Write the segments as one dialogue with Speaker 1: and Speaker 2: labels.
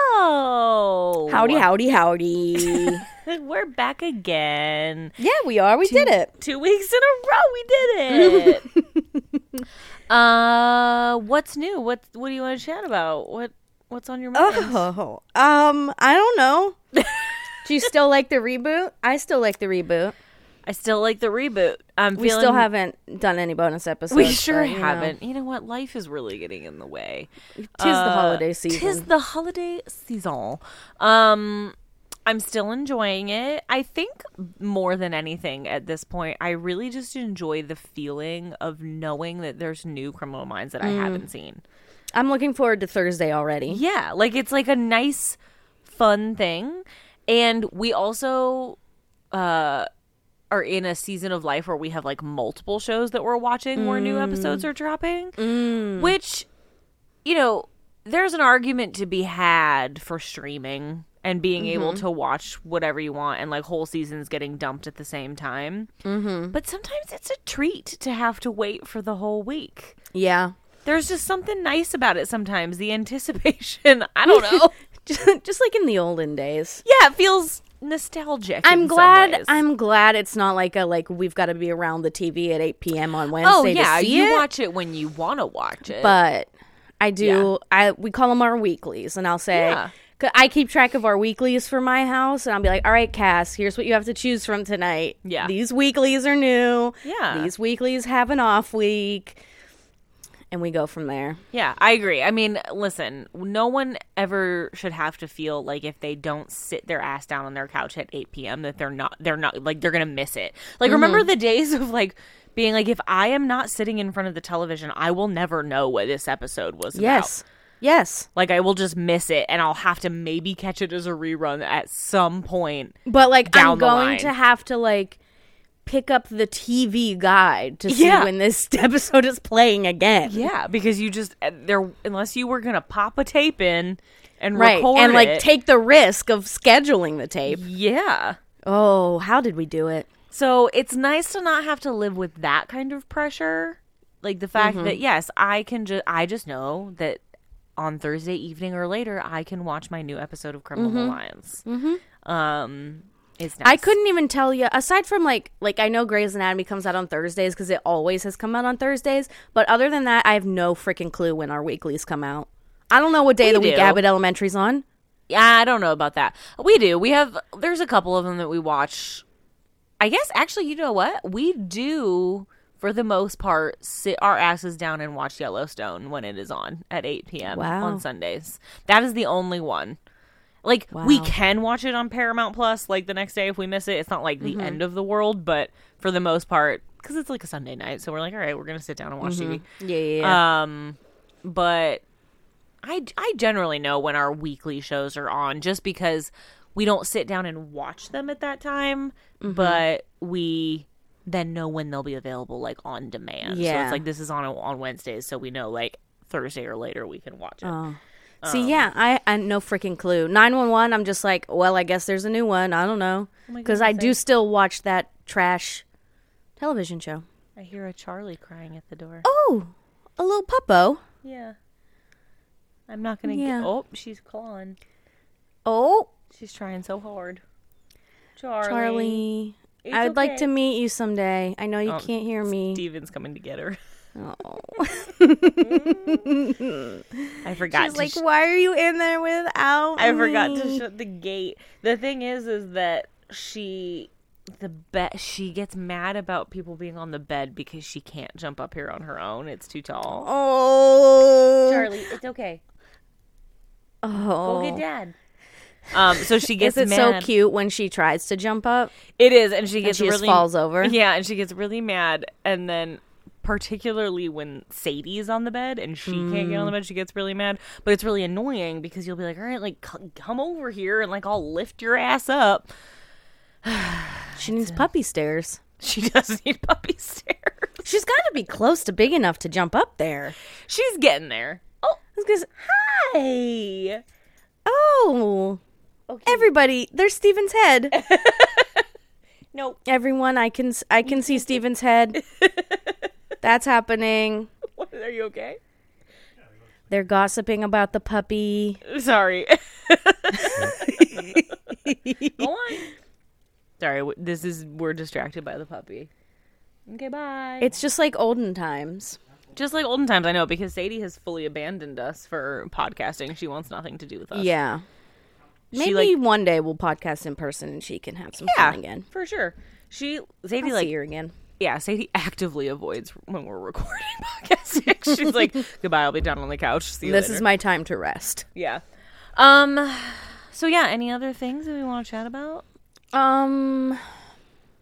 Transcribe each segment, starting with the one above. Speaker 1: Hello.
Speaker 2: Howdy, howdy, howdy.
Speaker 1: We're back again.
Speaker 2: yeah, we are. We did it.
Speaker 1: Two weeks in a row, we did it. uh, what's new? What What do you want to chat about? What What's on your mind?
Speaker 2: Oh, um, I don't know. Do you still like the reboot? I still like the reboot.
Speaker 1: I still like the reboot. I'm
Speaker 2: We
Speaker 1: feeling
Speaker 2: still haven't done any bonus episodes.
Speaker 1: We sure
Speaker 2: but, you know,
Speaker 1: haven't. You know what? Life is really getting in the way. Tis
Speaker 2: the holiday season.
Speaker 1: Uh, Tis the holiday season. Um, I'm still enjoying it. I think more than anything at this point, I really just enjoy the feeling of knowing that there's new Criminal Minds that I
Speaker 2: Mm.
Speaker 1: haven't seen.
Speaker 2: I'm looking forward to Thursday already.
Speaker 1: Yeah, like it's like a nice, fun thing, and we also uh, are in a season of life where we have like multiple shows that we're watching where new episodes are dropping, which, you know, there's an argument to be had for streaming and being able to watch whatever you want and like whole seasons getting dumped at the same time. Mm-hmm. But sometimes it's a treat to have to wait for the whole week
Speaker 2: Yeah.
Speaker 1: there's just something nice about it sometimes the anticipation i don't know
Speaker 2: just, just like in the olden days.
Speaker 1: yeah it feels nostalgic in
Speaker 2: I'm
Speaker 1: some
Speaker 2: glad.
Speaker 1: ways.
Speaker 2: I'm glad it's not like a like we've got to be around the TV at 8 p.m. on Wednesday.
Speaker 1: oh yeah
Speaker 2: to see
Speaker 1: you
Speaker 2: it,
Speaker 1: watch it when you want to watch it
Speaker 2: but I do. I we call them our weeklies, and I'll say.
Speaker 1: Yeah.
Speaker 2: 'cause I keep track of our weeklies for my house, and I'll be like, "All right, Cass, here's what you have to choose from tonight.
Speaker 1: Yeah.
Speaker 2: these weeklies are new.
Speaker 1: Yeah.
Speaker 2: these weeklies have an off week, and we go from there.
Speaker 1: yeah i agree i mean listen no one ever should have to feel like if they don't sit their ass down on their couch at 8 p.m that they're not they're not like they're gonna miss it like remember the days of like being like if i am not sitting in front of the television i will never know what this episode was about.
Speaker 2: Yes, yes,
Speaker 1: Like I will just miss it and I'll have to maybe catch it as a rerun at some point.
Speaker 2: but like
Speaker 1: Down
Speaker 2: I'm
Speaker 1: the
Speaker 2: going
Speaker 1: line.
Speaker 2: to have to like pick up the TV guide to see
Speaker 1: Yeah.
Speaker 2: when this episode is playing again.
Speaker 1: Yeah, because you just uh, there unless you were going to pop a tape in and
Speaker 2: Right,
Speaker 1: record
Speaker 2: and like
Speaker 1: it.
Speaker 2: take the risk of scheduling the tape.
Speaker 1: Yeah.
Speaker 2: Oh, how did we do it?
Speaker 1: So it's nice to not have to live with that kind of pressure. Like the fact that yes, I can just I just know that on Thursday evening or later I can watch my new episode of Criminal Alliance. Mm-hmm. Um it's nice.
Speaker 2: I couldn't even tell you. Aside from like, like I know Grey's Anatomy comes out on Thursdays because it always has come out on Thursdays. But other than that, I have no freaking clue when our weeklies come out. I don't know what day of the
Speaker 1: We
Speaker 2: week
Speaker 1: do.
Speaker 2: Abbott Elementary's on.
Speaker 1: Yeah, I don't know about that. We do. We have there's a couple of them that we watch. I guess actually, you know what? We do for the most part sit our asses down and watch Yellowstone when it is on at 8 p.m.
Speaker 2: Wow.
Speaker 1: on Sundays. That is the only one. Like we
Speaker 2: Wow.
Speaker 1: can watch it on Paramount Plus like the next day if we miss it. It's not like the
Speaker 2: Mm-hmm.
Speaker 1: end of the world, but for the most part cuz it's like a Sunday night, so we're like, all right, we're going to sit down and watch TV.
Speaker 2: Yeah, yeah,
Speaker 1: Um, but I I generally know when our weekly shows are on just because we don't sit down and watch them at that time,
Speaker 2: Mm-hmm.
Speaker 1: but we then know when they'll be available like on demand. So
Speaker 2: Yeah.
Speaker 1: it's like this is on on Wednesdays, so we know like Thursday or later we can watch it.
Speaker 2: Oh.
Speaker 1: Uh,
Speaker 2: See, yeah, I, I no freaking clue. Nine one one. I'm just like, well, I guess there's a new one. I don't know
Speaker 1: Oh my
Speaker 2: because I do still watch that trash television show.
Speaker 1: I hear a Charlie crying at the door.
Speaker 2: Oh, a little puppo.
Speaker 1: Yeah. I'm not gonna
Speaker 2: Yeah.
Speaker 1: get oh, she's clawing.
Speaker 2: Oh,
Speaker 1: She's trying so hard. Charlie.
Speaker 2: Charlie.
Speaker 1: It's
Speaker 2: I would like
Speaker 1: okay.
Speaker 2: to meet you someday. I know you
Speaker 1: Oh,
Speaker 2: can't hear me.
Speaker 1: Steven's coming to get her.
Speaker 2: Oh.
Speaker 1: I forgot.
Speaker 2: She's
Speaker 1: to
Speaker 2: like,
Speaker 1: sh-
Speaker 2: why are you in there without
Speaker 1: I forgot to
Speaker 2: me?"
Speaker 1: shut the gate. The thing is, is that she, the bed, she gets mad about people being on the bed because she can't jump up here on her own. It's too tall.
Speaker 2: Oh.
Speaker 1: Charlie, it's okay.
Speaker 2: Oh.
Speaker 1: Go get dad. Um, so she gets
Speaker 2: Is it so
Speaker 1: mad.
Speaker 2: cute when she tries to jump up
Speaker 1: It is, and she
Speaker 2: and
Speaker 1: gets
Speaker 2: she just
Speaker 1: really
Speaker 2: falls over?
Speaker 1: Yeah, and she gets really mad, and then particularly when Sadie is on the bed and she can't get
Speaker 2: Mm.
Speaker 1: on the bed. She gets really mad, but it's really annoying because you'll be like, all right, like c- come over here and like I'll lift your ass up.
Speaker 2: She needs puppy stairs.
Speaker 1: She does need puppy stairs.
Speaker 2: She's got to be close to big enough to jump up there.
Speaker 1: She's getting there. Oh,
Speaker 2: I was gonna say,
Speaker 1: hey.
Speaker 2: oh, everybody, there's Steven's head.
Speaker 1: No,
Speaker 2: Everyone, I can s- I can see Steven's head. That's happening.
Speaker 1: what, are you okay?
Speaker 2: They're gossiping about the puppy.
Speaker 1: Sorry. Go on. Sorry, w- this is we're distracted by the puppy. Okay, bye.
Speaker 2: It's just like olden times.
Speaker 1: Just like olden times, I know, because Sadie has fully abandoned us for podcasting. She wants nothing to do with us.
Speaker 2: Yeah. Maybe one day we'll podcast in person and she can have some
Speaker 1: Yeah,
Speaker 2: fun again.
Speaker 1: for sure. She Sadie
Speaker 2: I'll
Speaker 1: like
Speaker 2: see her again.
Speaker 1: yeah, Sadie actively avoids when we're recording podcasting. She's like, goodbye, I'll be down on the couch. See you
Speaker 2: This
Speaker 1: later."
Speaker 2: is my time to rest.
Speaker 1: yeah. Um. So yeah, any other things that we want to chat about?
Speaker 2: Um,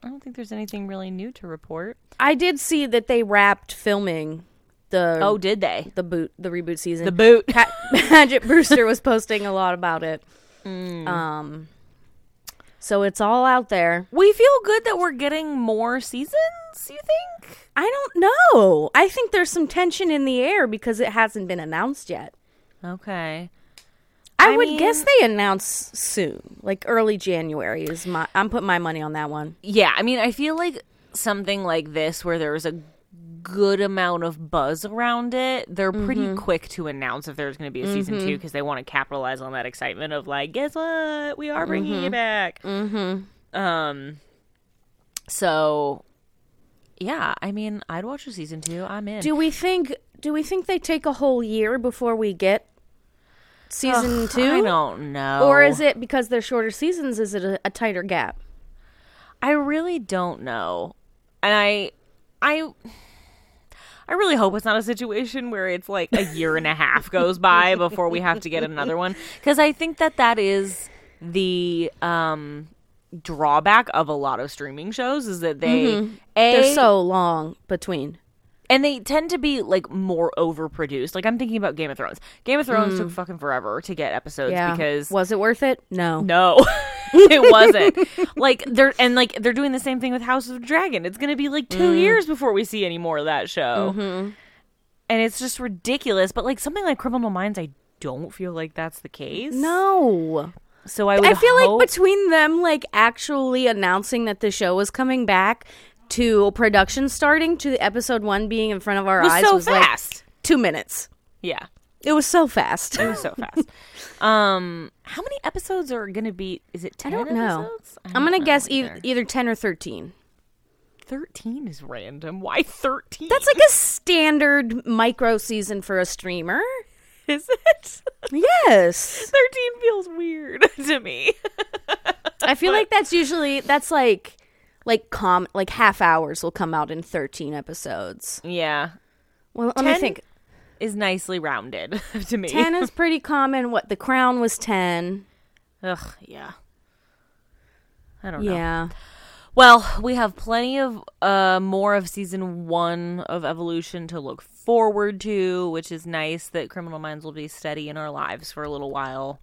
Speaker 1: I don't think there's anything really new to report.
Speaker 2: I did see that they wrapped filming the
Speaker 1: Oh, did they?
Speaker 2: the boot Oh, the reboot season.
Speaker 1: The boot.
Speaker 2: Pat- Paget Brewster was posting a lot about it. Um, so it's all out there.
Speaker 1: We feel good that we're getting more seasons, you think?
Speaker 2: I don't know. I think there's some tension in the air because it hasn't been announced yet.
Speaker 1: Okay.
Speaker 2: I,
Speaker 1: I
Speaker 2: would
Speaker 1: mean-
Speaker 2: guess they announce soon, like early January is my. I'm putting my money on that one.
Speaker 1: Yeah, I mean, I feel like something like this where there was a good amount of buzz around it, they're pretty
Speaker 2: Mm-hmm.
Speaker 1: quick to announce if there's going to be a season 2 because they want to capitalize on that excitement of like, guess what? We are
Speaker 2: Mm-hmm.
Speaker 1: bringing you back. Mhm. Um so yeah, I mean, I'd watch a season 2. I'm in.
Speaker 2: Do we think? Do we think they take a whole year before we get season
Speaker 1: Ugh,
Speaker 2: two?
Speaker 1: I don't know.
Speaker 2: Or is it because they're shorter seasons? Is it a, a tighter gap?
Speaker 1: I really don't know. And I I I really hope it's not a situation where it's like a year and a half goes by before we have to get another one cuz I think that that is the um drawback of a lot of streaming shows is that they a
Speaker 2: Mm-hmm. They're so long between.
Speaker 1: and they tend to be like more overproduced. Like I'm thinking about Game of Thrones. Game of Thrones took fucking forever to get episodes
Speaker 2: Mm. Yeah.
Speaker 1: because
Speaker 2: was it worth it? No.
Speaker 1: no, it wasn't. like they're and like they're doing the same thing with House of Dragon. It's gonna be like
Speaker 2: Mm.
Speaker 1: two years before we see any more of that show,
Speaker 2: Mm-hmm.
Speaker 1: and it's just ridiculous. But like something like Criminal Minds, I don't feel like that's the case.
Speaker 2: No.
Speaker 1: so I would
Speaker 2: I feel
Speaker 1: hope-
Speaker 2: like between them like actually announcing that the show was coming back to production starting to episode 1 being in front of our
Speaker 1: it was
Speaker 2: eyes
Speaker 1: so
Speaker 2: was like
Speaker 1: fast.
Speaker 2: 2 minutes.
Speaker 1: yeah,
Speaker 2: It was so fast.
Speaker 1: it was so fast. um, how many episodes are gonna be? Is it ten?
Speaker 2: I don't know.
Speaker 1: Episodes? I
Speaker 2: I'm
Speaker 1: don't
Speaker 2: going to
Speaker 1: know
Speaker 2: guess e-
Speaker 1: either.
Speaker 2: either 10 or 13.
Speaker 1: Thirteen is random. Why thirteen?
Speaker 2: That's like a standard micro season for a streamer.
Speaker 1: is it?
Speaker 2: Yes.
Speaker 1: Thirteen feels weird to me.
Speaker 2: I feel like that's usually that's like like com like half hours will come out in 13 episodes.
Speaker 1: yeah,
Speaker 2: Well, let me
Speaker 1: 10?
Speaker 2: think.
Speaker 1: is nicely rounded to me.
Speaker 2: 10 is pretty common. What The Crown was 10.
Speaker 1: Ugh, yeah. I don't know.
Speaker 2: Yeah.
Speaker 1: Well, we have plenty of uh more of season 1 of Evolution to look forward to, which is nice that Criminal Minds will be steady in our lives for a little while.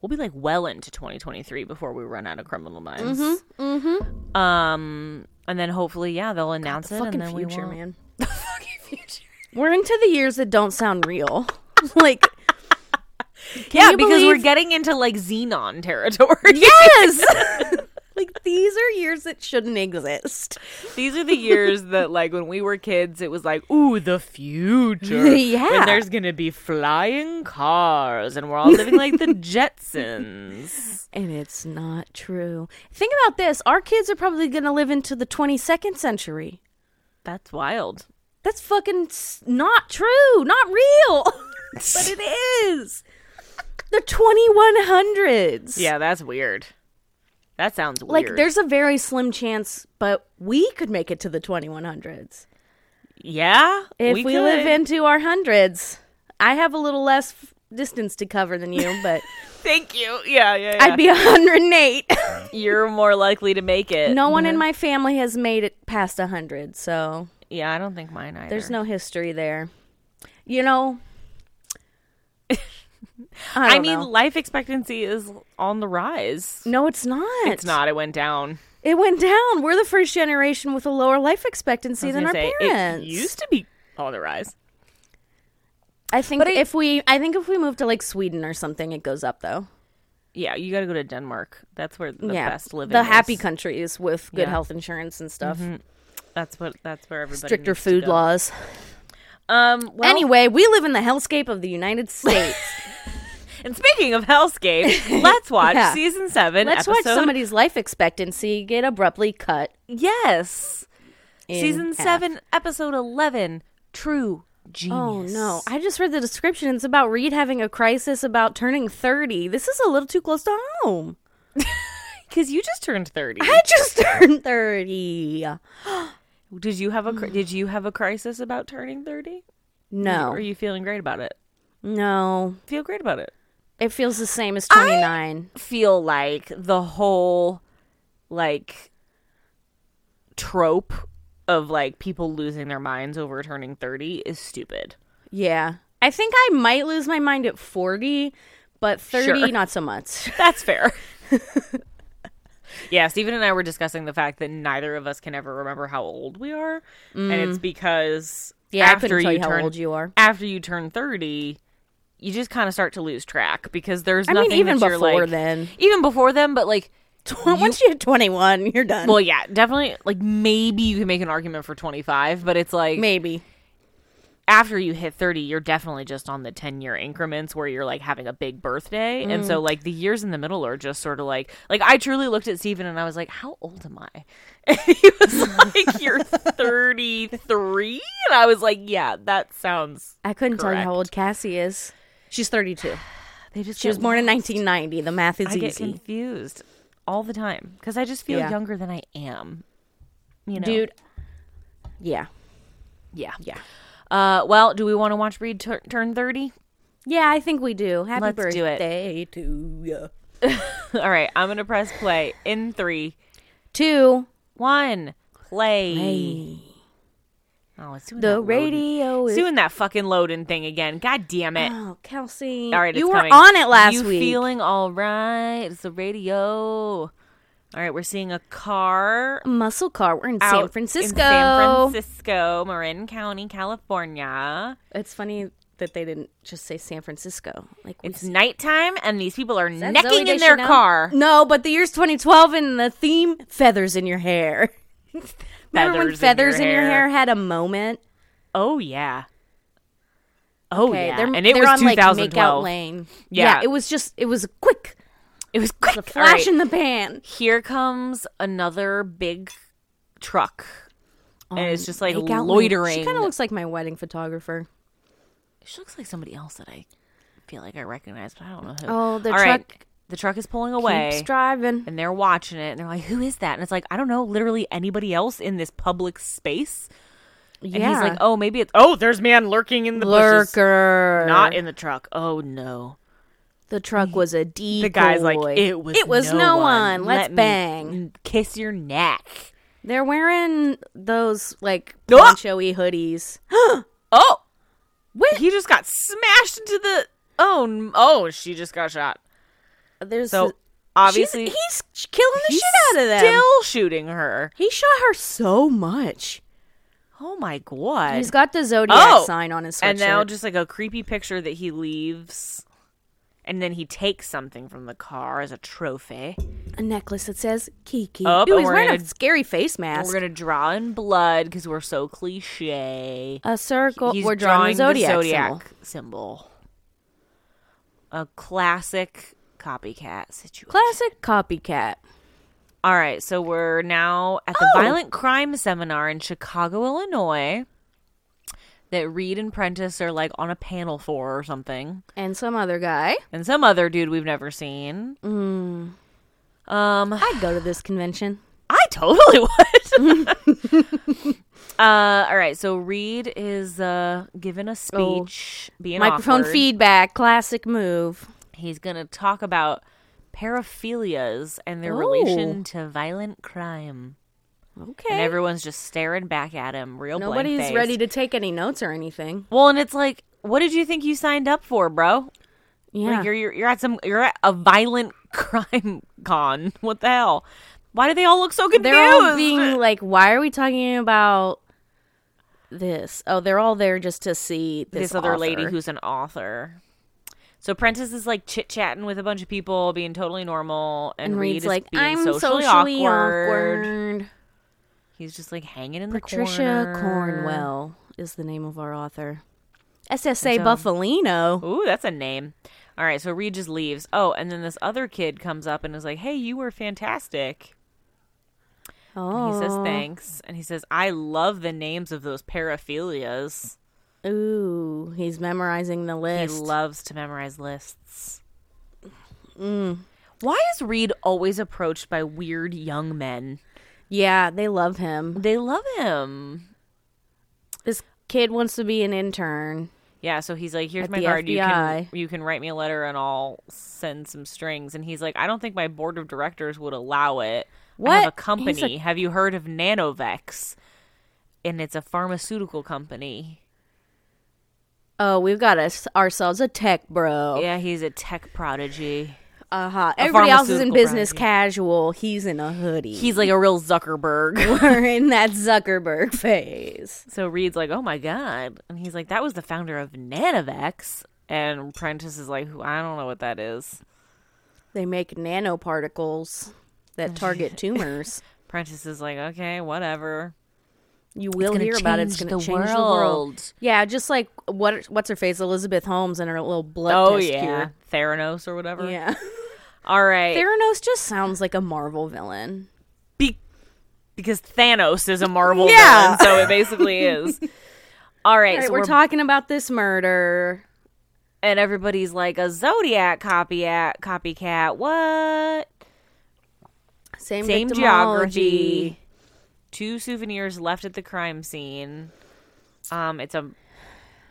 Speaker 1: We'll be like well into 2023 before we run out of Criminal Minds. Mm-hmm. Um and then hopefully, yeah, they'll announce it and
Speaker 2: Fucking
Speaker 1: then we
Speaker 2: future,
Speaker 1: won't.
Speaker 2: man.
Speaker 1: The fucking future.
Speaker 2: We're into the years that don't sound real. like
Speaker 1: yeah,
Speaker 2: you
Speaker 1: because we're
Speaker 2: believe-
Speaker 1: getting into like Xenon territory.
Speaker 2: yes. like these are years that shouldn't exist.
Speaker 1: These are the years that, like, when we were kids, it was like, ooh, the future.
Speaker 2: Yeah.
Speaker 1: And there's going to be flying cars, and we're all living like the Jetsons.
Speaker 2: And it's not true. Think about this. Our kids are probably going to live into the 22nd century.
Speaker 1: That's wild.
Speaker 2: That's fucking s- not true. Not real. but it is. The 2100s.
Speaker 1: Yeah, that's weird. That sounds weird.
Speaker 2: Like there's a very slim chance, but we could make it to the 2100s
Speaker 1: yeah,
Speaker 2: if we, live
Speaker 1: could.
Speaker 2: into our hundreds. I have a little less f- distance to cover than you, but
Speaker 1: Thank you. Yeah, yeah. yeah.
Speaker 2: I'd be 108.
Speaker 1: You're more likely to make it.
Speaker 2: no one in my family has made it past 100, so
Speaker 1: Yeah, I don't think mine either.
Speaker 2: There's no history there. You know, I,
Speaker 1: I,
Speaker 2: don't
Speaker 1: mean,
Speaker 2: know.
Speaker 1: life expectancy is on the rise.
Speaker 2: no, it's not.
Speaker 1: It's not. It went down.
Speaker 2: It went down. We're the first generation with a lower life
Speaker 1: I
Speaker 2: expectancy
Speaker 1: was
Speaker 2: than
Speaker 1: gonna
Speaker 2: our
Speaker 1: say,
Speaker 2: parents.
Speaker 1: It used to be on the rise.
Speaker 2: I think if we, I think if we move to like Sweden or something, it goes up though.
Speaker 1: Yeah, you got to go to Denmark. That's where the
Speaker 2: yeah,
Speaker 1: best living.
Speaker 2: the happy
Speaker 1: is.
Speaker 2: countries with good
Speaker 1: Yeah.
Speaker 2: health insurance and stuff,
Speaker 1: That's what. That's where everybody.
Speaker 2: stricter
Speaker 1: needs to
Speaker 2: food
Speaker 1: go.
Speaker 2: laws.
Speaker 1: Um. Well,
Speaker 2: anyway, we live in the hellscape of the United States.
Speaker 1: And speaking of Hellscape, let's watch
Speaker 2: Yeah.
Speaker 1: season seven.
Speaker 2: Let's watch
Speaker 1: episode-
Speaker 2: somebody's life expectancy get abruptly cut.
Speaker 1: Yes.
Speaker 2: in
Speaker 1: season
Speaker 2: half.
Speaker 1: seven, episode eleven. True
Speaker 2: Oh
Speaker 1: genius.
Speaker 2: no! I just read the description. It's about Reed having a crisis about turning thirty. This is a little too close to home.
Speaker 1: Because you just turned thirty.
Speaker 2: I just turned thirty.
Speaker 1: Did you have a cr- Did you have a crisis about turning thirty? Or
Speaker 2: No,
Speaker 1: are you feeling great about it?
Speaker 2: no.
Speaker 1: Feel great about it.
Speaker 2: It feels the same as twenty nine.
Speaker 1: Feel like the whole, like, trope of like people losing their minds over turning thirty is stupid.
Speaker 2: Yeah, I think I might lose my mind at forty, but thirty
Speaker 1: Sure.
Speaker 2: not so much.
Speaker 1: That's fair. yeah, Stephen and I were discussing the fact that neither of us can ever remember how old we are, and it's because
Speaker 2: Mm. Yeah, I
Speaker 1: after
Speaker 2: couldn't tell you,
Speaker 1: you
Speaker 2: how
Speaker 1: turn
Speaker 2: old you are.
Speaker 1: after you turn thirty, you just kind of start to lose track because there's
Speaker 2: I
Speaker 1: nothing
Speaker 2: mean, even
Speaker 1: that you're,
Speaker 2: before
Speaker 1: like-
Speaker 2: then.
Speaker 1: even before them, but like.
Speaker 2: Once you hit twenty one, you're done.
Speaker 1: Well, yeah, definitely. Like, maybe you can make an argument for 25, but it's like
Speaker 2: Maybe.
Speaker 1: after you hit 30, you're definitely just on the 10 year increments where you're like having a big birthday. And so, like, the years in the middle are just sort of like, like, I truly looked at Steven and I was like, how old am I? And he was like, you're 33? And I was like, yeah, that sounds.
Speaker 2: I couldn't tell you how
Speaker 1: Correct.
Speaker 2: old Cassie is. She's 32.
Speaker 1: They just
Speaker 2: She was born in 1990. The math is
Speaker 1: I get
Speaker 2: easy.
Speaker 1: confused all the time because I just feel
Speaker 2: Yeah.
Speaker 1: younger than I am. You know?
Speaker 2: Dude. Yeah.
Speaker 1: Yeah.
Speaker 2: Yeah.
Speaker 1: Uh, well, do we want to watch Reed tur- turn 30?
Speaker 2: Yeah, I think we do. Happy
Speaker 1: Let's do it.
Speaker 2: birthday to you.
Speaker 1: All right, I'm going to press play in three,
Speaker 2: To
Speaker 1: one, play. Oh, it's doing that
Speaker 2: the
Speaker 1: loading-
Speaker 2: radio
Speaker 1: It's
Speaker 2: is.
Speaker 1: doing that fucking loading thing again. God damn it.
Speaker 2: Oh, Kelsey.
Speaker 1: All right,
Speaker 2: you
Speaker 1: it's
Speaker 2: were
Speaker 1: coming.
Speaker 2: on it last
Speaker 1: you
Speaker 2: week.
Speaker 1: feeling all right? It's the radio. All right, we're seeing a car
Speaker 2: Muscle car. We're in
Speaker 1: out
Speaker 2: San
Speaker 1: in
Speaker 2: Francisco.
Speaker 1: San Francisco, Marin County, California.
Speaker 2: It's funny that they didn't just say San Francisco. Like we
Speaker 1: It's nighttime, and these people are
Speaker 2: Is that
Speaker 1: necking
Speaker 2: Zooey
Speaker 1: in their
Speaker 2: Deschanel?
Speaker 1: car.
Speaker 2: No, but the year's 2012 and the theme feathers in your hair. Remember when feathers in your, hair. had a moment?
Speaker 1: Oh yeah. Oh
Speaker 2: Okay,
Speaker 1: yeah,
Speaker 2: they're,
Speaker 1: and it
Speaker 2: they're
Speaker 1: was
Speaker 2: on like
Speaker 1: 2012.
Speaker 2: Makeout Lane.
Speaker 1: Yeah.
Speaker 2: it was just it was quick,
Speaker 1: It was quick.
Speaker 2: a
Speaker 1: All
Speaker 2: flash
Speaker 1: right.
Speaker 2: in the pan.
Speaker 1: Here comes another big truck, and it's just like
Speaker 2: Makeout Lane.
Speaker 1: loitering.
Speaker 2: She kind of looks like my wedding photographer.
Speaker 1: She looks like somebody else that I feel like I recognize, but I don't know who.
Speaker 2: Oh, the
Speaker 1: All right,
Speaker 2: truck
Speaker 1: The truck is pulling away.
Speaker 2: keeps driving.
Speaker 1: and they're watching it and they're like, Who is that? And it's like, I don't know, literally anybody else in this public space.
Speaker 2: Yeah,
Speaker 1: And he's like, Oh, maybe it's Oh, there's man lurking in the bushes.
Speaker 2: lurker.
Speaker 1: Not in the truck. Oh no.
Speaker 2: the truck was a decoy.
Speaker 1: The guy's like, it was
Speaker 2: it was no, one. Let's
Speaker 1: Let me
Speaker 2: bang.
Speaker 1: n- kiss your neck.
Speaker 2: They're wearing those like
Speaker 1: Ah!
Speaker 2: poncho-y hoodies.
Speaker 1: Oh, wait! He just got smashed into the. Oh, n- oh! She just got shot.
Speaker 2: There's
Speaker 1: So
Speaker 2: she's-
Speaker 1: obviously,
Speaker 2: he's sh- killing the
Speaker 1: he's
Speaker 2: shit out of them.
Speaker 1: Still shooting her.
Speaker 2: he shot her so much.
Speaker 1: Oh my god!
Speaker 2: He's got the zodiac
Speaker 1: Oh!
Speaker 2: sign on his sweatshirt.
Speaker 1: and now just like a creepy picture that he leaves, and then he takes something from the car as a trophy.
Speaker 2: a necklace that says Kiki.
Speaker 1: Up,
Speaker 2: Ooh,
Speaker 1: and
Speaker 2: he's
Speaker 1: Oh, we're
Speaker 2: wearing a
Speaker 1: gonna-
Speaker 2: scary face
Speaker 1: And
Speaker 2: mask.
Speaker 1: we're gonna draw in blood because we're so cliche.
Speaker 2: a circle.
Speaker 1: He's
Speaker 2: we're drawing, the zodiac. symbol.
Speaker 1: symbol. A classic copycat situation.
Speaker 2: Classic copycat.
Speaker 1: All right, so we're now at the
Speaker 2: Oh!
Speaker 1: violent crime seminar in Chicago, Illinois. That Reed and Prentice are like on a panel for or something,
Speaker 2: And some other guy.
Speaker 1: and some other dude we've never seen.
Speaker 2: Mm.
Speaker 1: Um,
Speaker 2: I'd go to this convention.
Speaker 1: I totally would. uh, all right, so Reed is uh given a
Speaker 2: Oh.
Speaker 1: speech, being
Speaker 2: Microphone
Speaker 1: awkward.
Speaker 2: feedback. Classic move.
Speaker 1: he's going to talk about paraphilias and their
Speaker 2: Oh.
Speaker 1: relation to violent crime.
Speaker 2: Okay.
Speaker 1: and everyone's just staring back at him real
Speaker 2: Nobody's ready to take any notes or anything.
Speaker 1: well and it's like what did you think you signed up for bro
Speaker 2: Yeah.
Speaker 1: like you're, you're you're at some you're at a violent crime con what the hell why do they all look so confused
Speaker 2: they're all being like, why are we talking about this? Oh, they're all there just to see this,
Speaker 1: this, other
Speaker 2: author.
Speaker 1: lady who's an author so Prentice is like chit chatting with a bunch of people, being totally normal, and,
Speaker 2: and
Speaker 1: Reed
Speaker 2: reads
Speaker 1: is
Speaker 2: like,
Speaker 1: being
Speaker 2: I'm
Speaker 1: socially, awkward.
Speaker 2: awkward.
Speaker 1: He's just like hanging in
Speaker 2: Patricia
Speaker 1: the corner.
Speaker 2: Cornwell is the name of our author. SSA Buffalino.
Speaker 1: Ooh, that's a name. All right, so Reed just leaves. Oh, and then this other kid comes up and is like, "Hey, you were fantastic."
Speaker 2: Oh,
Speaker 1: He says thanks, and he says, "I love the names of those paraphilias."
Speaker 2: Ooh, he's memorizing the
Speaker 1: He
Speaker 2: list.
Speaker 1: loves to memorize lists. Why is Reed always approached by weird young men?
Speaker 2: yeah, they love him.
Speaker 1: They love him.
Speaker 2: This kid wants to be an intern.
Speaker 1: Yeah, so he's like, "Here's
Speaker 2: At
Speaker 1: my
Speaker 2: the
Speaker 1: card. You can
Speaker 2: FBI.
Speaker 1: you can write me a letter, and I'll send some strings." And he's like, "I don't think my board of directors would allow it. I have
Speaker 2: What?
Speaker 1: a company. Have you heard of Nanovex? And it's a pharmaceutical company.
Speaker 2: Oh, we've got us ourselves a tech bro.
Speaker 1: Yeah, he's a tech prodigy.
Speaker 2: Uh huh. Everybody else is in
Speaker 1: pharmaceutical
Speaker 2: business
Speaker 1: brand,
Speaker 2: casual. He's in a hoodie.
Speaker 1: He's like a real Zuckerberg."
Speaker 2: We're in that Zuckerberg phase.
Speaker 1: So Reed's like, "Oh my god," and he's like, "That was the founder of Nanovex." And Prentice is like, "Who- "I don't know what that is."
Speaker 2: They make nanoparticles that target tumors.
Speaker 1: Prentice is like, "Okay, whatever."
Speaker 2: You will
Speaker 1: gonna
Speaker 2: hear about it. It's
Speaker 1: change
Speaker 2: going
Speaker 1: the
Speaker 2: to change the world.
Speaker 1: world.
Speaker 2: Yeah, just like what? What's her face? Elizabeth Holmes and her little blood
Speaker 1: Oh
Speaker 2: test
Speaker 1: yeah, Theranos or
Speaker 2: cure.
Speaker 1: whatever.
Speaker 2: Yeah.
Speaker 1: All right,
Speaker 2: Theranos just sounds like a Marvel villain.
Speaker 1: Be- because Thanos is a Marvel
Speaker 2: Yeah.
Speaker 1: villain, so it basically is. All right, so
Speaker 2: All right,
Speaker 1: we're,
Speaker 2: we're talking about this murder.
Speaker 1: and everybody's like a Zodiac copycat, copycat. What?
Speaker 2: Same,
Speaker 1: Same
Speaker 2: victimology.
Speaker 1: geography. Two souvenirs left at the crime scene. Um, it's a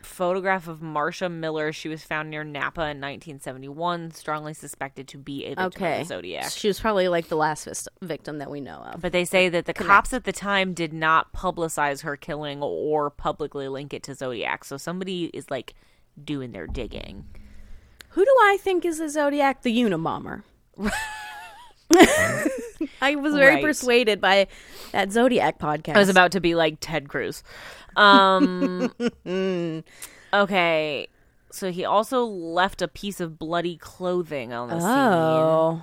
Speaker 1: photograph of Marsha Miller. She was found near Napa in 1971, strongly suspected to be a victim of
Speaker 2: Okay.
Speaker 1: the Zodiac.
Speaker 2: She was probably like the last vis- victim that we know of.
Speaker 1: But they say that the cops at the time did not publicize her killing or publicly link it to Zodiac. So somebody is like doing their digging.
Speaker 2: Who do I think is the Zodiac? The Unabomber. I was very
Speaker 1: Right.
Speaker 2: persuaded by that Zodiac podcast.
Speaker 1: I was about to be like Ted Cruz. Um, okay. So he also left a piece of bloody clothing on the scene.
Speaker 2: oh,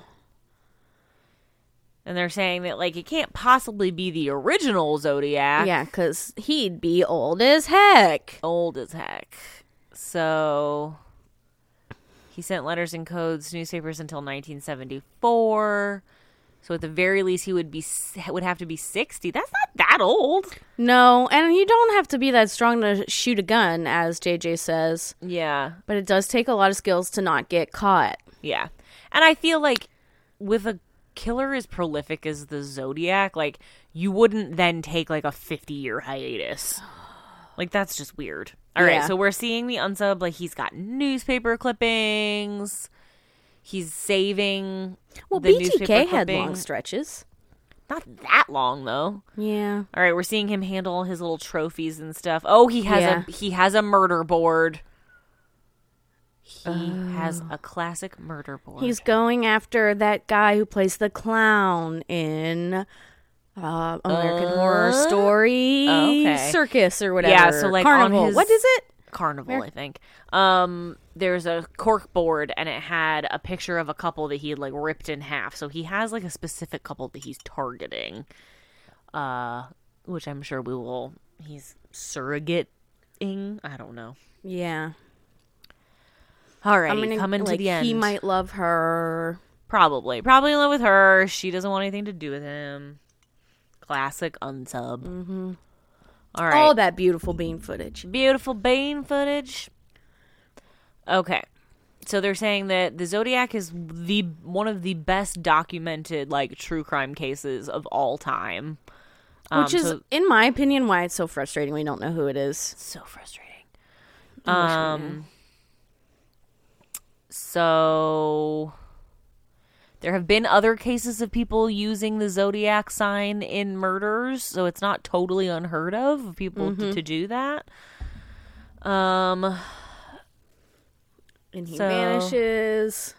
Speaker 1: And they're saying that like it can't possibly be the original Zodiac.
Speaker 2: yeah, because he'd be old as heck.
Speaker 1: Old as heck. So he sent letters and codes to newspapers until 1974. So at the very least he would be s- would have to be 60. That's not that old.
Speaker 2: No, and you don't have to be that strong to shoot a gun, as JJ says.
Speaker 1: Yeah.
Speaker 2: But it does take a lot of skills to not get caught.
Speaker 1: Yeah. And I feel like with a killer as prolific as the Zodiac, like you wouldn't then take like a 50 year hiatus. Like that's just weird. All right,
Speaker 2: Yeah.
Speaker 1: so we're seeing the unsub like he's got newspaper clippings. He's saving
Speaker 2: Well,
Speaker 1: the newspaper
Speaker 2: BTK had long
Speaker 1: clipping.
Speaker 2: stretches.
Speaker 1: Not that long though.
Speaker 2: Yeah.
Speaker 1: All right, we're seeing him handle all his little trophies and stuff. Oh, he has
Speaker 2: Yeah.
Speaker 1: a he has a murder board. He has a classic murder board.
Speaker 2: He's going after that guy who plays the clown in uh, American Horror Story
Speaker 1: oh, okay.
Speaker 2: Circus or whatever.
Speaker 1: Yeah, so, like, on
Speaker 2: Carnival.
Speaker 1: his-
Speaker 2: What is it?
Speaker 1: carnival i think um there's a cork board and it had a picture of a couple that he had like ripped in half so he has like a specific couple that he's targeting uh which i'm sure we will he's surrogating i don't know
Speaker 2: Yeah,
Speaker 1: all right
Speaker 2: I'm gonna
Speaker 1: coming
Speaker 2: like
Speaker 1: to the end
Speaker 2: he might love her.
Speaker 1: probably probably in love with her she doesn't want anything to do with him classic unsub mm-hmm. Oh, all right
Speaker 2: All that beautiful bean footage.
Speaker 1: Beautiful Bane footage. Okay. So they're saying that the Zodiac is the one of the best documented like true crime cases of all time. Um,
Speaker 2: Which is,
Speaker 1: so,
Speaker 2: in my opinion, why it's so frustrating. We don't know who it is.
Speaker 1: so frustrating. Um so There have been other cases of people using the zodiac sign in murders, so it's not totally unheard of of people to, to do that. Um,
Speaker 2: And he
Speaker 1: So-
Speaker 2: vanishes.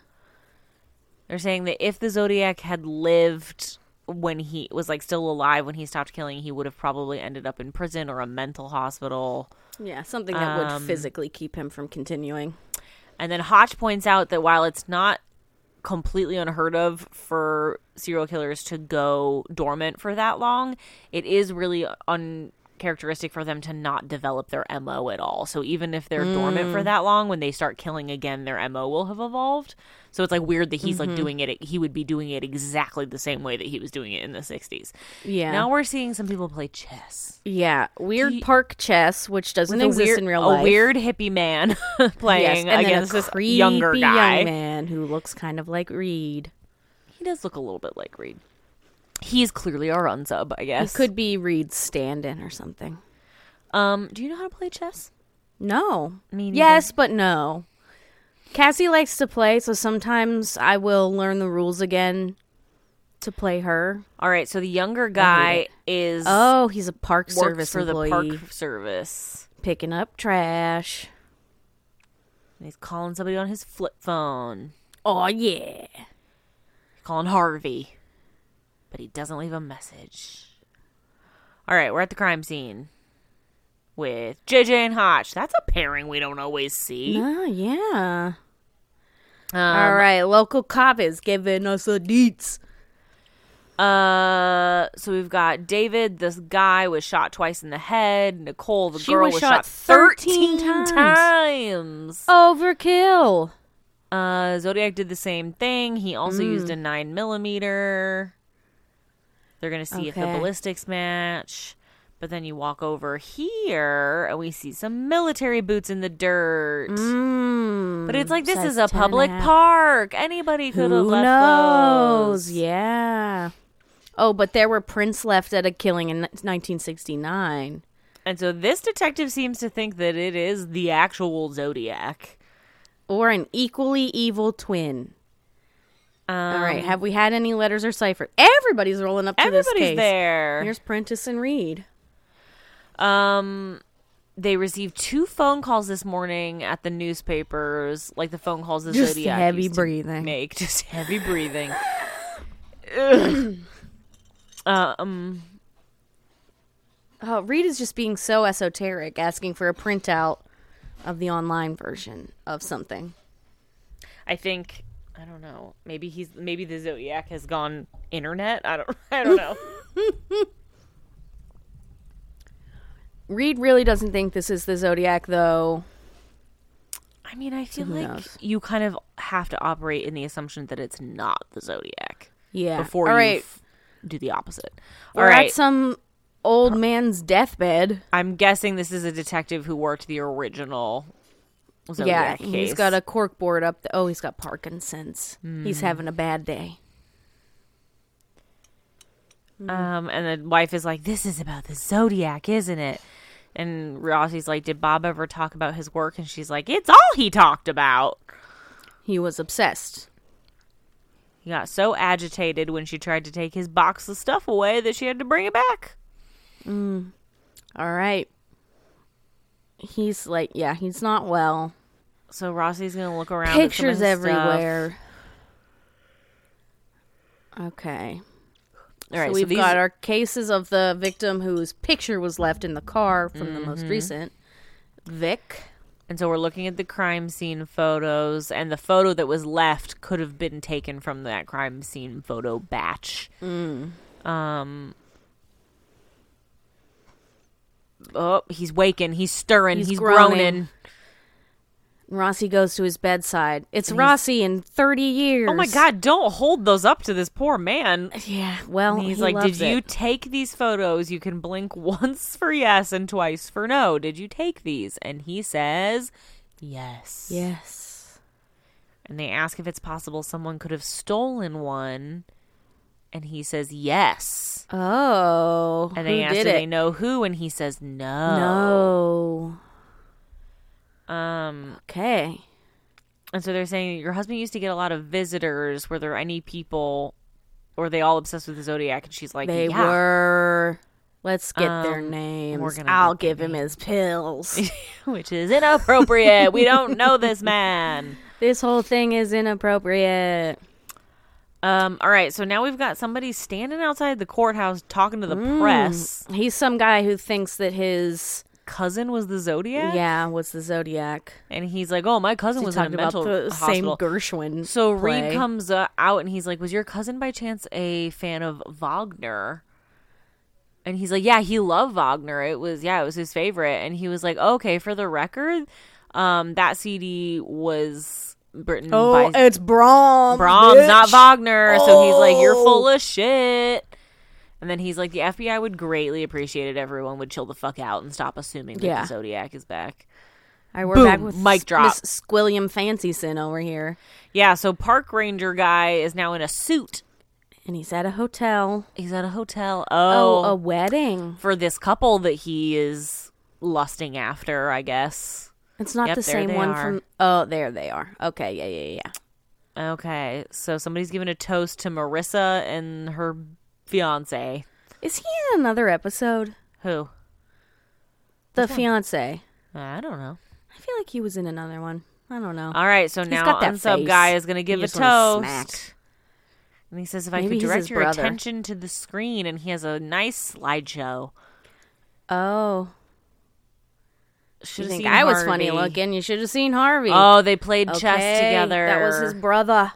Speaker 1: They're saying that if the Zodiac had lived when he was like still alive when he stopped killing, he would have probably ended up in prison or a mental hospital.
Speaker 2: Yeah, something
Speaker 1: Um,
Speaker 2: that would physically keep him from continuing.
Speaker 1: And then Hotch points out that while it's not completely unheard of for serial killers to go dormant for that long, it is really uncharacteristic for them to not develop their MO at all. So even if they're dormant
Speaker 2: Hmm.
Speaker 1: for that long, when they start killing again, their MO will have evolved. So it's like weird that he's
Speaker 2: Mm-hmm.
Speaker 1: like doing it. He would be doing it exactly the same way that he was doing it in the '60s.
Speaker 2: Yeah.
Speaker 1: Now we're seeing some people play chess.
Speaker 2: yeah. Weird
Speaker 1: you-
Speaker 2: park chess, which doesn't
Speaker 1: With a
Speaker 2: exist
Speaker 1: weird-
Speaker 2: in real
Speaker 1: a
Speaker 2: life.
Speaker 1: weird hippie man
Speaker 2: Yes,
Speaker 1: playing
Speaker 2: and then a
Speaker 1: against this
Speaker 2: creepy
Speaker 1: younger guy.
Speaker 2: young man who looks kind of like Reed.
Speaker 1: He does look a little bit like Reed. He's clearly our unsub, I
Speaker 2: He
Speaker 1: guess.
Speaker 2: could be Reed's stand-in or something.
Speaker 1: Um, do you know how to play chess?
Speaker 2: No.
Speaker 1: Me neither.
Speaker 2: yes, but no. Cassie likes to play, so sometimes I will learn the rules again to play her.
Speaker 1: All right. So the younger guy is
Speaker 2: Oh, he's a park
Speaker 1: works
Speaker 2: service
Speaker 1: for
Speaker 2: employee
Speaker 1: the park service.
Speaker 2: picking up trash.
Speaker 1: And he's calling somebody on his flip phone,
Speaker 2: Oh yeah.
Speaker 1: calling Harvey, but he doesn't leave a message. All right, we're at the crime scene with JJ and Hotch. That's a pairing we don't always see.
Speaker 2: Oh yeah.
Speaker 1: Um,
Speaker 2: All right, local cop is giving us a deets.
Speaker 1: Uh, so we've got David, this guy was shot twice in the head. Nicole, the
Speaker 2: She
Speaker 1: girl,
Speaker 2: was
Speaker 1: was
Speaker 2: shot
Speaker 1: shot
Speaker 2: 13
Speaker 1: 13,
Speaker 2: times.
Speaker 1: times.
Speaker 2: Overkill.
Speaker 1: Uh, Zodiac did the same thing. He
Speaker 2: Mm.
Speaker 1: also used a nine millimeter. They're gonna see if the
Speaker 2: Okay.
Speaker 1: ballistics match. But then you walk over here and we see some military boots in the dirt.
Speaker 2: Mm,
Speaker 1: But it's like this
Speaker 2: size
Speaker 1: is a
Speaker 2: 10 and
Speaker 1: public
Speaker 2: half.
Speaker 1: park. Anybody could have
Speaker 2: Who
Speaker 1: left
Speaker 2: knows?
Speaker 1: those.
Speaker 2: Yeah. Oh, but there were prints left at a killing in 1969.
Speaker 1: And so this detective seems to think that it is the actual Zodiac.
Speaker 2: or an equally evil twin.
Speaker 1: Um,
Speaker 2: All right, have we had any letters or ciphers? Everybody's rolling up to this
Speaker 1: everybody's
Speaker 2: case.
Speaker 1: there.
Speaker 2: Here's Prentice and Reed.
Speaker 1: Um, they received two phone calls this morning at the newspapers, like the phone calls the
Speaker 2: Just
Speaker 1: Zodiac
Speaker 2: heavy
Speaker 1: used to
Speaker 2: breathing.
Speaker 1: make, just heavy breathing. Ugh. um,
Speaker 2: Oh, Reed is just being so esoteric, asking for a printout of the online version of something.
Speaker 1: I think I don't know. Maybe he's maybe the Zodiac has gone internet. I don't. I don't know.
Speaker 2: Reed really doesn't think this is the Zodiac, though.
Speaker 1: I mean, I feel
Speaker 2: who
Speaker 1: like
Speaker 2: knows?
Speaker 1: you kind of have to operate in the assumption that it's not the Zodiac.
Speaker 2: Yeah.
Speaker 1: before
Speaker 2: All
Speaker 1: you
Speaker 2: right,
Speaker 1: f- do the opposite. All
Speaker 2: we're
Speaker 1: right,
Speaker 2: at some old man's deathbed.
Speaker 1: I'm guessing this is a detective who worked the original.
Speaker 2: yeah,
Speaker 1: Zodiac
Speaker 2: he's
Speaker 1: case.
Speaker 2: got a cork board up. The- oh, he's got Parkinson's.
Speaker 1: Hmm.
Speaker 2: He's having a bad day.
Speaker 1: Um, and the wife is like, "This is about the Zodiac, isn't it?" And Rossi's like, "Did Bob ever talk about his work?" And she's like, "It's all he talked about."
Speaker 2: He was obsessed.
Speaker 1: He got so agitated when she tried to take his box of stuff away that she had to bring it back.
Speaker 2: All right. He's like, yeah, he's not well.
Speaker 1: So Rossi's gonna look around. at some of his
Speaker 2: Pictures
Speaker 1: stuff.
Speaker 2: everywhere. Okay.
Speaker 1: All right,
Speaker 2: so
Speaker 1: so
Speaker 2: we've
Speaker 1: these-
Speaker 2: got our cases of the victim whose picture was left in the car from the most
Speaker 1: Mm-hmm.
Speaker 2: recent. Vic.
Speaker 1: And so we're looking at the crime scene photos, and the photo that was left could have been taken from that crime scene photo batch.
Speaker 2: Mm.
Speaker 1: Um. Oh, he's waking. He's stirring.
Speaker 2: He's
Speaker 1: He's,
Speaker 2: groaning.
Speaker 1: groaning.
Speaker 2: Rossi goes to his bedside. It's Rossi in 30 years.
Speaker 1: Oh my God! Don't hold those up to this poor man.
Speaker 2: Yeah. Well,
Speaker 1: And he's
Speaker 2: he
Speaker 1: like,
Speaker 2: loves
Speaker 1: "Did you
Speaker 2: it.
Speaker 1: take these photos? You can blink once for yes and twice for no. Did you take these?" And he says, "Yes."
Speaker 2: Yes.
Speaker 1: and they ask if it's possible someone could have stolen one and he says yes
Speaker 2: Oh.
Speaker 1: and they
Speaker 2: who
Speaker 1: ask
Speaker 2: did
Speaker 1: do
Speaker 2: it?
Speaker 1: they know who and he says no
Speaker 2: No.
Speaker 1: um
Speaker 2: Okay.
Speaker 1: And so they're saying your husband used to get a lot of visitors. Were there any people? Or they all obsessed with the zodiac? And she's like,
Speaker 2: They
Speaker 1: yeah.
Speaker 2: were. Let's get their
Speaker 1: Um,
Speaker 2: names.
Speaker 1: gonna
Speaker 2: I'll
Speaker 1: get their
Speaker 2: give him his pills.
Speaker 1: which is inappropriate. we don't know this man.
Speaker 2: this whole thing is inappropriate.
Speaker 1: Um, all right, so now we've got somebody standing outside the courthouse talking to the
Speaker 2: Mm.
Speaker 1: press.
Speaker 2: He's some guy who thinks that his
Speaker 1: Cousin was the Zodiac,
Speaker 2: yeah, what's the zodiac?
Speaker 1: and he's like, "Oh, my cousin
Speaker 2: He
Speaker 1: was in a
Speaker 2: talked about
Speaker 1: mental
Speaker 2: the same
Speaker 1: hospital."
Speaker 2: Gershwin.
Speaker 1: so Reed
Speaker 2: play.
Speaker 1: comes uh, out and he's like, "Was your cousin by chance a fan of Wagner?" And he's like, "Yeah, he loved Wagner. It was yeah, it was his favorite." And he was like, "Okay, for the record, um, that CD was written by
Speaker 2: Oh, it's Brahms.
Speaker 1: Brahms, not
Speaker 2: bitch.
Speaker 1: Wagner. So he's like, you're
Speaker 2: Oh.
Speaker 1: full of shit. And then he's like, the FBI would greatly appreciate it. if Everyone would chill the fuck out and stop assuming that
Speaker 2: Yeah.
Speaker 1: the Zodiac is back.
Speaker 2: I we're
Speaker 1: Boom,
Speaker 2: back with
Speaker 1: mic
Speaker 2: S-
Speaker 1: drop.
Speaker 2: Miss Squilliam Fancyson over here,
Speaker 1: Yeah, so Park Ranger guy is now in a suit.
Speaker 2: and he's at a hotel.
Speaker 1: He's at a hotel.
Speaker 2: Oh,
Speaker 1: Oh,
Speaker 2: a wedding.
Speaker 1: for this couple that he is lusting after, I guess.
Speaker 2: It's not
Speaker 1: Yep,
Speaker 2: the
Speaker 1: there
Speaker 2: same
Speaker 1: they
Speaker 2: one
Speaker 1: are.
Speaker 2: from. Oh, there they are. Okay, yeah, yeah, yeah.
Speaker 1: Okay, so somebody's giving a toast to Marissa and her fiance.
Speaker 2: Is he in another episode?
Speaker 1: Who?
Speaker 2: The fiance.
Speaker 1: Uh, I don't know.
Speaker 2: I feel like he was in another one. I don't know.
Speaker 1: All right, so now
Speaker 2: got that
Speaker 1: unsub
Speaker 2: face.
Speaker 1: guy is going to give
Speaker 2: You
Speaker 1: a
Speaker 2: just wanna
Speaker 1: toast.
Speaker 2: smack.
Speaker 1: And he says, if I
Speaker 2: Maybe
Speaker 1: could
Speaker 2: he's
Speaker 1: direct
Speaker 2: his
Speaker 1: your
Speaker 2: brother.
Speaker 1: attention to the screen, and he has a nice slideshow.
Speaker 2: Oh,
Speaker 1: Should
Speaker 2: you
Speaker 1: have
Speaker 2: think
Speaker 1: seen
Speaker 2: I was funny
Speaker 1: Harvey.
Speaker 2: looking? You should have seen Harvey.
Speaker 1: Oh, they played chess
Speaker 2: Okay,
Speaker 1: together.
Speaker 2: That was his brother.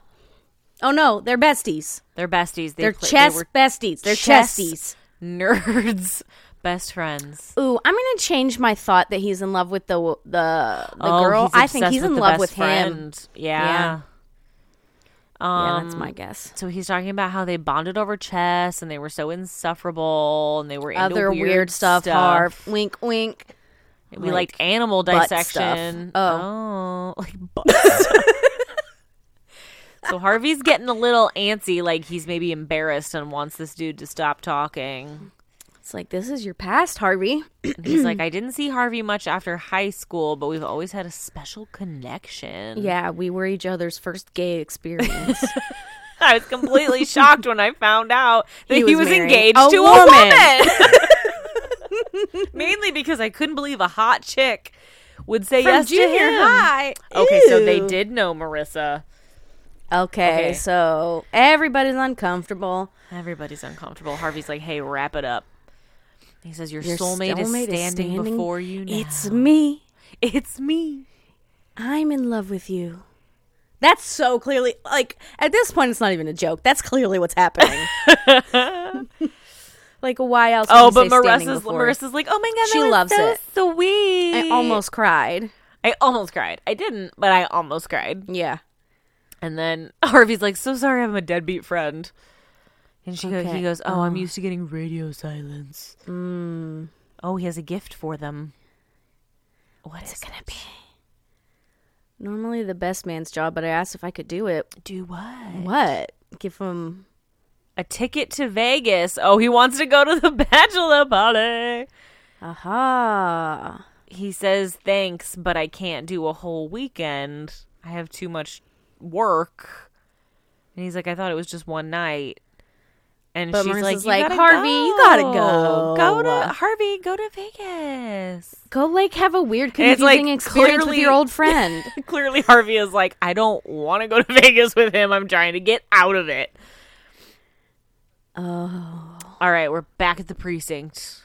Speaker 2: Oh no, they're besties.
Speaker 1: They're besties. They
Speaker 2: They're
Speaker 1: play-
Speaker 2: chess
Speaker 1: They were
Speaker 2: besties. They're
Speaker 1: chess-
Speaker 2: chesties.
Speaker 1: nerds, best friends.
Speaker 2: Ooh, I'm gonna change my thought that he's in love with the the the
Speaker 1: oh,
Speaker 2: girl.
Speaker 1: he's
Speaker 2: I think
Speaker 1: obsessed
Speaker 2: he's in
Speaker 1: the
Speaker 2: love
Speaker 1: best
Speaker 2: with him.
Speaker 1: friend. Yeah.
Speaker 2: yeah,
Speaker 1: Um,
Speaker 2: that's my guess.
Speaker 1: so he's talking about how they bonded over chess, and they were so insufferable, and they were into
Speaker 2: Other weird, stuff, Harv. Wink, wink.
Speaker 1: We
Speaker 2: like,
Speaker 1: liked animal
Speaker 2: butt stuff.
Speaker 1: dissection. Oh. like butt stuff. so Harvey's getting a little antsy, like he's maybe embarrassed and wants this dude to stop talking.
Speaker 2: It's like this is your past, Harvey.
Speaker 1: And he's like, I didn't see Harvey much after high school, but we've always had a special connection.
Speaker 2: Yeah, we were each other's first gay experience.
Speaker 1: I was completely shocked when I found out that he was,
Speaker 2: married.
Speaker 1: engaged
Speaker 2: A
Speaker 1: to
Speaker 2: woman.
Speaker 1: a woman. Mainly because I couldn't believe a hot chick would say yes
Speaker 2: junior
Speaker 1: to him.
Speaker 2: high.
Speaker 1: Okay, so they
Speaker 2: Ew.
Speaker 1: did know Marissa.
Speaker 2: Okay,
Speaker 1: Okay.
Speaker 2: so everybody's uncomfortable.
Speaker 1: Everybody's uncomfortable. Harvey's like, "Hey, wrap it up." He says, "Your,
Speaker 2: Your
Speaker 1: soulmate, is,
Speaker 2: soulmate
Speaker 1: standing before you. Now.
Speaker 2: It's me.
Speaker 1: it's me."
Speaker 2: I'm in love with you. That's so clearly like at this point it's not even a joke. That's clearly what's happening. like why else? would
Speaker 1: Oh,
Speaker 2: you
Speaker 1: but
Speaker 2: say standing
Speaker 1: Marissa's
Speaker 2: before?
Speaker 1: Marissa's like, "Oh my god,
Speaker 2: She
Speaker 1: that was
Speaker 2: loves
Speaker 1: so
Speaker 2: it.
Speaker 1: Sweet."
Speaker 2: I almost cried.
Speaker 1: I almost cried. I didn't, but I almost cried.
Speaker 2: Yeah.
Speaker 1: And then Harvey's like, "So sorry, I'm a deadbeat friend." And she go-
Speaker 2: Okay,
Speaker 1: he goes, "Oh, I'm used to getting radio silence." Oh, he has a gift for them. What is it gonna be?
Speaker 2: Normally the best man's job, but I asked if I could do it.
Speaker 1: Do what?
Speaker 2: What? Give him
Speaker 1: A ticket to Vegas. Oh, he wants to go to the bachelor party.
Speaker 2: aha.
Speaker 1: He says, "Thanks, but I can't do a whole weekend. I have too much work." And he's like, "I thought it was just one night." And
Speaker 2: But
Speaker 1: she's like,
Speaker 2: Marissa's
Speaker 1: you
Speaker 2: like,
Speaker 1: gotta
Speaker 2: "Harvey, you gotta go."
Speaker 1: Go to Harvey. Go to Vegas."
Speaker 2: Go like have a weird
Speaker 1: It's, like,
Speaker 2: confusing experience with
Speaker 1: clearly-
Speaker 2: your old friend.
Speaker 1: Clearly, Harvey is like, "I don't want to go to Vegas with him. I'm trying to get out of it."
Speaker 2: oh.
Speaker 1: All right, we're back at the precinct.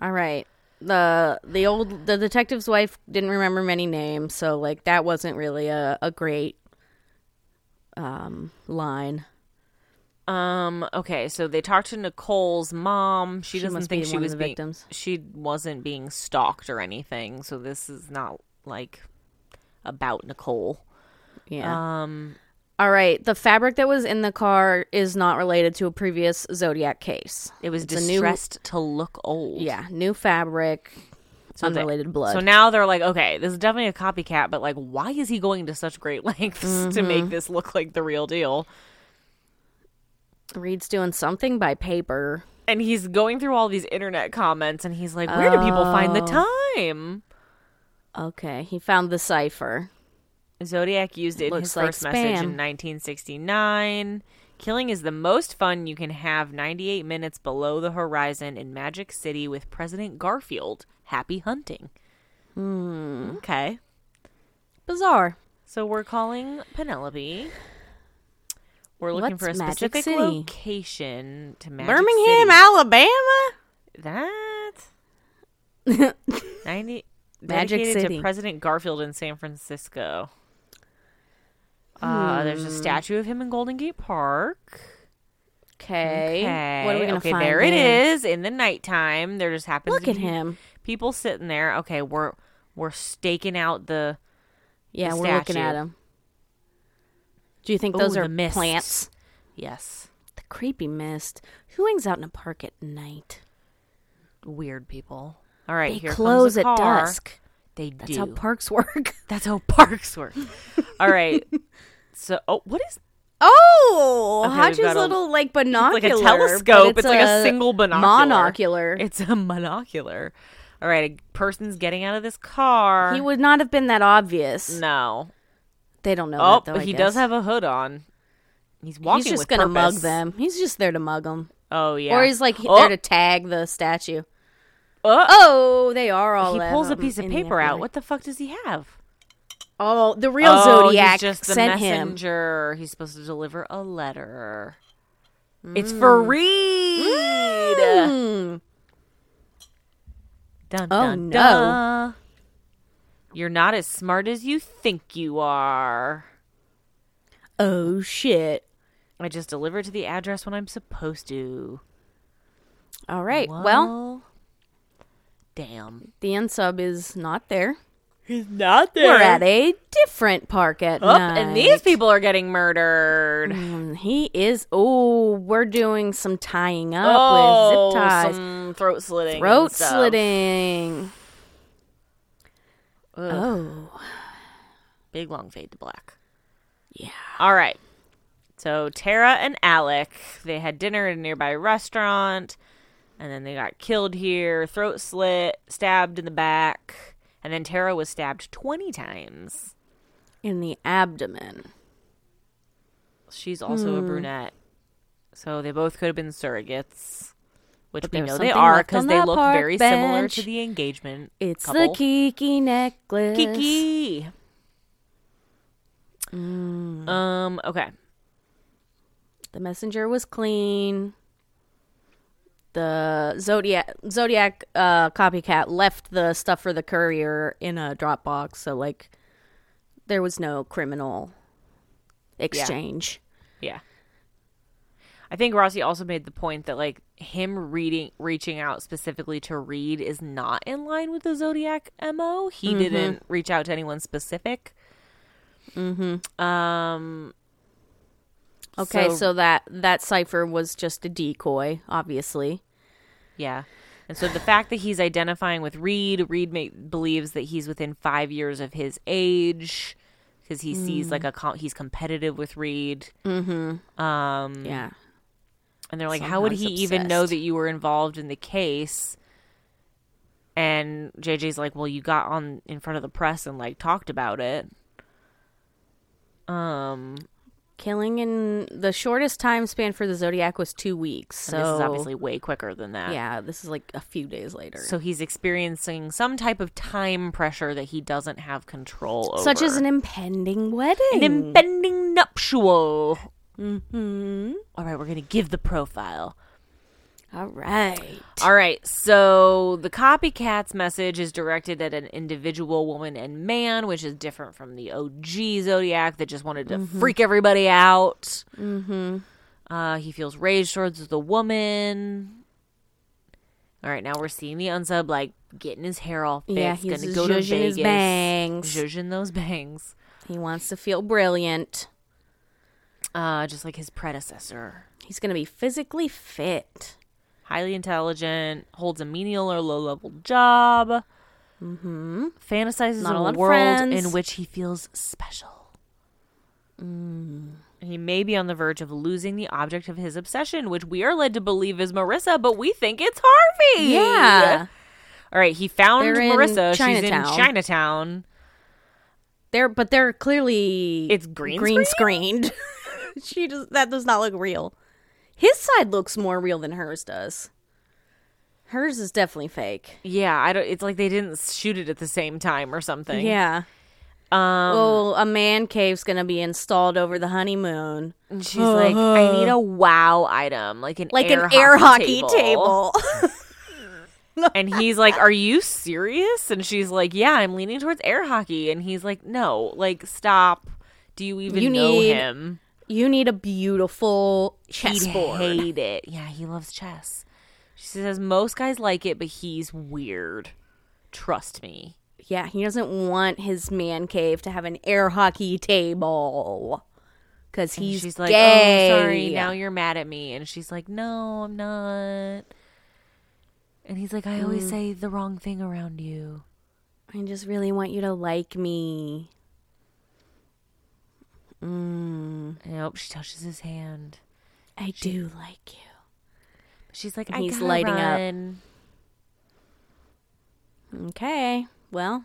Speaker 2: All right. The the old the detective's wife didn't remember many names, so like that wasn't really a, a great um line.
Speaker 1: Um. Okay. So they talked to Nicole's mom. She,
Speaker 2: She
Speaker 1: doesn't
Speaker 2: must
Speaker 1: think
Speaker 2: be
Speaker 1: she
Speaker 2: one of
Speaker 1: was
Speaker 2: the
Speaker 1: being,
Speaker 2: victims.
Speaker 1: She wasn't being stalked or anything. So this is not like about Nicole.
Speaker 2: Yeah.
Speaker 1: Um.
Speaker 2: All right. The fabric that was in the car is not related to a previous Zodiac case.
Speaker 1: It was
Speaker 2: It's a new-
Speaker 1: distressed to look old.
Speaker 2: Yeah. New fabric.
Speaker 1: So they-
Speaker 2: unrelated blood.
Speaker 1: So now they're like, okay, this is definitely a copycat. But like, why is he going to such great lengths to make this look like the real deal?
Speaker 2: Reed's doing something by paper.
Speaker 1: And he's going through all these internet comments, and he's like, where do people find the time?
Speaker 2: Okay. He found the cipher.
Speaker 1: Zodiac used it in
Speaker 2: Looks
Speaker 1: his
Speaker 2: like
Speaker 1: first message in
Speaker 2: spam.
Speaker 1: 1969. Killing is the most fun you can have 98 minutes below the horizon in Magic City with President Garfield. Happy hunting.
Speaker 2: Hmm.
Speaker 1: Okay.
Speaker 2: Bizarre.
Speaker 1: So we're calling Penelope. We're looking for a
Speaker 2: What's Magic
Speaker 1: specific
Speaker 2: City?
Speaker 1: location to Magic
Speaker 2: Birmingham,
Speaker 1: City.
Speaker 2: Alabama.
Speaker 1: That 90
Speaker 2: Magic
Speaker 1: dedicated
Speaker 2: City.
Speaker 1: to President Garfield in San Francisco. Uh,
Speaker 2: Hmm.
Speaker 1: there's a statue of him in Golden Gate Park.
Speaker 2: Okay.
Speaker 1: Okay.
Speaker 2: What are we gonna
Speaker 1: okay,
Speaker 2: find?
Speaker 1: there it is in the nighttime. There just happens
Speaker 2: Look
Speaker 1: to
Speaker 2: at
Speaker 1: be
Speaker 2: him.
Speaker 1: People sitting there. Okay, we're we're staking out the
Speaker 2: Yeah,
Speaker 1: The
Speaker 2: we're looking at
Speaker 1: statue.
Speaker 2: him. Do you think
Speaker 1: Ooh,
Speaker 2: those
Speaker 1: the
Speaker 2: are
Speaker 1: mists.
Speaker 2: plants?
Speaker 1: yes,
Speaker 2: The creepy mist. Who hangs out in a park at night?
Speaker 1: weird people. All right,
Speaker 2: They
Speaker 1: here
Speaker 2: close
Speaker 1: comes a
Speaker 2: at
Speaker 1: car.
Speaker 2: dusk.
Speaker 1: They
Speaker 2: That's
Speaker 1: do.
Speaker 2: how parks work.
Speaker 1: That's how parks work. All right. So, oh, what is
Speaker 2: Oh,
Speaker 1: Okay,
Speaker 2: Hodge's
Speaker 1: we've got a-
Speaker 2: little like
Speaker 1: like
Speaker 2: binocular,
Speaker 1: a
Speaker 2: but
Speaker 1: telescope? It's, like a, single binocular.
Speaker 2: monocular.
Speaker 1: It's a monocular. All right, a person's getting out of this car.
Speaker 2: He would not have been that obvious.
Speaker 1: no.
Speaker 2: They don't know.
Speaker 1: Oh,
Speaker 2: that, though,
Speaker 1: but
Speaker 2: I
Speaker 1: he
Speaker 2: guess.
Speaker 1: does have a hood on. He's walking
Speaker 2: He's just
Speaker 1: with
Speaker 2: gonna mug
Speaker 1: purpose.
Speaker 2: them. He's just there to mug them,
Speaker 1: Oh yeah.
Speaker 2: or he's like he-
Speaker 1: Oh,
Speaker 2: there to tag the statue.
Speaker 1: oh,
Speaker 2: Oh, they are all.
Speaker 1: he
Speaker 2: out
Speaker 1: pulls a
Speaker 2: in-
Speaker 1: piece of
Speaker 2: in the
Speaker 1: paper out.
Speaker 2: afterlight.
Speaker 1: What the fuck does he have?
Speaker 2: Oh, the real
Speaker 1: oh,
Speaker 2: Zodiac
Speaker 1: he's just the
Speaker 2: sent him.
Speaker 1: messenger. He's supposed to deliver a letter. It's for Reed.
Speaker 2: Mm.
Speaker 1: Dun,
Speaker 2: Oh,
Speaker 1: dun,
Speaker 2: no.
Speaker 1: dun. You're not as smart as you think you are.
Speaker 2: Oh shit!
Speaker 1: I just deliver to the address when I'm supposed to.
Speaker 2: All right. Well,
Speaker 1: damn.
Speaker 2: the unsub is not there.
Speaker 1: He's not there.
Speaker 2: We're at a different park at
Speaker 1: Up,
Speaker 2: night.
Speaker 1: and these people are getting murdered.
Speaker 2: Mm, He is. Oh, we're doing some tying up
Speaker 1: oh,
Speaker 2: with zip ties,
Speaker 1: some throat slitting. and
Speaker 2: throat
Speaker 1: stuff.
Speaker 2: slitting.
Speaker 1: Ugh.
Speaker 2: Oh,
Speaker 1: Big long fade to black.
Speaker 2: yeah.
Speaker 1: All right. So Tara and Alec, they had dinner at a nearby restaurant, and then they got killed here, throat slit, stabbed in the back, and then Tara was stabbed twenty times.
Speaker 2: In the abdomen.
Speaker 1: She's also
Speaker 2: Hmm.
Speaker 1: a brunette, so they both could have been surrogates, which
Speaker 2: But
Speaker 1: we
Speaker 2: there's
Speaker 1: know they
Speaker 2: something
Speaker 1: are
Speaker 2: left
Speaker 1: because
Speaker 2: on
Speaker 1: they
Speaker 2: that
Speaker 1: look
Speaker 2: park
Speaker 1: very similar to
Speaker 2: bench.
Speaker 1: the engagement.
Speaker 2: It's
Speaker 1: couple.
Speaker 2: the Kiki necklace.
Speaker 1: Kiki.
Speaker 2: Mm.
Speaker 1: Um. Okay.
Speaker 2: The messenger was clean. The Zodiac Zodiac uh, copycat left the stuff for the courier in a Dropbox, so like there was no criminal exchange.
Speaker 1: Yeah. I think Rossi also made the point that like him reading reaching out specifically to Reed is not in line with the Zodiac MO. He didn't reach out to anyone specific. Mm-hmm. Um
Speaker 2: Okay,
Speaker 1: So-
Speaker 2: so, that that cipher was just a decoy, obviously.
Speaker 1: yeah. And so the fact that he's identifying with Reed, Reed ma- believes that he's within 5 years of his age because he sees like a com- he's competitive with Reed. Mhm. Um
Speaker 2: Yeah.
Speaker 1: And they're like, how would he
Speaker 2: Sometimes
Speaker 1: even know
Speaker 2: obsessed.
Speaker 1: that you were involved in the case? And JJ's like, well, you got on in front of the press and like talked about it. Um,
Speaker 2: Killing in the shortest time span for the Zodiac was two weeks. So
Speaker 1: and this is obviously way quicker than that.
Speaker 2: yeah, this is like a few days later.
Speaker 1: So he's experiencing some type of time pressure that he doesn't have control over,
Speaker 2: Such as an impending wedding.
Speaker 1: an impending nuptial. Mm-hmm. All right, we're gonna give the profile.
Speaker 2: All right.
Speaker 1: All right, so the copycat's message is directed at an individual woman and man, which is different from the OG Zodiac that just wanted to
Speaker 2: Mm-hmm.
Speaker 1: freak everybody out. Mm-hmm. Uh, he feels rage towards the woman. All right, now we're seeing the unsub like getting his hair all fixed,
Speaker 2: Yeah, he's
Speaker 1: gonna go to Vegas,
Speaker 2: zhuzhing his bangs.
Speaker 1: zhuzhing those bangs,
Speaker 2: He wants to feel brilliant.
Speaker 1: uh, just like his predecessor.
Speaker 2: He's going to be physically fit.
Speaker 1: highly intelligent, holds a menial or low level job, mm-hmm. fantasizes
Speaker 2: Not a
Speaker 1: of
Speaker 2: lot of
Speaker 1: world
Speaker 2: friends.
Speaker 1: in which he feels special. He may be on the verge of losing the object of his obsession, which we are led to believe is Marissa, but we think it's Harvey. All right, he found
Speaker 2: They're in
Speaker 1: Marissa. She's in
Speaker 2: Chinatown.
Speaker 1: Chinatown.
Speaker 2: They're but they're clearly
Speaker 1: It's green
Speaker 2: green screened. she just that does not look real. His side looks more real than hers does. Hers is definitely fake.
Speaker 1: Yeah, I don't. It's like they didn't shoot it at the same time or something.
Speaker 2: Yeah.
Speaker 1: Um,
Speaker 2: Oh, a man cave's gonna be installed over the honeymoon,
Speaker 1: and she's like, I need a wow item, like an
Speaker 2: like
Speaker 1: air
Speaker 2: an air hockey table.
Speaker 1: and he's like, Are you serious? And she's like, Yeah, I'm leaning towards air hockey. And he's like, No, like stop. Do you even
Speaker 2: You
Speaker 1: know
Speaker 2: need
Speaker 1: him?
Speaker 2: you need a beautiful
Speaker 1: He'd
Speaker 2: chessboard.
Speaker 1: hate it. Yeah, he loves chess. She says most guys like it, but he's weird. Trust me.
Speaker 2: Yeah, he doesn't want his man cave to have an air hockey table because
Speaker 1: And
Speaker 2: he's
Speaker 1: she's like,
Speaker 2: gay.
Speaker 1: "Oh, sorry, now you're mad at me." And she's like, "No, I'm not." And he's like, "I
Speaker 2: Mm.
Speaker 1: always say the wrong thing around you."
Speaker 2: I just really want you to like me.
Speaker 1: Nope, she touches his hand.
Speaker 2: I do like you.
Speaker 1: She's like,
Speaker 2: And
Speaker 1: "I
Speaker 2: he's
Speaker 1: gotta
Speaker 2: lighting up.
Speaker 1: run."
Speaker 2: Okay. Well,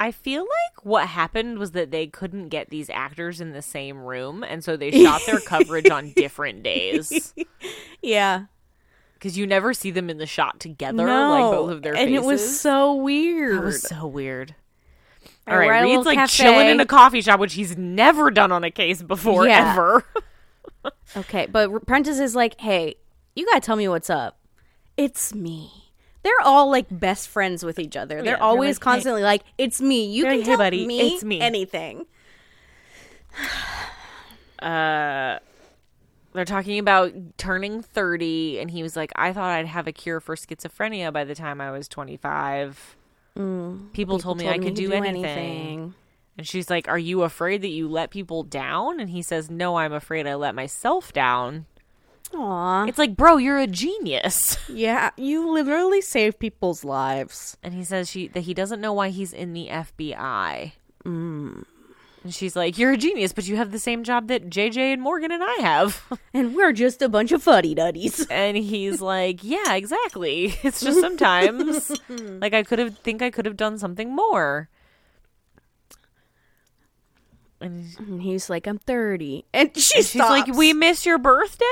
Speaker 1: I feel like what happened was that they couldn't get these actors in the same room, and so they shot their coverage on different days
Speaker 2: yeah.
Speaker 1: because you never see them in the shot together, like both of their
Speaker 2: and
Speaker 1: faces.
Speaker 2: it was so weird.
Speaker 1: That was so weird.
Speaker 2: All
Speaker 1: All right,
Speaker 2: right, we're at a
Speaker 1: Reed's
Speaker 2: little
Speaker 1: like chilling
Speaker 2: cafe.
Speaker 1: in a coffee shop, which he's never done on a case before
Speaker 2: Yeah.
Speaker 1: ever.
Speaker 2: Okay, but Prentice is like, "Hey, you gotta tell me what's up. It's me." They're all like best friends with each other. They're
Speaker 1: Oh, they're
Speaker 2: always
Speaker 1: like, "Hey."
Speaker 2: constantly like, "It's me. You
Speaker 1: They're
Speaker 2: can
Speaker 1: like, "Hey,
Speaker 2: tell
Speaker 1: buddy,
Speaker 2: me,
Speaker 1: it's me."
Speaker 2: anything."
Speaker 1: They're talking about turning 30, and he was like, I thought I'd have a cure for schizophrenia by the time I was 25. people, told me
Speaker 2: Mm. Told
Speaker 1: I could
Speaker 2: you
Speaker 1: do, anything. And she's like, Are you afraid that you let people down? And he says, No, I'm afraid I let myself down.
Speaker 2: Aw,
Speaker 1: It's like, Bro, you're a genius.
Speaker 2: yeah, you literally save people's lives.
Speaker 1: And he says she that he doesn't know why he's in the FBI. Mm. And she's like, "You're a genius, but you have the same job that JJ and Morgan and I have."
Speaker 2: And we're just a bunch of fuddy duddies.
Speaker 1: and he's like, "Yeah, exactly. It's just sometimes like I could have think I could have done something more." And she's
Speaker 2: And he's like, "I'm 30," and she she's
Speaker 1: like, "We missed your birthday?"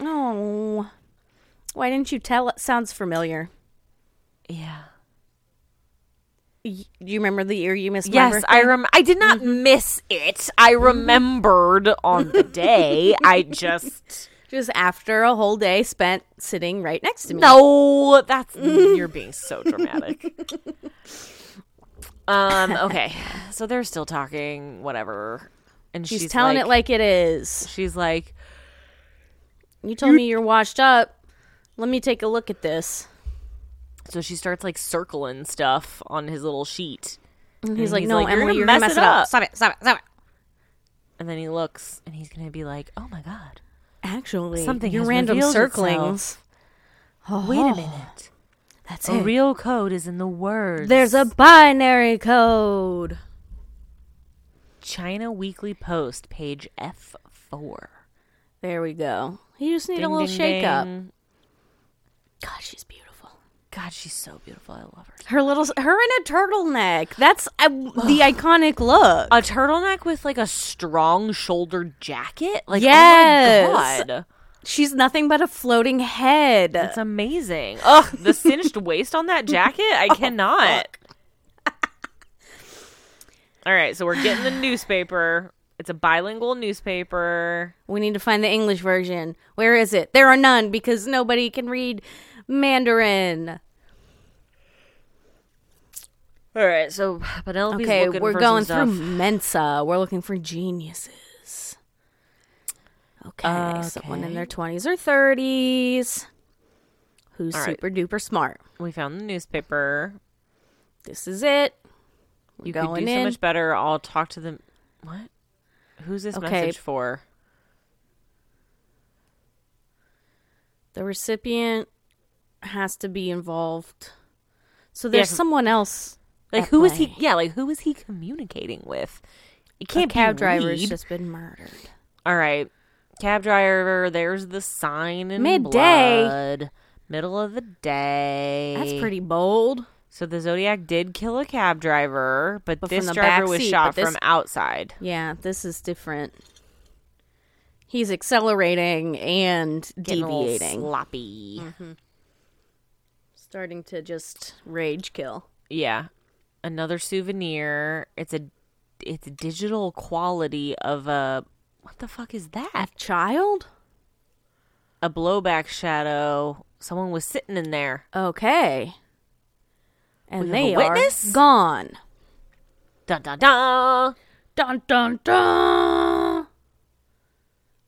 Speaker 2: Oh, why didn't you tell? Sounds familiar.
Speaker 1: Yeah.
Speaker 2: Y- you remember the year you missed? my
Speaker 1: Yes,
Speaker 2: birthday? Mm-hmm.
Speaker 1: I rem. I did not miss it. I remembered on the day. I just
Speaker 2: Just after a whole day spent sitting right next to me.
Speaker 1: No, that's
Speaker 2: Mm-hmm.
Speaker 1: you're being so dramatic. um. Okay. So they're still talking. Whatever. And she's,
Speaker 2: she's, telling it like it is.
Speaker 1: she's like,
Speaker 2: You told me you're washed up. Let me take a look at this.
Speaker 1: so she starts like circling stuff on his little sheet,
Speaker 2: And he's
Speaker 1: And
Speaker 2: like,
Speaker 1: he's
Speaker 2: No,
Speaker 1: like, "You're
Speaker 2: Emily,
Speaker 1: gonna
Speaker 2: you're gonna
Speaker 1: mess
Speaker 2: mess
Speaker 1: it
Speaker 2: it up.
Speaker 1: up."
Speaker 2: Stop it! Stop it! Stop it!
Speaker 1: and then he looks, and he's gonna be like, "Oh my god,
Speaker 2: Actually,
Speaker 1: Something
Speaker 2: your
Speaker 1: has
Speaker 2: random
Speaker 1: revealed
Speaker 2: circlings.
Speaker 1: wait
Speaker 2: Oh.
Speaker 1: a minute,
Speaker 2: That's
Speaker 1: the
Speaker 2: it.
Speaker 1: real code is in the words."
Speaker 2: There's a binary code.
Speaker 1: China Weekly Post, page F four.
Speaker 2: There we go. You just need a little shake up. God, she's beautiful.
Speaker 1: God, she's so beautiful. I love her.
Speaker 2: Her little, her in a turtleneck. That's uh, the iconic look.
Speaker 1: a turtleneck with like a strong shoulder jacket. Like, oh my
Speaker 2: Yes.
Speaker 1: god,
Speaker 2: She's nothing but a floating head.
Speaker 1: it's amazing. Ugh, the cinched waist on that jacket, I cannot. All right, so we're getting the newspaper. It's a bilingual newspaper.
Speaker 2: We need to find the English version. Where is it? There are none because nobody can read Mandarin.
Speaker 1: All right, so Penelope's
Speaker 2: Okay,
Speaker 1: looking
Speaker 2: we're
Speaker 1: for
Speaker 2: going
Speaker 1: some
Speaker 2: through
Speaker 1: stuff.
Speaker 2: Mensa. We're looking for geniuses. Okay, someone in their 20s or 30s who's
Speaker 1: All right.
Speaker 2: super duper smart.
Speaker 1: We found the newspaper.
Speaker 2: This is it. We're
Speaker 1: You could
Speaker 2: going
Speaker 1: do
Speaker 2: in.
Speaker 1: so much better. I'll talk to them. What? Who's this
Speaker 2: Okay.
Speaker 1: message for?
Speaker 2: the recipient has to be involved. So there's
Speaker 1: 'cause-
Speaker 2: someone else.
Speaker 1: Like,
Speaker 2: At
Speaker 1: who is he?
Speaker 2: play.
Speaker 1: Yeah, like who is he communicating with? It
Speaker 2: A
Speaker 1: can't
Speaker 2: cab
Speaker 1: be
Speaker 2: driver's
Speaker 1: Reed.
Speaker 2: just been murdered.
Speaker 1: All right. Cab driver, there's the sign in
Speaker 2: Midday.
Speaker 1: blood. Middle of the day.
Speaker 2: That's pretty bold.
Speaker 1: So the Zodiac did kill a cab driver, but,
Speaker 2: But from
Speaker 1: this
Speaker 2: the
Speaker 1: driver
Speaker 2: back
Speaker 1: was
Speaker 2: seat,
Speaker 1: shot
Speaker 2: but this-
Speaker 1: from outside.
Speaker 2: Yeah, this is different. He's accelerating and
Speaker 1: Getting a little
Speaker 2: deviating, Mm-hmm.
Speaker 1: sloppy.
Speaker 2: starting to just rage kill.
Speaker 1: Yeah. Another souvenir. It's a it's a digital quality of a what the fuck is that?
Speaker 2: Child?
Speaker 1: A blowback shadow. Someone was sitting in there.
Speaker 2: Okay. And
Speaker 1: We have
Speaker 2: they
Speaker 1: a witness?
Speaker 2: are gone.
Speaker 1: Dun dun dun.
Speaker 2: Dun dun dun.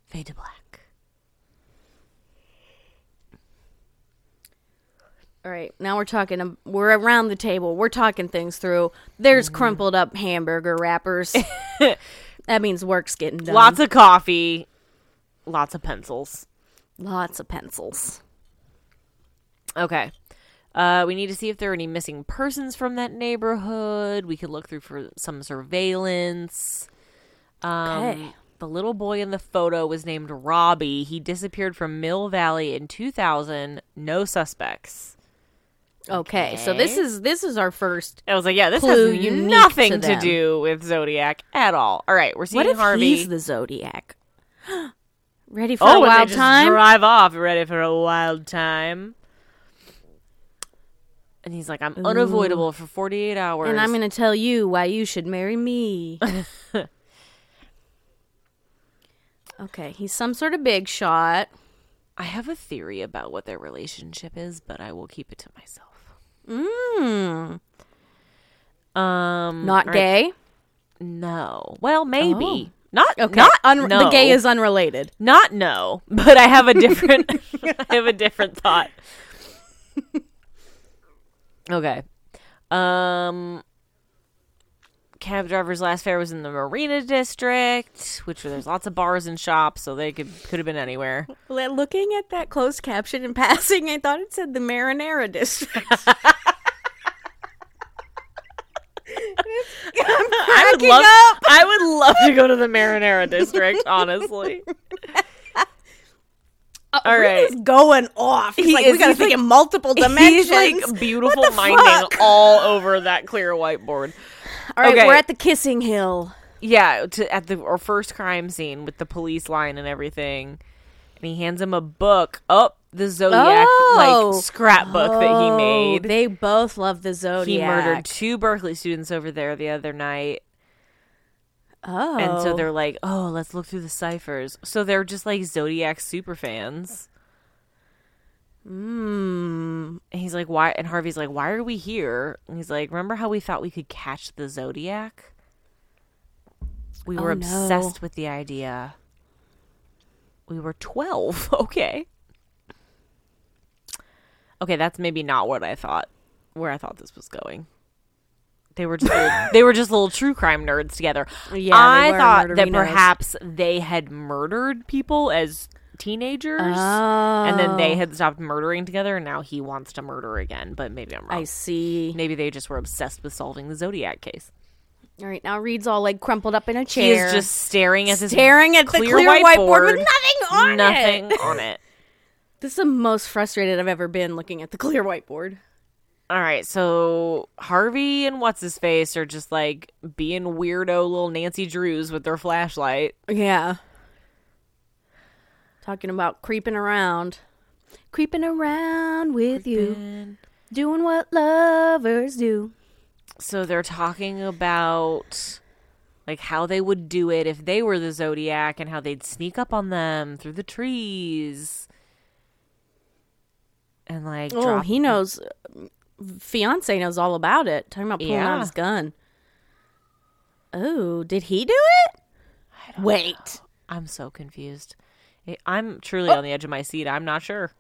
Speaker 1: Fade to black.
Speaker 2: All right, now we're talking. um, We're around the table. We're talking things through. There's
Speaker 1: Mm.
Speaker 2: crumpled up hamburger wrappers. that means work's getting done.
Speaker 1: Lots of coffee. Lots of pencils.
Speaker 2: lots of pencils.
Speaker 1: Okay. Uh, we need to see if there are any missing persons from that neighborhood. We could look through for some surveillance. Um,
Speaker 2: Okay.
Speaker 1: The little boy in the photo was named Robbie. He disappeared from Mill Valley in 2000. No suspects.
Speaker 2: Okay, so this is this is our first.
Speaker 1: I was like, yeah, this
Speaker 2: Clue
Speaker 1: has
Speaker 2: unique
Speaker 1: nothing
Speaker 2: to
Speaker 1: to,
Speaker 2: them.
Speaker 1: do with Zodiac at all. All right, we're seeing
Speaker 2: What if
Speaker 1: Harvey.
Speaker 2: he's the zodiac? Ready for
Speaker 1: oh,
Speaker 2: a
Speaker 1: and they
Speaker 2: wild
Speaker 1: just
Speaker 2: time?
Speaker 1: drive off, ready for a wild time. And he's like, I'm unavoidable for 48 hours.
Speaker 2: and I'm going to tell you why you should marry me. okay, he's some sort of big shot.
Speaker 1: I have a theory about what their relationship is, but I will keep it to myself.
Speaker 2: Mm,
Speaker 1: Um,
Speaker 2: not
Speaker 1: all right.
Speaker 2: gay. Oh.
Speaker 1: No. Well, maybe not.
Speaker 2: Okay,
Speaker 1: Not
Speaker 2: un-
Speaker 1: no.
Speaker 2: the gay is unrelated.
Speaker 1: not no. But I have a different. I have a different thought. Okay. Um. Cab driver's last fare was in the Marina District, which there's lots of bars and shops, so they could could have been anywhere.
Speaker 2: Well, Looking at that closed caption in passing, I thought it said the Marinara District.
Speaker 1: I would
Speaker 2: cracking
Speaker 1: love.
Speaker 2: up.
Speaker 1: I would love to go to the Marinara District. Honestly.
Speaker 2: Uh,
Speaker 1: All right.
Speaker 2: He's going off. He's
Speaker 1: He
Speaker 2: like,
Speaker 1: is-
Speaker 2: we gotta
Speaker 1: he's
Speaker 2: think in multiple dimensions.
Speaker 1: He's like beautiful
Speaker 2: What the
Speaker 1: minding
Speaker 2: fuck?
Speaker 1: all over that clear whiteboard.
Speaker 2: All right,
Speaker 1: okay.
Speaker 2: we're at the Kissing Hill.
Speaker 1: Yeah, to, at the or first crime scene with the police line and everything, and he hands him a book. Up oh, the Zodiac
Speaker 2: Oh.
Speaker 1: like scrapbook that he
Speaker 2: Oh,
Speaker 1: made.
Speaker 2: They both love the Oh, Zodiac.
Speaker 1: he murdered two Berkeley students over there the other night,
Speaker 2: Oh,
Speaker 1: and so they're like, "Oh, let's look through the ciphers." So they're just like Zodiac super fans. Hmm.
Speaker 2: Mm.
Speaker 1: And he's like, why? And Harvey's like, why are we here? And he's like, remember how we thought we could catch the Zodiac? We were
Speaker 2: Oh, no.
Speaker 1: obsessed with the idea. We were 12. Okay. Okay, that's maybe not what I thought, where I thought this was going. They were just little, they were just little true crime nerds together.
Speaker 2: Yeah, they
Speaker 1: I
Speaker 2: were
Speaker 1: thought that
Speaker 2: murderinos.
Speaker 1: perhaps they had murdered people as teenagers,
Speaker 2: Oh,
Speaker 1: and then they had stopped murdering together, and now he wants to murder again. But maybe I'm wrong.
Speaker 2: I see.
Speaker 1: Maybe they just were obsessed with solving the Zodiac case.
Speaker 2: All right, now Reed's all like crumpled up in a
Speaker 1: He
Speaker 2: chair.
Speaker 1: is just staring at this
Speaker 2: staring at
Speaker 1: clear,
Speaker 2: the clear whiteboard, with nothing on
Speaker 1: nothing
Speaker 2: it.
Speaker 1: on it.
Speaker 2: This is the most frustrated I've ever been looking at the clear whiteboard.
Speaker 1: All right, so Harvey and what's his face are just like being weirdo little Nancy Drews with their flashlight.
Speaker 2: Yeah. Talking about creeping around. Creeping around with you. Doing what lovers do.
Speaker 1: So they're talking about like how they would do it if they were the Zodiac and how they'd sneak up on them through the trees. And like
Speaker 2: Oh,
Speaker 1: drop
Speaker 2: he knows. Fiance knows all about it. Talking about pulling
Speaker 1: Yeah.
Speaker 2: out his gun. Oh, did he do it? Wait.
Speaker 1: I'm so confused. I- I'm truly on the edge of my seat. I'm not sure.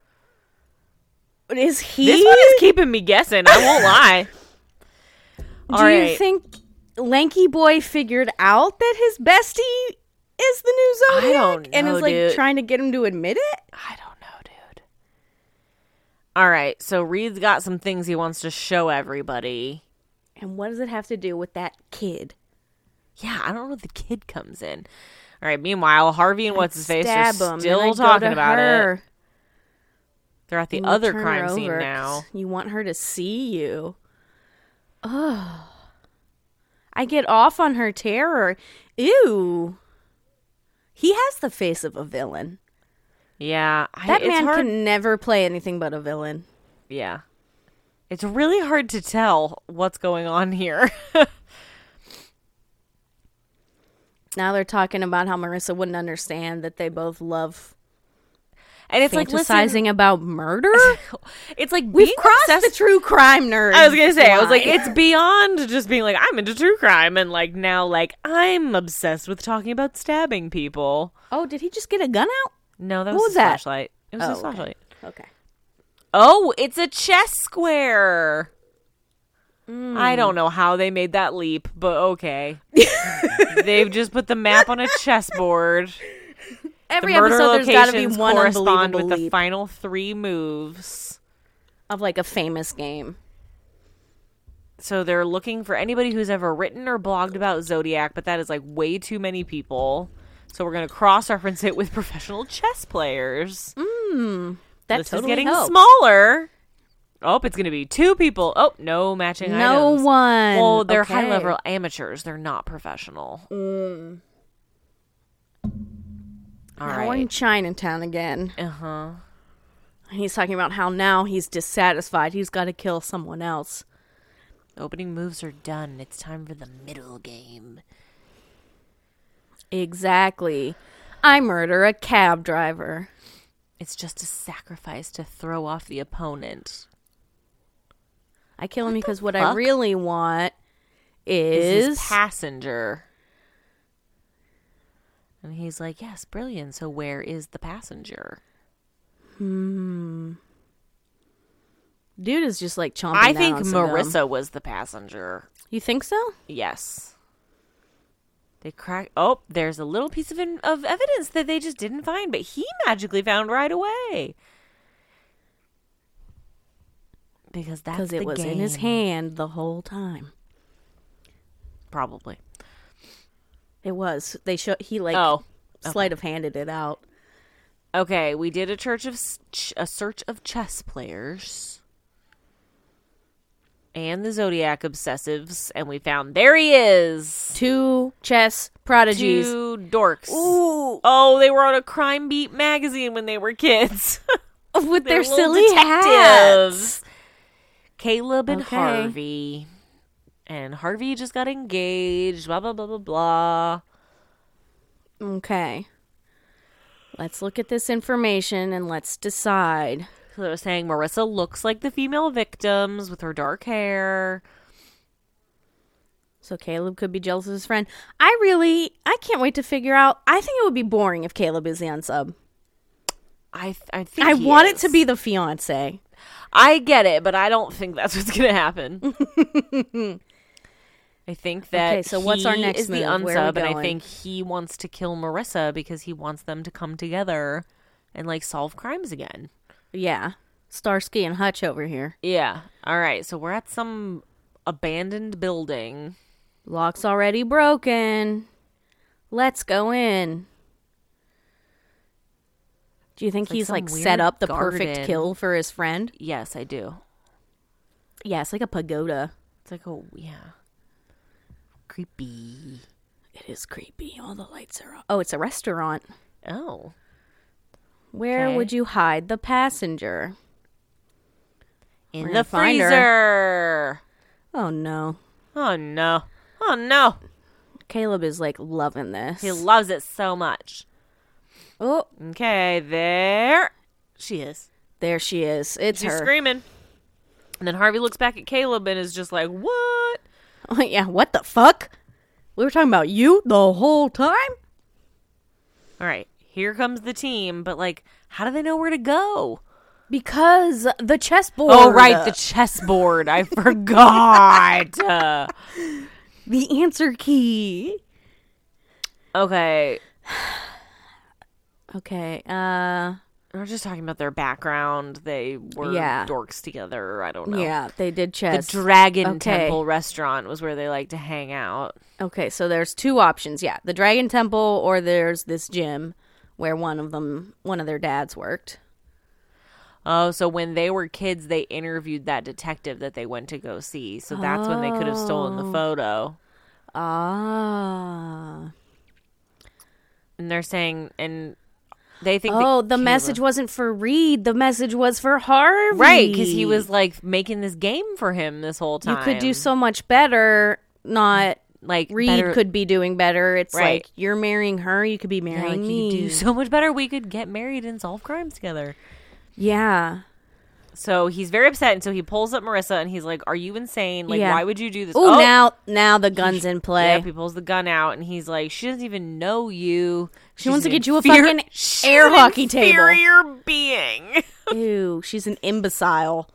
Speaker 2: Is he?
Speaker 1: This one is keeping me guessing. I won't lie. All
Speaker 2: do
Speaker 1: right.
Speaker 2: you think Lanky Boy figured out that his bestie is the new
Speaker 1: I
Speaker 2: Zodiac
Speaker 1: don't
Speaker 2: and
Speaker 1: know,
Speaker 2: is like
Speaker 1: dude.
Speaker 2: trying to get him to admit it?
Speaker 1: I don't know, dude. All right. So Reed's got some things he wants to show everybody.
Speaker 2: And what does it have to do with that kid?
Speaker 1: Yeah, I don't know if the kid comes in. All right. Meanwhile, Harvey and what's his face are
Speaker 2: Stab him. and I'd
Speaker 1: still
Speaker 2: go
Speaker 1: talking
Speaker 2: to
Speaker 1: about
Speaker 2: her.
Speaker 1: it. They're at the
Speaker 2: and you
Speaker 1: other
Speaker 2: turn her
Speaker 1: crime scene
Speaker 2: over 'cause
Speaker 1: now.
Speaker 2: You want her to see you. I get off on her terror. Ew. He has the face of a villain.
Speaker 1: Yeah, I-
Speaker 2: That
Speaker 1: it's
Speaker 2: man
Speaker 1: hard-
Speaker 2: can never play anything but a villain.
Speaker 1: Yeah, it's really hard to tell what's going on here.
Speaker 2: Now they're talking about how Marissa wouldn't understand that they both love
Speaker 1: and it's like
Speaker 2: fantasizing
Speaker 1: listen,
Speaker 2: about murder.
Speaker 1: it's like
Speaker 2: We've
Speaker 1: being
Speaker 2: crossed the
Speaker 1: obsessed-
Speaker 2: true crime nerd.
Speaker 1: I was gonna say, I was like,
Speaker 2: line.
Speaker 1: it's beyond just being like I'm into true crime, and like now, like I'm obsessed with talking about stabbing people.
Speaker 2: oh, did he just get a gun out?
Speaker 1: No, that
Speaker 2: What
Speaker 1: was,
Speaker 2: was
Speaker 1: his
Speaker 2: that?
Speaker 1: flashlight. It was
Speaker 2: Oh,
Speaker 1: his
Speaker 2: okay.
Speaker 1: flashlight.
Speaker 2: Okay.
Speaker 1: Oh, it's a chess square.
Speaker 2: Hmm.
Speaker 1: I don't know how they made that leap, but okay. They've just put the map on a chessboard.
Speaker 2: Every
Speaker 1: the murder
Speaker 2: episode, there's got to be
Speaker 1: locations
Speaker 2: one
Speaker 1: correspond
Speaker 2: unbelievable
Speaker 1: with the
Speaker 2: leap
Speaker 1: final three moves.
Speaker 2: of like a famous game.
Speaker 1: So they're looking for anybody who's ever written or blogged about Zodiac, but that is like way too many people. So we're gonna cross-reference it with professional chess players.
Speaker 2: Mm, That
Speaker 1: This
Speaker 2: totally
Speaker 1: is getting
Speaker 2: helps.
Speaker 1: smaller. Oh, it's gonna be two people. Oh, no matching
Speaker 2: No
Speaker 1: items.
Speaker 2: one.
Speaker 1: Well, they're
Speaker 2: Okay. Mm.
Speaker 1: high level amateurs. They're not professional. All
Speaker 2: Now we're in
Speaker 1: right.
Speaker 2: Chinatown again.
Speaker 1: Uh huh.
Speaker 2: And He's talking about how now he's dissatisfied. He's got to kill someone else.
Speaker 1: Opening moves are done. It's time for the middle game.
Speaker 2: Exactly. I murder a cab driver.
Speaker 1: It's just a sacrifice to throw off the opponent.
Speaker 2: I kill him because what I
Speaker 1: fuck?
Speaker 2: really want
Speaker 1: Is
Speaker 2: is
Speaker 1: his passenger. And he's like, "Yes, brilliant. So where is the passenger?"
Speaker 2: dude is just like chomping.
Speaker 1: I
Speaker 2: down
Speaker 1: think
Speaker 2: on some gum.
Speaker 1: Marissa was the passenger.
Speaker 2: You think so?
Speaker 1: Yes. They crack. Oh, there's a little piece of in- of evidence that they just didn't find, but he magically found right away. Because that's
Speaker 2: Because
Speaker 1: the
Speaker 2: it was in his
Speaker 1: game.
Speaker 2: hand the whole time.
Speaker 1: probably.
Speaker 2: It was. They show he like
Speaker 1: Oh,
Speaker 2: sleight of handed it out.
Speaker 1: okay. We did a church of s- ch- a search of chess players and the zodiac obsessives, and we found there he is.
Speaker 2: Two chess prodigies.
Speaker 1: Two dorks.
Speaker 2: Ooh,
Speaker 1: Oh, they were on a crime beat magazine when they were kids.
Speaker 2: with
Speaker 1: They're
Speaker 2: their
Speaker 1: little
Speaker 2: silly hats.
Speaker 1: detectives. Caleb and
Speaker 2: Okay.
Speaker 1: Harvey. And Harvey just got engaged, blah, blah, blah, blah, blah.
Speaker 2: Okay. Let's look at this information and let's decide.
Speaker 1: So they were saying Marissa looks like the female victims with her dark hair.
Speaker 2: So Caleb could be jealous of his friend. I really, I can't wait to figure out. I think it would be boring if Caleb is the unsub.
Speaker 1: I, th- I think
Speaker 2: I
Speaker 1: he
Speaker 2: want it
Speaker 1: is.
Speaker 2: to be the fiance.
Speaker 1: I get it, but I don't think that's what's going to happen. I think that
Speaker 2: Okay, so what's our
Speaker 1: he
Speaker 2: next
Speaker 1: is the
Speaker 2: move? Where are
Speaker 1: unsub,
Speaker 2: we
Speaker 1: and I
Speaker 2: going?
Speaker 1: think he wants to kill Marissa because he wants them to come together and like solve crimes again.
Speaker 2: Yeah, Starsky and Hutch over here.
Speaker 1: Yeah. All right. So we're at some abandoned building.
Speaker 2: Lock's already broken. Let's go in. Do you think
Speaker 1: like
Speaker 2: he's
Speaker 1: some
Speaker 2: like set
Speaker 1: weird
Speaker 2: up the
Speaker 1: garden.
Speaker 2: perfect kill for his friend?
Speaker 1: Yes, I do.
Speaker 2: Yeah, it's like a pagoda.
Speaker 1: It's like oh yeah, creepy.
Speaker 2: It is creepy. All the lights are on. Oh, it's a restaurant.
Speaker 1: Oh,
Speaker 2: Where
Speaker 1: Okay.
Speaker 2: would you hide the passenger?
Speaker 1: in
Speaker 2: We're
Speaker 1: the
Speaker 2: gonna find her.
Speaker 1: freezer.
Speaker 2: Oh no.
Speaker 1: Oh no. Oh no.
Speaker 2: Caleb is like loving this.
Speaker 1: He loves it so much.
Speaker 2: oh,
Speaker 1: Okay, there she is.
Speaker 2: there she is. It's
Speaker 1: She's
Speaker 2: her.
Speaker 1: screaming. And then Harvey looks back at Caleb and is just like, "What?"
Speaker 2: Oh, yeah, what the fuck? We were talking about you the whole time?
Speaker 1: All right, here comes the team. But like, how do they know where to go?
Speaker 2: Because the chessboard.
Speaker 1: Oh, right, the chessboard. I forgot. Uh,
Speaker 2: the answer key.
Speaker 1: okay,
Speaker 2: Okay. Uh
Speaker 1: we're just talking about their background. They were
Speaker 2: Yeah.
Speaker 1: dorks together. I don't know.
Speaker 2: yeah, they did
Speaker 1: The
Speaker 2: chess.
Speaker 1: Dragon
Speaker 2: Okay.
Speaker 1: Temple restaurant was where they like to hang out.
Speaker 2: okay, so there's two options. Yeah, the Dragon Temple or there's this gym where one of them one of their dads worked.
Speaker 1: Oh, so when they were kids, they interviewed that detective that they went to go see. So that's when they could have stolen
Speaker 2: Oh.
Speaker 1: the photo.
Speaker 2: Ah.
Speaker 1: And they're saying, and they think, that
Speaker 2: Oh, the
Speaker 1: Caleb-
Speaker 2: message wasn't for Reed. The message was for Harvey.
Speaker 1: right? Because he was like making this game for him this whole
Speaker 2: You
Speaker 1: time.
Speaker 2: could do so much better. Not
Speaker 1: like
Speaker 2: Reed
Speaker 1: better-
Speaker 2: could be doing better. It's
Speaker 1: Right.
Speaker 2: like you're marrying her. You could be
Speaker 1: Yeah,
Speaker 2: marrying
Speaker 1: like,
Speaker 2: me.
Speaker 1: you do so much better. We could get married and solve crimes together.
Speaker 2: Yeah.
Speaker 1: So he's very upset, and so he pulls up Marissa, and he's like, "Are you insane? Like,
Speaker 2: Yeah.
Speaker 1: why would you do this?"
Speaker 2: Ooh, now now the guns in play.
Speaker 1: Yep, he pulls the gun out, and he's like, "She doesn't even know you.
Speaker 2: She wants
Speaker 1: She's
Speaker 2: to
Speaker 1: an
Speaker 2: get you a
Speaker 1: inferi-
Speaker 2: fucking
Speaker 1: She's
Speaker 2: air
Speaker 1: an
Speaker 2: hockey table."
Speaker 1: Inferior being.
Speaker 2: Ew, she's an imbecile.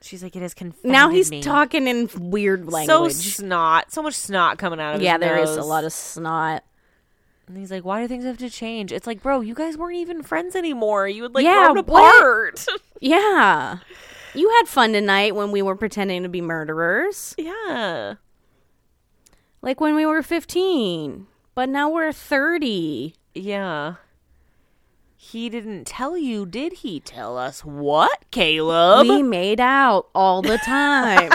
Speaker 1: She's like, "It has confounded
Speaker 2: Now he's
Speaker 1: me."
Speaker 2: talking in weird
Speaker 1: so
Speaker 2: language.
Speaker 1: snot, so much snot coming out of
Speaker 2: yeah,
Speaker 1: his
Speaker 2: there is a
Speaker 1: nose.
Speaker 2: lot of snot.
Speaker 1: And he's like, "Why do things have to change?" It's like, bro, you guys weren't even friends anymore. You had like
Speaker 2: Yeah,
Speaker 1: grown
Speaker 2: what?
Speaker 1: apart.
Speaker 2: Yeah. You had fun tonight when we were pretending to be murderers.
Speaker 1: yeah.
Speaker 2: Like when we were 15, but now we're 30.
Speaker 1: Yeah. He didn't tell you, did he? Tell us what, Caleb?
Speaker 2: We made out all the time.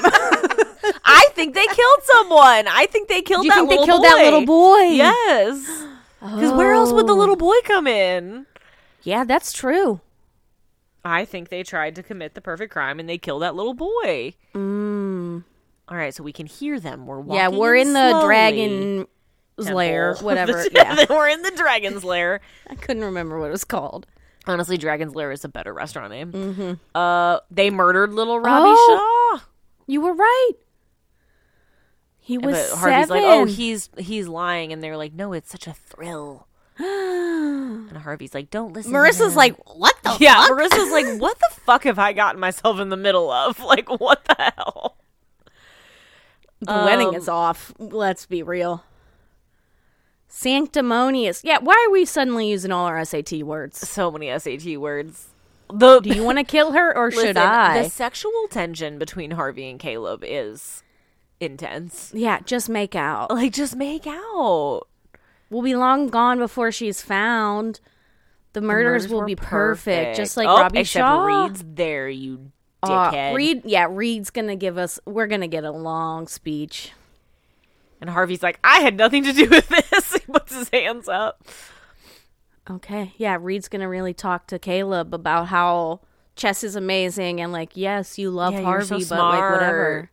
Speaker 1: I think they killed someone. I think they killed
Speaker 2: you
Speaker 1: that
Speaker 2: think they
Speaker 1: little
Speaker 2: killed
Speaker 1: boy.
Speaker 2: that little boy? Oh.
Speaker 1: Yes. Because where else would the little boy come in?
Speaker 2: Yeah, that's true.
Speaker 1: I think they tried to commit the perfect crime and they killed that little boy. Mm.
Speaker 2: Hmm.
Speaker 1: All right, so we can hear them. We're walking
Speaker 2: yeah, we're in the dragon's lair,
Speaker 1: temple.
Speaker 2: whatever. yeah.
Speaker 1: yeah, we're in the dragon's lair.
Speaker 2: I couldn't remember what it was called.
Speaker 1: Honestly, Dragon's Lair is a better restaurant name. Uh, they murdered little Robbie
Speaker 2: Mm-hmm. Oh.
Speaker 1: Shaw.
Speaker 2: You were right. He was
Speaker 1: but
Speaker 2: seven.
Speaker 1: Harvey's like, "Oh, he's he's lying," and they're like, "No, it's such a thrill." and Harvey's like, "Don't listen." to
Speaker 2: Marissa's
Speaker 1: him."
Speaker 2: like, what the?
Speaker 1: "Yeah." Marissa's like, "What the fuck have I gotten myself in the middle of? Like, what the hell?"
Speaker 2: The wedding is off. Let's be real. Sanctimonious. Yeah, why are we suddenly using all our SAT words?
Speaker 1: So many SAT words. The
Speaker 2: Do you want to kill her or should
Speaker 1: Listen,
Speaker 2: I?
Speaker 1: The sexual tension between Harvey and Caleb is intense.
Speaker 2: Yeah, just make out.
Speaker 1: Like, just make out.
Speaker 2: We'll be long gone before she's found. The murders,
Speaker 1: Murders
Speaker 2: will
Speaker 1: were
Speaker 2: be perfect, just like
Speaker 1: Oh,
Speaker 2: Robbie
Speaker 1: except
Speaker 2: Shaw.
Speaker 1: Reed's there, you
Speaker 2: Uh,
Speaker 1: dickhead.
Speaker 2: Reed, yeah, Reed's gonna give us. We're gonna get a long speech.
Speaker 1: And Harvey's like, I had nothing to do with this. he puts his hands up.
Speaker 2: Okay, yeah, Reed's gonna really talk to Caleb about how chess is amazing and like, yes, you love
Speaker 1: Yeah, you're
Speaker 2: Harvey,
Speaker 1: so
Speaker 2: but like
Speaker 1: smart.
Speaker 2: whatever.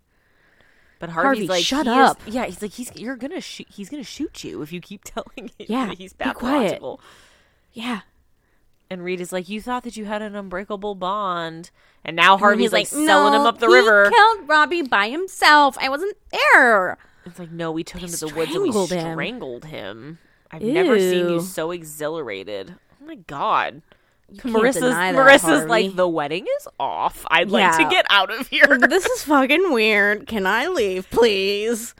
Speaker 1: But Harvey's
Speaker 2: Harvey,
Speaker 1: like,
Speaker 2: shut
Speaker 1: he is-
Speaker 2: up.
Speaker 1: yeah, he's like, he's you're gonna shoot. He's gonna shoot you if you keep telling him.
Speaker 2: Yeah,
Speaker 1: that he's
Speaker 2: be quiet.
Speaker 1: pathological.
Speaker 2: Yeah,
Speaker 1: And Reed is like, you thought that you had an unbreakable bond, and now Harvey's
Speaker 2: He's
Speaker 1: like, selling him
Speaker 2: "No,
Speaker 1: up the
Speaker 2: he
Speaker 1: river.
Speaker 2: Killed Robbie by himself. I wasn't there.
Speaker 1: it's like, no, we took him to the woods and we
Speaker 2: strangled him.
Speaker 1: strangled him. I've never seen you
Speaker 2: Ew.
Speaker 1: so exhilarated. Oh my god.
Speaker 2: can't
Speaker 1: Marissa's
Speaker 2: deny that,
Speaker 1: Marissa's
Speaker 2: Harvey.
Speaker 1: like the wedding is off. I'd like to
Speaker 2: Yeah.
Speaker 1: get out of here.
Speaker 2: this is fucking weird. Can I leave, please?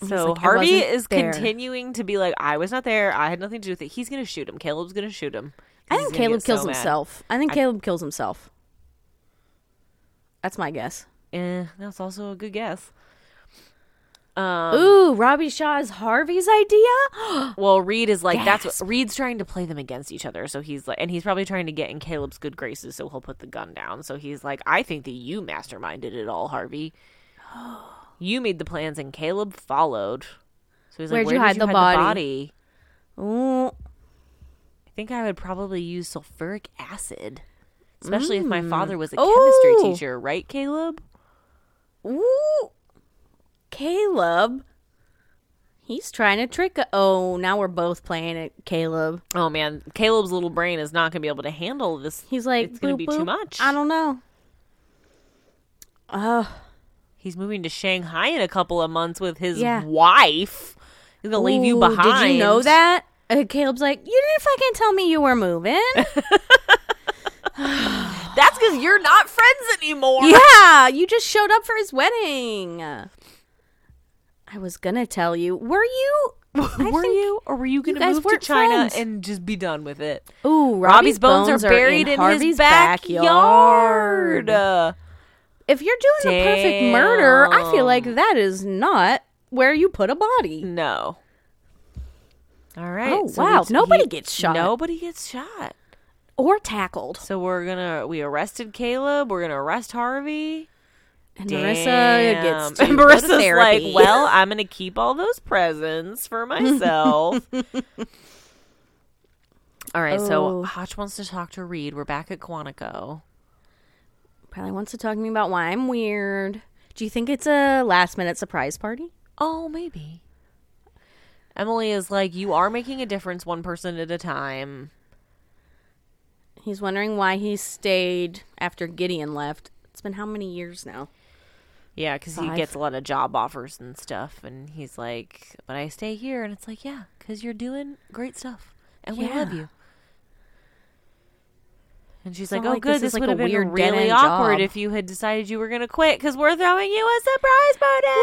Speaker 1: So
Speaker 2: like, "I
Speaker 1: Harvey
Speaker 2: wasn't
Speaker 1: is
Speaker 2: there."
Speaker 1: continuing to be like, I was not there. I had nothing to do with it. He's going to shoot him. Caleb's going to shoot him.
Speaker 2: I
Speaker 1: He's
Speaker 2: think
Speaker 1: gonna
Speaker 2: Caleb
Speaker 1: get
Speaker 2: kills
Speaker 1: so mad.
Speaker 2: himself. I think Caleb kills himself. That's my guess.
Speaker 1: Eh, that's also a good guess. Um,
Speaker 2: Ooh, Robbie Shaw is Harvey's idea?
Speaker 1: well, Reed is like, that's what Reed's trying to play them against each other. So he's like, and he's probably trying to get in Caleb's good graces. So he'll put the gun down. So he's like, I think that you masterminded it all, Harvey. You made the plans and Caleb followed. So he's like,
Speaker 2: Where'd you
Speaker 1: Where did
Speaker 2: hide
Speaker 1: you
Speaker 2: the
Speaker 1: hide
Speaker 2: body?"
Speaker 1: the body?
Speaker 2: Ooh,
Speaker 1: I think I would probably use sulfuric acid, especially if my father was a
Speaker 2: Ooh.
Speaker 1: chemistry teacher, right, Caleb?
Speaker 2: ooh. Caleb. He's trying to trick. A- oh, now we're both playing at Caleb.
Speaker 1: Oh man, Caleb's little brain is not going to be able to handle this.
Speaker 2: He's like,
Speaker 1: It's gonna
Speaker 2: "Boop,
Speaker 1: be too
Speaker 2: boop."
Speaker 1: much.
Speaker 2: I don't know. Ugh.
Speaker 1: He's moving to Shanghai in a couple of months with his
Speaker 2: Yeah.
Speaker 1: wife. He's going to leave you
Speaker 2: Ooh,
Speaker 1: behind.
Speaker 2: Did you know that? Uh, Caleb's like, you didn't fucking tell me you were moving.
Speaker 1: That's because you're not friends anymore.
Speaker 2: yeah, you just showed up for his wedding. I was gonna tell you. Were you? I
Speaker 1: were
Speaker 2: think-
Speaker 1: you, or were you going to
Speaker 2: guys
Speaker 1: move to
Speaker 2: weren't
Speaker 1: China
Speaker 2: friends.
Speaker 1: and just be done with it?
Speaker 2: Ooh,
Speaker 1: Robbie's, bones, are buried in, his
Speaker 2: Harvey's
Speaker 1: backyard. Uh,
Speaker 2: If you're doing the perfect murder, I feel like that is not where you put a body.
Speaker 1: No. All right.
Speaker 2: Oh,
Speaker 1: so
Speaker 2: wow,
Speaker 1: it's-
Speaker 2: nobody gets shot.
Speaker 1: Nobody gets shot.
Speaker 2: or tackled.
Speaker 1: So we're gonna we arrested Caleb. We're gonna arrest Harvey.
Speaker 2: And Marissa gets to
Speaker 1: Damn.
Speaker 2: go to
Speaker 1: Marissa's
Speaker 2: therapy.
Speaker 1: like, well, I'm gonna keep all those presents for myself. all right,
Speaker 2: Oh.
Speaker 1: so Hotch wants to talk to Reed. We're back at Quantico.
Speaker 2: probably wants to talk to me about why I'm weird. Do you think it's a last minute surprise party?
Speaker 1: Oh, maybe. Emily is like, you are making a difference one person at a time.
Speaker 2: He's wondering why he stayed after Gideon left. It's been how many years now?
Speaker 1: Yeah, because he
Speaker 2: Five.
Speaker 1: gets a lot of job offers and stuff, and he's like, "But I stay here," and it's like, "Yeah, because you're doing great stuff, and we love
Speaker 2: Yeah.
Speaker 1: you." And she's
Speaker 2: not
Speaker 1: like, "Oh,
Speaker 2: like this
Speaker 1: good.
Speaker 2: is
Speaker 1: This,
Speaker 2: like
Speaker 1: would
Speaker 2: a
Speaker 1: have been
Speaker 2: weird
Speaker 1: really
Speaker 2: dead-end
Speaker 1: awkward
Speaker 2: job."
Speaker 1: if you had decided you were going to quit because we're throwing you a surprise party.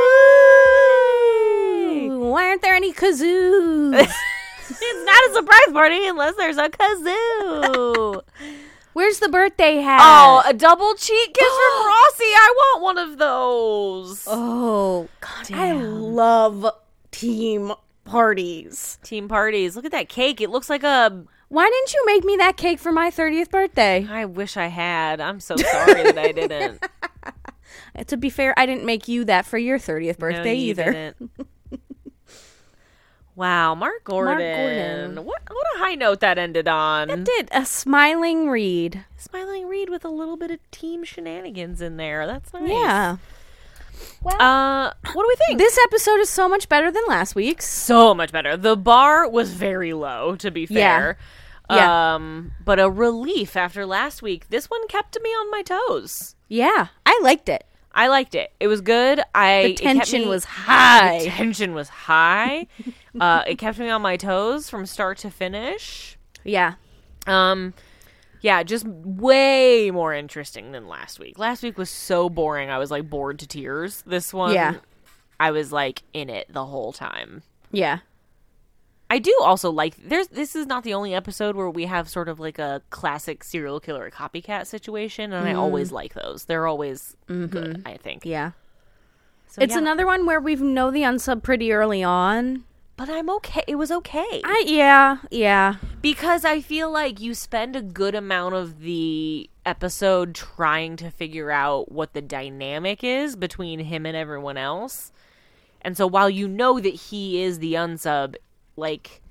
Speaker 2: Ooh, why aren't there any kazoos?
Speaker 1: it's not a surprise party unless there's a kazoo.
Speaker 2: Where's the birthday hat?
Speaker 1: oh, a double cheek kiss from Rossi. I want one of those.
Speaker 2: Oh, God, I love team parties.
Speaker 1: Team parties. Look at that cake. It looks like a
Speaker 2: Why didn't you make me that cake for my 30th birthday?
Speaker 1: I wish I had. I'm so sorry that I didn't.
Speaker 2: Uh, To be fair, I didn't make you that for your 30th birthday
Speaker 1: No, you
Speaker 2: either.
Speaker 1: didn't. Wow, Mark Gordon.
Speaker 2: Mark Gordon.
Speaker 1: What what a high note that ended on.
Speaker 2: Did a smiling read.
Speaker 1: Smiling Reed with a little bit of team shenanigans in there. That's nice.
Speaker 2: Yeah.
Speaker 1: Uh what do we think?
Speaker 2: This episode is so much better than last week's.
Speaker 1: so much better. The bar was very low, to be
Speaker 2: Yeah.
Speaker 1: fair.
Speaker 2: Yeah.
Speaker 1: Um but a relief after last week. This one kept me on my toes.
Speaker 2: Yeah, I liked it.
Speaker 1: I liked it. It was good. I
Speaker 2: The
Speaker 1: it kept
Speaker 2: tension
Speaker 1: me-
Speaker 2: was
Speaker 1: The
Speaker 2: high.
Speaker 1: tension was high. uh, it kept me on my toes from start to finish.
Speaker 2: Yeah.
Speaker 1: Um, yeah, just way more interesting than last week. Last week was so boring. I was like bored to tears. This one,
Speaker 2: Yeah.
Speaker 1: I was like in it the whole time.
Speaker 2: Yeah.
Speaker 1: I do also like there's this is not the only episode where we have sort of like a classic serial killer copycat situation and I always like those. They're always good, I think.
Speaker 2: Mm. Mm-hmm. Yeah.
Speaker 1: So,
Speaker 2: It's
Speaker 1: yeah.
Speaker 2: another one where we know the unsub pretty early on.
Speaker 1: but I'm okay. It was okay.
Speaker 2: I yeah, yeah.
Speaker 1: Because I feel like you spend a good amount of the episode trying to figure out what the dynamic is between him and everyone else. And so while you know that he is the unsub, like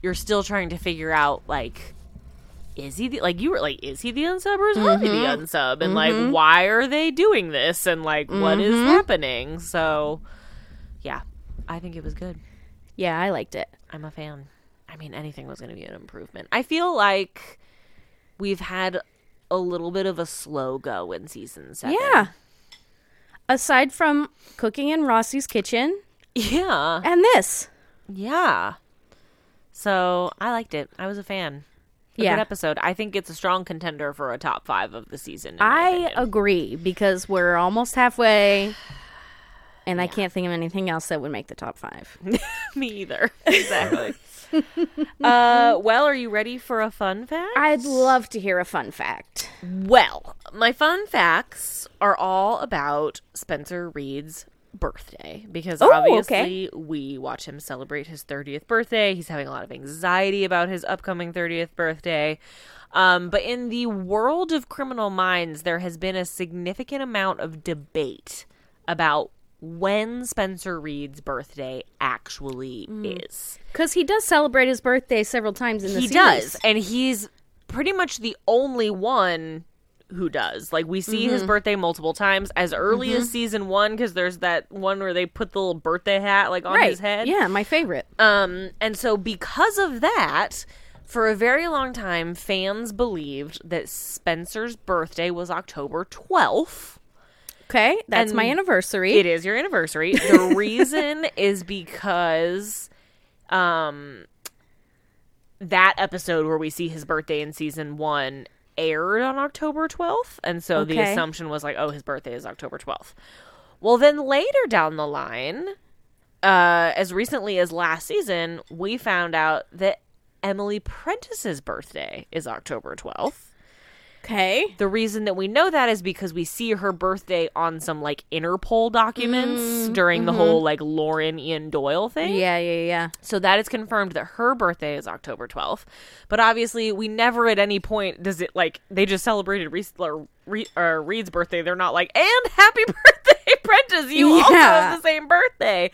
Speaker 1: you're still trying to figure out like is he the, like you were like is he the unsub or is Harvey the unsub and like why are they doing this and like what is happening? So yeah, I think it was good.
Speaker 2: Yeah, I liked it.
Speaker 1: I'm a fan. I mean, anything was going to be an improvement. I feel like we've had a little bit of a slow go in season seven.
Speaker 2: Yeah. Aside from cooking in Rossi's kitchen
Speaker 1: Yeah.
Speaker 2: and this.
Speaker 1: Yeah. So I liked it. I was a fan. A
Speaker 2: Yeah.
Speaker 1: Good episode. I think it's a strong contender for a top five of the season. in my
Speaker 2: I
Speaker 1: opinion.
Speaker 2: agree because we're almost halfway and I can't think of anything else that would make the top 5.
Speaker 1: me either. Exactly. uh, well, are you ready for a fun fact?
Speaker 2: I'd love to hear a fun fact.
Speaker 1: Well, my fun facts are all about Spencer Reed's birthday because obviously we watch him celebrate his 30th birthday. He's having a lot of anxiety about his upcoming 30th birthday. Um, but in the world of criminal minds, there has been a significant amount of debate about when Spencer Reed's birthday actually is.
Speaker 2: Cuz he does celebrate his birthday several times in the
Speaker 1: He
Speaker 2: series.
Speaker 1: does, and he's pretty much the only one who does. Like we see
Speaker 2: Mm-hmm.
Speaker 1: his birthday multiple times, as early as season one, because there's that one where they put the little birthday hat like on
Speaker 2: Right.
Speaker 1: his head.
Speaker 2: Yeah, my favorite.
Speaker 1: Um, and so because of that, for a very long time, fans believed that Spencer's birthday was October twelfth.
Speaker 2: Okay, that's my
Speaker 1: and
Speaker 2: anniversary.
Speaker 1: It is your anniversary. The reason is because um that episode where we see his birthday in season 1 aired on October 12th and so the
Speaker 2: Okay.
Speaker 1: assumption was like oh his birthday is October 12th. Well then later down the line uh as recently as last season we found out that Emily Prentice's birthday is October 12th.
Speaker 2: Okay.
Speaker 1: The reason that we know that is because we see her birthday on some like Interpol documents during the whole like Lauren Ian Doyle thing.
Speaker 2: Yeah, yeah, yeah.
Speaker 1: So that is confirmed that her birthday is October 12th. But obviously, we never at any point does it like they just celebrated Reese, or, Re- or Reed's birthday. They're not like, and happy birthday, Prentice. You also
Speaker 2: Yeah.
Speaker 1: have the same birthday.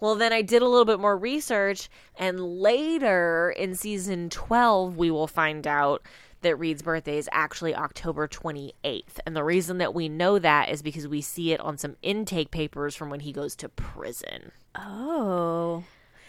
Speaker 1: Well, then I did a little bit more research, and later in season 12, we will find out that Reed's birthday is actually October 28th. And the reason that we know that is because we see it on some intake papers from when he goes to prison.
Speaker 2: Oh.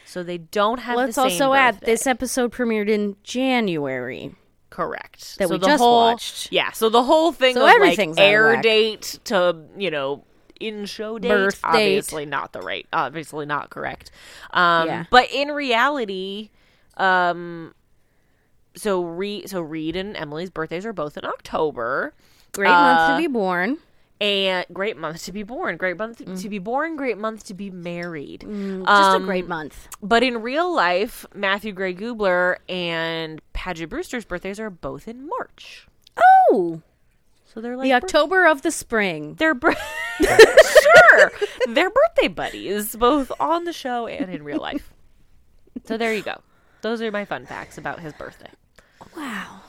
Speaker 1: So they don't have.
Speaker 2: Let's
Speaker 1: the same
Speaker 2: also add
Speaker 1: birthday.
Speaker 2: this episode premiered in January.
Speaker 1: correct
Speaker 2: that we just watched.
Speaker 1: Yeah, so the whole thing
Speaker 2: So
Speaker 1: of
Speaker 2: everything's out
Speaker 1: like
Speaker 2: of
Speaker 1: air
Speaker 2: whack.
Speaker 1: date to you know in show date,
Speaker 2: Birth date.
Speaker 1: obviously not the right, obviously not correct. Um,
Speaker 2: Yeah.
Speaker 1: but in reality, um, so Reed, so Reed and Emily's birthdays are both in October.
Speaker 2: Great month
Speaker 1: Uh,
Speaker 2: to be born.
Speaker 1: And great month to be born, great month to be born, great month to be married.
Speaker 2: Mm. Just
Speaker 1: Um,
Speaker 2: a great month.
Speaker 1: But in real life, Matthew Gray Goobler and Padgett Brewster's birthdays are both in March.
Speaker 2: Oh,
Speaker 1: So they're like
Speaker 2: the
Speaker 1: bir-
Speaker 2: October of the spring.
Speaker 1: they're bir- sure they're birthday buddies, both on the show and in real life. So there you go. Those are my fun facts about his birthday.
Speaker 2: Wow,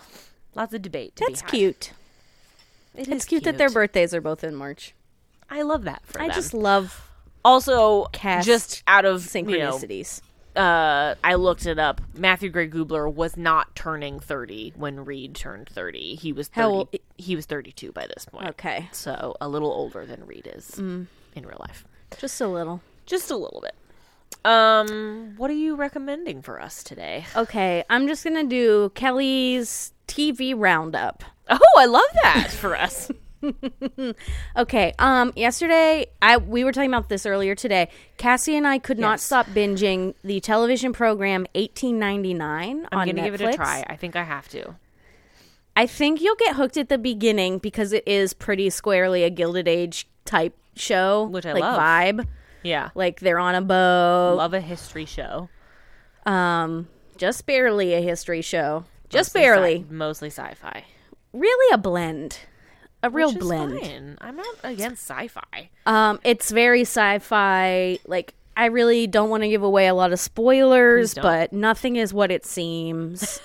Speaker 1: Lots of debate. To be
Speaker 2: that's
Speaker 1: had.
Speaker 2: cute.
Speaker 1: It is
Speaker 2: It's cute, that their birthdays are both in March.
Speaker 1: I love that for
Speaker 2: I
Speaker 1: them.
Speaker 2: just love
Speaker 1: also
Speaker 2: Cast
Speaker 1: just out of you know,
Speaker 2: synchronicities.
Speaker 1: uh, I looked it up. Matthew Gray Goobler was not turning thirty when Reed turned thirty. He was 30,
Speaker 2: How old-
Speaker 1: He was thirty-two by this point.
Speaker 2: Okay,
Speaker 1: so a little older than Reed is
Speaker 2: Mm.
Speaker 1: in real life,
Speaker 2: just a little.
Speaker 1: just a little bit. Um, what are you recommending for us today?
Speaker 2: Okay, I'm just gonna do Kelly's TV roundup.
Speaker 1: Oh, I love that for us.
Speaker 2: Okay. Um. Yesterday, I we were talking about this earlier today. Cassie and I could not
Speaker 1: Yes.
Speaker 2: stop binging the television program 1899
Speaker 1: I'm
Speaker 2: on
Speaker 1: gonna
Speaker 2: Netflix.
Speaker 1: give it a try. I think I have to.
Speaker 2: I think you'll get hooked at the beginning because it is pretty squarely a Gilded Age type show,
Speaker 1: Which I
Speaker 2: like
Speaker 1: love.
Speaker 2: vibe.
Speaker 1: Yeah,
Speaker 2: Like they're on a boat,
Speaker 1: love a history show.
Speaker 2: um, just barely a history show, just
Speaker 1: Mostly sci-
Speaker 2: barely,
Speaker 1: mostly sci-fi.
Speaker 2: really a blend, a real
Speaker 1: Which is
Speaker 2: blend.
Speaker 1: fine. I'm not against sci-fi.
Speaker 2: Um, it's very sci-fi. Like I really don't want to give away a lot of spoilers,
Speaker 1: don't.
Speaker 2: but nothing is what it seems.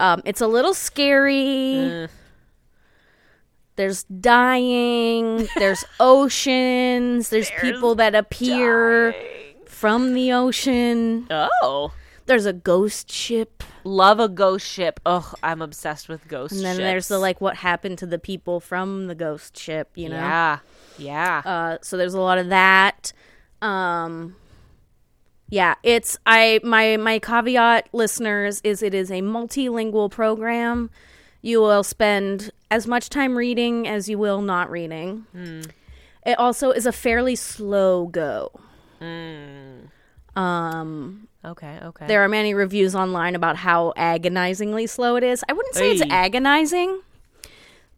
Speaker 2: um, it's a little scary.
Speaker 1: Ugh.
Speaker 2: There's dying. There's oceans. There's, people that appear from the ocean.
Speaker 1: Oh.
Speaker 2: There's a ghost ship.
Speaker 1: Love a ghost ship. Ugh, I'm obsessed with ghost
Speaker 2: And then there's the like, what happened to the people from the ghost ship? You know.
Speaker 1: Yeah. Yeah.
Speaker 2: Uh, so there's a lot of that. Um, yeah, it's I my my caveat, listeners, is it is a multilingual program. You will spend as much time reading as you will not reading.
Speaker 1: Hmm.
Speaker 2: It also is a fairly slow go.
Speaker 1: okay, okay.
Speaker 2: There are many reviews online about how agonizingly slow it is. I wouldn't say it's
Speaker 1: Hey.
Speaker 2: agonizing.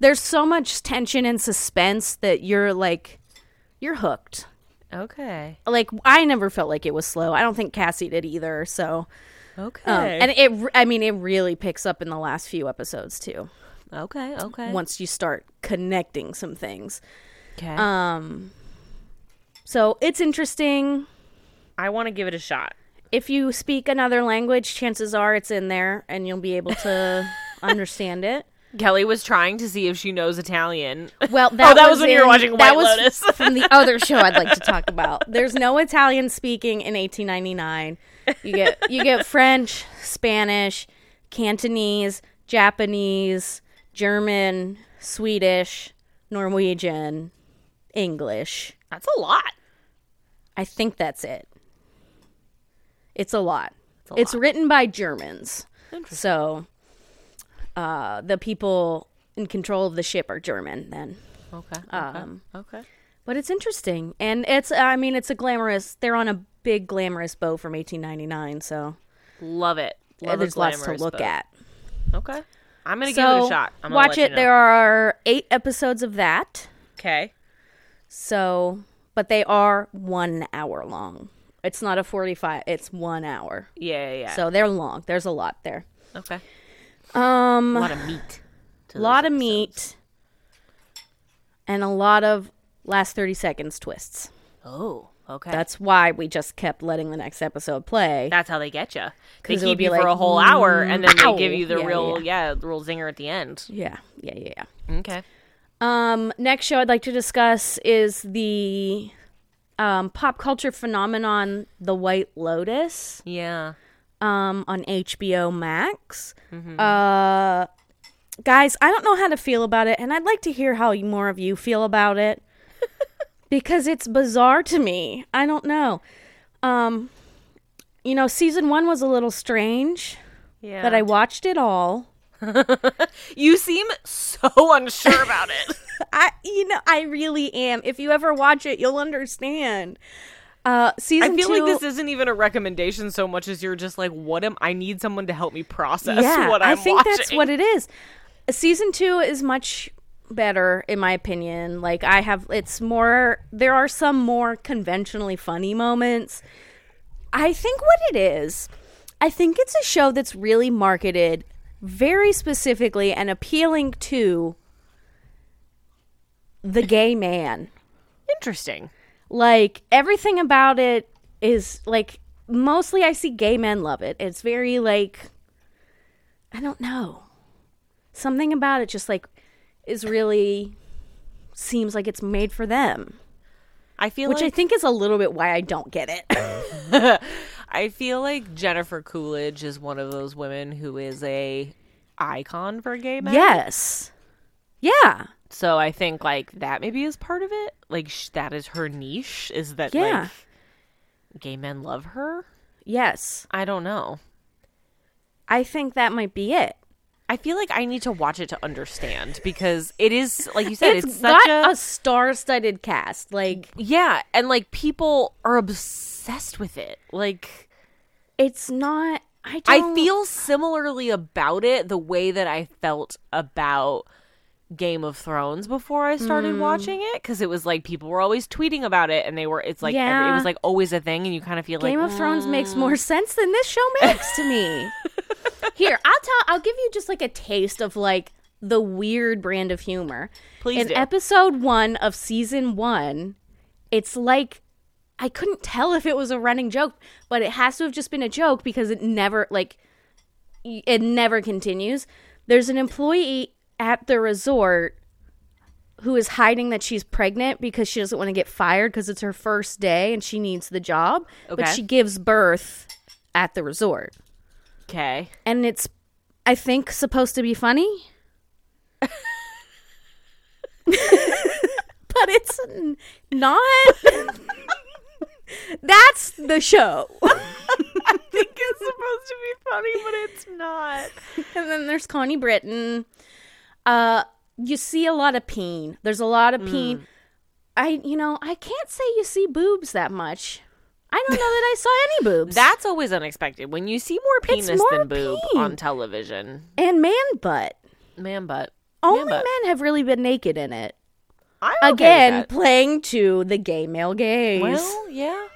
Speaker 2: There's so much tension and suspense that you're like you're hooked.
Speaker 1: okay.
Speaker 2: like I never felt like it was slow. I don't think Cassie did either. So,
Speaker 1: Okay.
Speaker 2: um, and it, re- I mean, it really picks up in the last few episodes too.
Speaker 1: okay, okay.
Speaker 2: Once you start connecting some things,
Speaker 1: okay.
Speaker 2: um, so it's interesting.
Speaker 1: I want to give it a shot.
Speaker 2: If you speak another language, chances are it's in there, and you'll be able to understand it.
Speaker 1: Kelly was trying to see if she knows Italian. Oh,
Speaker 2: Well, that,
Speaker 1: that was when you were
Speaker 2: in-
Speaker 1: watching White
Speaker 2: that was
Speaker 1: Lotus.
Speaker 2: from the other show I'd like to talk about. There's no Italian speaking in 1899. You get you get French, Spanish, Cantonese, Japanese, German, Swedish, Norwegian, English.
Speaker 1: That's a lot.
Speaker 2: I think that's it. It's a lot. It's,
Speaker 1: a
Speaker 2: written by Germans.
Speaker 1: Interesting.
Speaker 2: So uh, the people in control of the ship are German then.
Speaker 1: Okay. Okay.
Speaker 2: Um,
Speaker 1: okay.
Speaker 2: But it's interesting, and it's I mean it's a glamorous. They're on a big glamorous boat from 1899, so
Speaker 1: Love it. Love a
Speaker 2: there's lots to
Speaker 1: glamorous
Speaker 2: look
Speaker 1: boat.
Speaker 2: at.
Speaker 1: Okay. I'm going to give it
Speaker 2: So
Speaker 1: a shot. I'm gonna let
Speaker 2: watch it.
Speaker 1: You know.
Speaker 2: There are eight episodes of that.
Speaker 1: Okay.
Speaker 2: So, but they are one hour long. It's not a 45. It's one hour.
Speaker 1: Yeah, yeah, yeah.
Speaker 2: um, So they're long. There's a lot there.
Speaker 1: okay.
Speaker 2: Um,
Speaker 1: A lot of meat. to
Speaker 2: a lot
Speaker 1: those
Speaker 2: of
Speaker 1: episodes.
Speaker 2: meat and a lot of last 30 seconds twists.
Speaker 1: Oh, okay. That's
Speaker 2: That's why we just kept letting the next episode play.
Speaker 1: that's how they get you. They
Speaker 2: 'Cause it
Speaker 1: keep
Speaker 2: would be
Speaker 1: you for a
Speaker 2: like,
Speaker 1: whole hour, and then
Speaker 2: "Ow."
Speaker 1: they give you the
Speaker 2: Yeah,
Speaker 1: real, yeah. the real zinger at the end.
Speaker 2: yeah, yeah, yeah, yeah.
Speaker 1: Okay.
Speaker 2: Um, next show I'd like to discuss is the um, pop culture phenomenon The White Lotus
Speaker 1: Yeah.
Speaker 2: um, on HBO Max. Uh, guys, I don't know how to feel about it, and I'd like to hear how you- more of you feel about it because it's bizarre to me. I don't know. Um, you know, season one was a little strange,
Speaker 1: Yeah.
Speaker 2: but I watched it all.
Speaker 1: you seem so unsure about it.
Speaker 2: I, you know, I really am. If you ever watch it, you'll understand. Uh,
Speaker 1: I
Speaker 2: season
Speaker 1: feel
Speaker 2: two,
Speaker 1: like this isn't even a recommendation so much as you're just like, what am I need someone to help me process
Speaker 2: yeah,
Speaker 1: what
Speaker 2: I
Speaker 1: I'm
Speaker 2: think
Speaker 1: watching.
Speaker 2: that's what it is. Season two is much better, in my opinion. Like I have, it's more. There are some more conventionally funny moments. I think what it is, I think it's a show that's really marketed very specifically and appealing to the gay man.
Speaker 1: interesting.
Speaker 2: like everything about it is like mostly I see gay men love it. It's very like I don't know. Something about it just like is really seems like it's made for them,
Speaker 1: I feel
Speaker 2: which
Speaker 1: like
Speaker 2: I think is a little bit why I don't get it.
Speaker 1: I feel like Jennifer Coolidge is one of those women who is a icon for gay men.
Speaker 2: yes. Yeah.
Speaker 1: So I think like that maybe is part of it. Like sh- that is her niche is that
Speaker 2: Yeah.
Speaker 1: like gay men love her?
Speaker 2: Yes.
Speaker 1: I don't know.
Speaker 2: I think that might be it.
Speaker 1: I feel like I need to watch it to understand because it is like you said it's,
Speaker 2: it's
Speaker 1: such
Speaker 2: got
Speaker 1: a,
Speaker 2: a, star-studded cast. Like
Speaker 1: yeah, and like people are obsessed with it. Like
Speaker 2: it's not I don't
Speaker 1: I feel similarly about it the way that I felt about Game of Thrones before I started watching it because it was like people were always tweeting about it and they were it's like every- it
Speaker 2: Yeah.
Speaker 1: was like always a thing and you kind of feel
Speaker 2: Game
Speaker 1: like
Speaker 2: of Thrones makes more sense than this show makes to me. Here, I'll tell I'll give you just like a taste of like the weird brand of humor.
Speaker 1: Please
Speaker 2: In
Speaker 1: do.
Speaker 2: episode 1 of season 1, it's like I couldn't tell if it was a running joke, but it has to have just been a joke because it never like y- it never continues. There's an employee at the resort who is hiding that she's pregnant because she doesn't want to get fired because it's her first day and she needs the job. But
Speaker 1: Okay.
Speaker 2: she gives birth at the resort.
Speaker 1: okay
Speaker 2: And it's, I think, supposed to be funny. but it's n- not. That's the show.
Speaker 1: I think it's supposed to be funny but it's not
Speaker 2: and then there's Connie Britton. Uh, you see a lot of peen. There's a lot of peen.
Speaker 1: Mm.
Speaker 2: I, you know, I can't say you see boobs that much. I don't know that I saw any boobs.
Speaker 1: that's always unexpected when you see more penis
Speaker 2: more
Speaker 1: than boob
Speaker 2: peen.
Speaker 1: on television
Speaker 2: and man butt.
Speaker 1: man butt
Speaker 2: Only
Speaker 1: butt.
Speaker 2: men have really been naked in it.
Speaker 1: I'm okay with
Speaker 2: Again,
Speaker 1: that.
Speaker 2: playing to the gay male gaze.
Speaker 1: Well, yeah.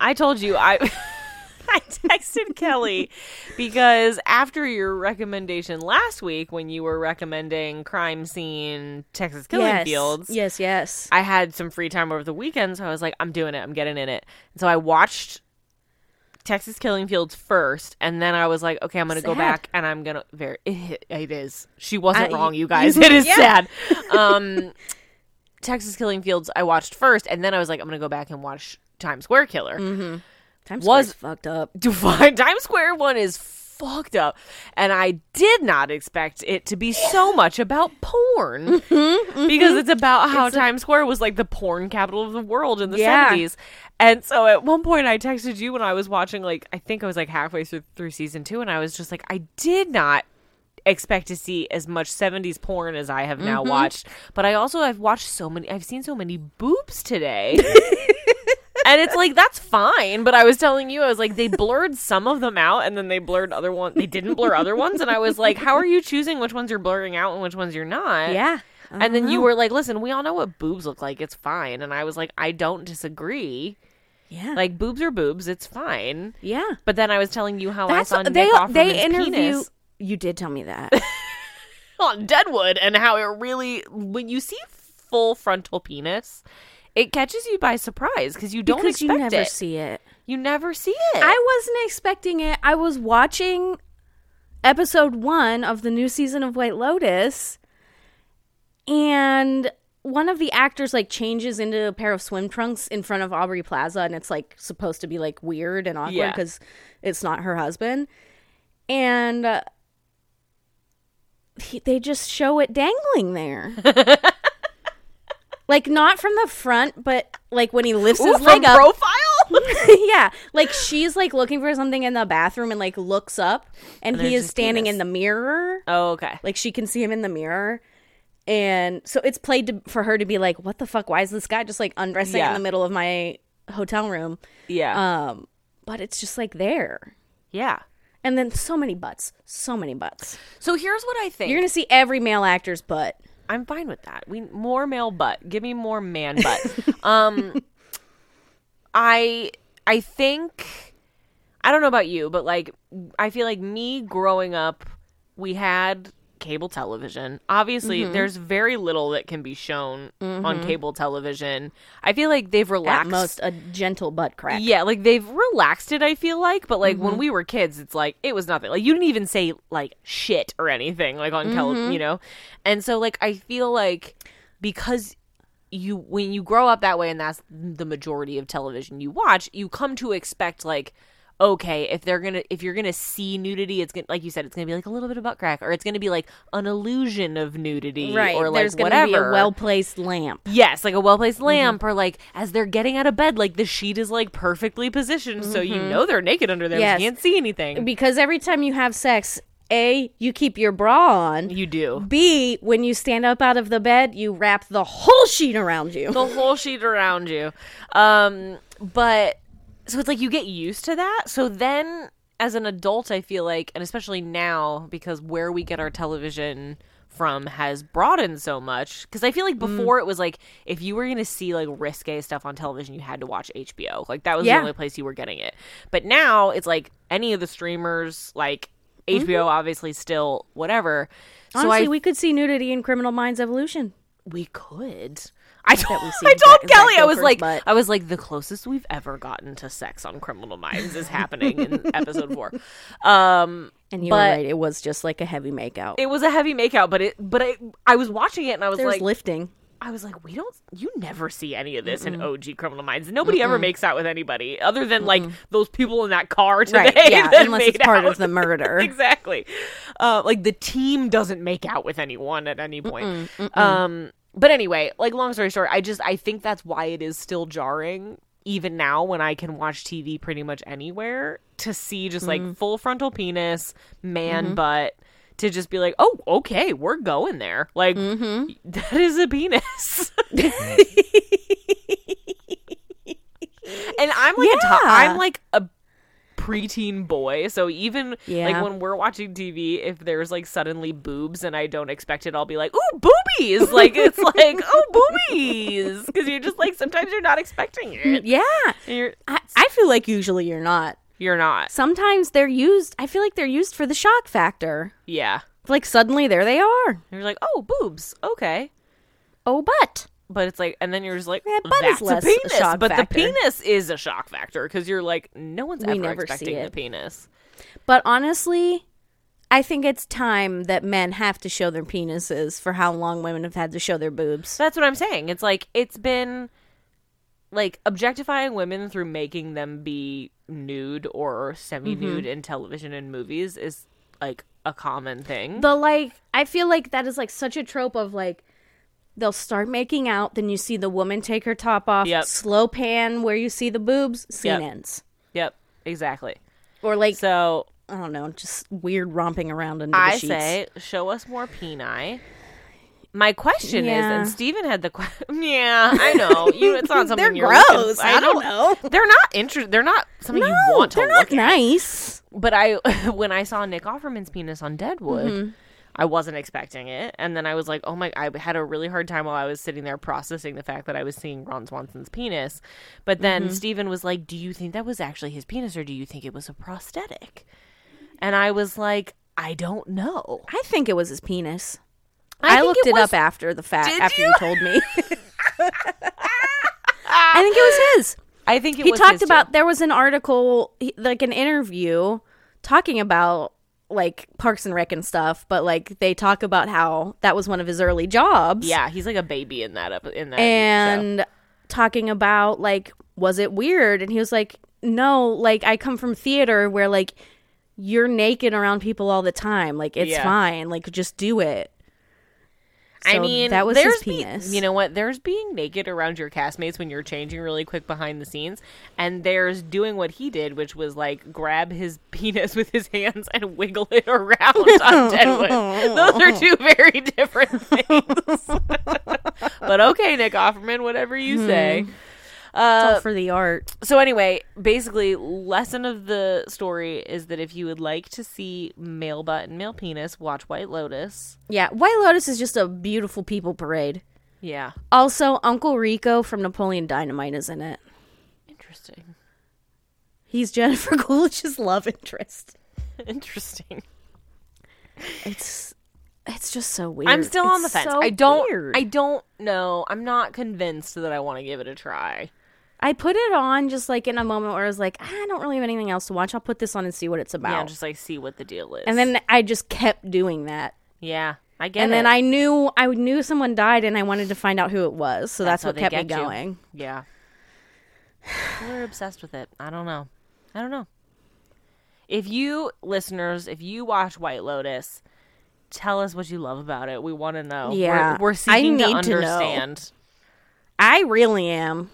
Speaker 1: I told you I I texted Kelly because after your recommendation last week when you were recommending crime scene Texas Killing
Speaker 2: yes,
Speaker 1: Fields,
Speaker 2: yes, yes.
Speaker 1: I had some free time over the weekend, so I was like, I'm doing it, I'm getting in it. And so I watched Texas Killing Fields first, and then I was like, okay, I'm gonna go
Speaker 2: Sad.
Speaker 1: back and I'm gonna very it is. She wasn't
Speaker 2: I-
Speaker 1: wrong, you guys. It is
Speaker 2: Yeah.
Speaker 1: sad. Um Texas Killing Fields I watched first, and then I was like, I'm gonna go back and watch Times Square Killer.
Speaker 2: Times
Speaker 1: was-
Speaker 2: was fucked up.
Speaker 1: To find Times Square one is fucked up. And I did not expect it to be so much about porn. Because it's about how Times Square was like the porn capital of the world in the
Speaker 2: Yeah.
Speaker 1: 70s. And so at one point I texted you when I was watching like I think I was like halfway through, through season 2 and I was just like I did not expect to see as much 70s porn as I have
Speaker 2: Mm-hmm.
Speaker 1: now watched. But I also I've watched so many I've seen so many boobs today. and it's like that's fine, but I was telling you I was like they blurred some of them out and then they blurred other ones. They didn't blur other ones and I was like how are you choosing which ones you're blurring out and which ones you're not?
Speaker 2: Yeah. Uh-huh.
Speaker 1: And then you were like, "Listen, we all know what boobs look like. It's fine." And I was like, "I don't disagree.
Speaker 2: Yeah.
Speaker 1: Like boobs are boobs. It's fine."
Speaker 2: yeah.
Speaker 1: But then I was telling you how
Speaker 2: That's
Speaker 1: I saw
Speaker 2: they
Speaker 1: Nick Offerman's
Speaker 2: they interview.
Speaker 1: penis.
Speaker 2: You did tell me that.
Speaker 1: on Deadwood and how it really when you see full frontal penis, it catches you by surprise because you don't
Speaker 2: because you
Speaker 1: expect
Speaker 2: never
Speaker 1: it.
Speaker 2: see it.
Speaker 1: you never see it.
Speaker 2: I wasn't expecting it. I was watching episode one of the new season of White Lotus, and one of the actors like changes into a pair of swim trunks in front of Aubrey Plaza, and it's like supposed to be like weird and awkward
Speaker 1: Yeah.
Speaker 2: because it's not her husband, and. Uh, he, they just show it dangling there. like not from the front, but like when he lifts
Speaker 1: Ooh,
Speaker 2: his
Speaker 1: from
Speaker 2: leg up
Speaker 1: profile.
Speaker 2: yeah, like she's like looking for something in the bathroom and like looks up, and, he
Speaker 1: there's
Speaker 2: is
Speaker 1: his
Speaker 2: standing
Speaker 1: penis.
Speaker 2: in the mirror.
Speaker 1: oh, okay.
Speaker 2: Like she can see him in the mirror, and so it's played to, for her to be like, "What the fuck? Why is this guy just like undressing
Speaker 1: Yeah.
Speaker 2: in the middle of my hotel room?"
Speaker 1: Yeah.
Speaker 2: Um, but it's just like there,
Speaker 1: yeah.
Speaker 2: and then so many butts, so many butts.
Speaker 1: So here's what I think.
Speaker 2: You're gonna see every male actor's butt.
Speaker 1: I'm fine with that. We more male butt. Give me more man butt. um I I think I don't know about you, but like I feel like me growing up, we had cable television. Obviously,
Speaker 2: Mm-hmm.
Speaker 1: there's very little that can be shown on cable television. I feel like they've
Speaker 2: At
Speaker 1: relaxed
Speaker 2: most, a gentle butt crack.
Speaker 1: yeah, like they've relaxed it, I feel like, but like
Speaker 2: Mm-hmm.
Speaker 1: when we were kids, it's like it was nothing. Like you didn't even say like shit or anything, like on
Speaker 2: Mm-hmm.
Speaker 1: cal you know? And so like I feel like because you when you grow up that way and that's the majority of television you watch, you come to expect like okay, if they're going to if you're going to see nudity, it's going to like you said it's going to be like a little bit of butt crack or it's going to be like an illusion of nudity
Speaker 2: right.
Speaker 1: or like
Speaker 2: There's gonna
Speaker 1: whatever.
Speaker 2: be a well placed lamp.
Speaker 1: Yes, like a well placed lamp, or like as they're getting out of bed, like the sheet is like perfectly positioned, so you know they're naked under there.
Speaker 2: Yes.
Speaker 1: You can't see anything.
Speaker 2: because every time you have sex, A, you keep your bra on.
Speaker 1: you do
Speaker 2: B, when you stand up out of the bed, you wrap the whole sheet around you.
Speaker 1: the whole sheet around you. Um, but so it's like you get used to that. So then, as an adult, I feel like, and especially now because where we get our television from has broadened so much. Because I feel like
Speaker 2: Mm.
Speaker 1: before it was like if you were gonna see like risque stuff on television, you had to watch HBO. Like that was
Speaker 2: Yeah.
Speaker 1: the only place you were getting it. But now it's like any of the streamers, like HBO, obviously still whatever.
Speaker 2: Mm-hmm. Honestly,
Speaker 1: so I
Speaker 2: we could see nudity in Criminal Minds Evolution.
Speaker 1: we could. I told,
Speaker 2: we see
Speaker 1: I told
Speaker 2: Zac- Zac
Speaker 1: Kelly I was
Speaker 2: Efron's
Speaker 1: like
Speaker 2: butt.
Speaker 1: I was like the closest we've ever gotten to sex on Criminal Minds is happening in episode 4. Um
Speaker 2: And you
Speaker 1: But-
Speaker 2: were right, it was just like a heavy makeout.
Speaker 1: it was a heavy makeout but it but I I was watching it and I was
Speaker 2: There's
Speaker 1: like
Speaker 2: lifting.
Speaker 1: I was like we don't you never see any of this in OG Criminal Minds. Nobody ever makes out with anybody other than like those people in that car today
Speaker 2: Right, yeah,
Speaker 1: that
Speaker 2: unless
Speaker 1: made
Speaker 2: it's part
Speaker 1: out.
Speaker 2: of the murder.
Speaker 1: exactly. Uh, like the team doesn't make out with anyone at any point. Um, but anyway, like long story short, I just I think that's why it is still jarring even now when I can watch TV pretty much anywhere to see just like full frontal penis, man butt. To just be like, oh, okay, we're going there. Like that is a penis, and I'm like, a to-
Speaker 2: Yeah.
Speaker 1: I'm like a preteen boy. So even
Speaker 2: Yeah.
Speaker 1: like when we're watching TV, if there's like suddenly boobs and I don't expect it, I'll be like, "Ooh, boobies!" Like it's like, "Oh, boobies," because you're just like sometimes you're not expecting it.
Speaker 2: Mm, Yeah.
Speaker 1: And You're
Speaker 2: I, I feel like usually you're not.
Speaker 1: you're not.
Speaker 2: Sometimes they're used, I feel like they're used for the shock factor.
Speaker 1: Yeah.
Speaker 2: Like suddenly there they are.
Speaker 1: You're like, "Oh, boobs." Okay.
Speaker 2: Oh, but.
Speaker 1: But it's like, and then you're just like,
Speaker 2: That butt is
Speaker 1: "That's
Speaker 2: less
Speaker 1: a
Speaker 2: a
Speaker 1: penis."
Speaker 2: shock
Speaker 1: but
Speaker 2: factor.
Speaker 1: the penis is a shock factor because you're like, no one's
Speaker 2: We
Speaker 1: ever
Speaker 2: never see
Speaker 1: expecting the
Speaker 2: it.
Speaker 1: penis.
Speaker 2: But honestly, I think it's time that men have to show their penises for how long women have had to show their boobs.
Speaker 1: So that's what I'm saying. It's like it's been like objectifying women through making them be nude or semi
Speaker 2: Mm-hmm.
Speaker 1: nude in television and movies is like a common thing.
Speaker 2: The like, I feel like that is like such a trope of like, they'll start making out, then you see the woman take her top off,
Speaker 1: Yep.
Speaker 2: slow pan where you see the boobs, scene
Speaker 1: Yep.
Speaker 2: ends.
Speaker 1: yep, exactly.
Speaker 2: Or like,
Speaker 1: So
Speaker 2: I don't know, just weird romping around under the
Speaker 1: I
Speaker 2: sheets.
Speaker 1: say, show us more peni. My question
Speaker 2: Yeah.
Speaker 1: is, and Steven had the question. Yeah, I know. You, it's not something
Speaker 2: They're
Speaker 1: you're looking-
Speaker 2: gross. I don't know.
Speaker 1: They're not interest. They're not something you want to
Speaker 2: They're
Speaker 1: look
Speaker 2: not nice.
Speaker 1: but I when I saw Nick Offerman's penis on Deadwood,
Speaker 2: Mm-hmm.
Speaker 1: I wasn't expecting it, and then I was like, oh my! I had a really hard time while I was sitting there processing the fact that I was seeing Ron Swanson's penis. But then
Speaker 2: Mm-hmm.
Speaker 1: Steven was like, "Do you think that was actually his penis, or do you think it was a prosthetic?" And I was like, "I don't know."
Speaker 2: I think it was his penis. I,
Speaker 1: think
Speaker 2: looked it,
Speaker 1: was-
Speaker 2: up after the fact.
Speaker 1: Did
Speaker 2: After you?
Speaker 1: you?
Speaker 2: told me, I think it was his.
Speaker 1: I think it
Speaker 2: he
Speaker 1: was
Speaker 2: talked
Speaker 1: his, too.
Speaker 2: about there was an article, he- like an interview, talking about like Parks and Rec and stuff. But like they talk about how that was one of his early jobs.
Speaker 1: Yeah, he's like a baby in that. ep- In that, show.
Speaker 2: and talking about like was it weird and he was like no like i come from theater where like you're naked around people all the time like it's
Speaker 1: Yeah.
Speaker 2: fine like just do it
Speaker 1: I
Speaker 2: So
Speaker 1: mean,
Speaker 2: that was his
Speaker 1: there's be-
Speaker 2: penis.
Speaker 1: you know what? There's being naked around your castmates when you're changing really quick behind the scenes, and there's doing what he did, which was like grab his penis with his hands and wiggle it around on Deadwood. Those are two very different things. but okay, Nick Offerman, whatever you
Speaker 2: Hmm.
Speaker 1: say.
Speaker 2: It's
Speaker 1: Uh,
Speaker 2: all for the art
Speaker 1: so anyway, basically, lesson of the story is that if you would like to see male butt and male penis, watch White Lotus.
Speaker 2: yeah white lotus is just a beautiful people parade
Speaker 1: Yeah,
Speaker 2: also uncle rico from napoleon dynamite is in it
Speaker 1: interesting,
Speaker 2: he's jennifer coolidge's love interest
Speaker 1: interesting.
Speaker 2: it's it's just so weird
Speaker 1: I'm still on the
Speaker 2: It's
Speaker 1: fence.
Speaker 2: so
Speaker 1: I don't.
Speaker 2: weird.
Speaker 1: I don't know. I'm not convinced that I want to give it a try.
Speaker 2: I put it on just like in a moment where I was like, "Ah, I don't really have anything else to watch. I'll put this on and see what it's about.
Speaker 1: Yeah, just like see what the deal is.
Speaker 2: and then I just kept doing that.
Speaker 1: yeah, I get
Speaker 2: And
Speaker 1: it.
Speaker 2: then I knew I knew someone died and I wanted to find out who it was. So that's,
Speaker 1: how
Speaker 2: what
Speaker 1: they
Speaker 2: kept me
Speaker 1: get you.
Speaker 2: going.
Speaker 1: yeah, we're obsessed with it. I don't know. I don't know. If you listeners, if you watch White Lotus, tell us what you love about it. We want to know. We're-
Speaker 2: Yeah.
Speaker 1: we're,
Speaker 2: I
Speaker 1: seeking to
Speaker 2: need to know.
Speaker 1: understand.
Speaker 2: I really am.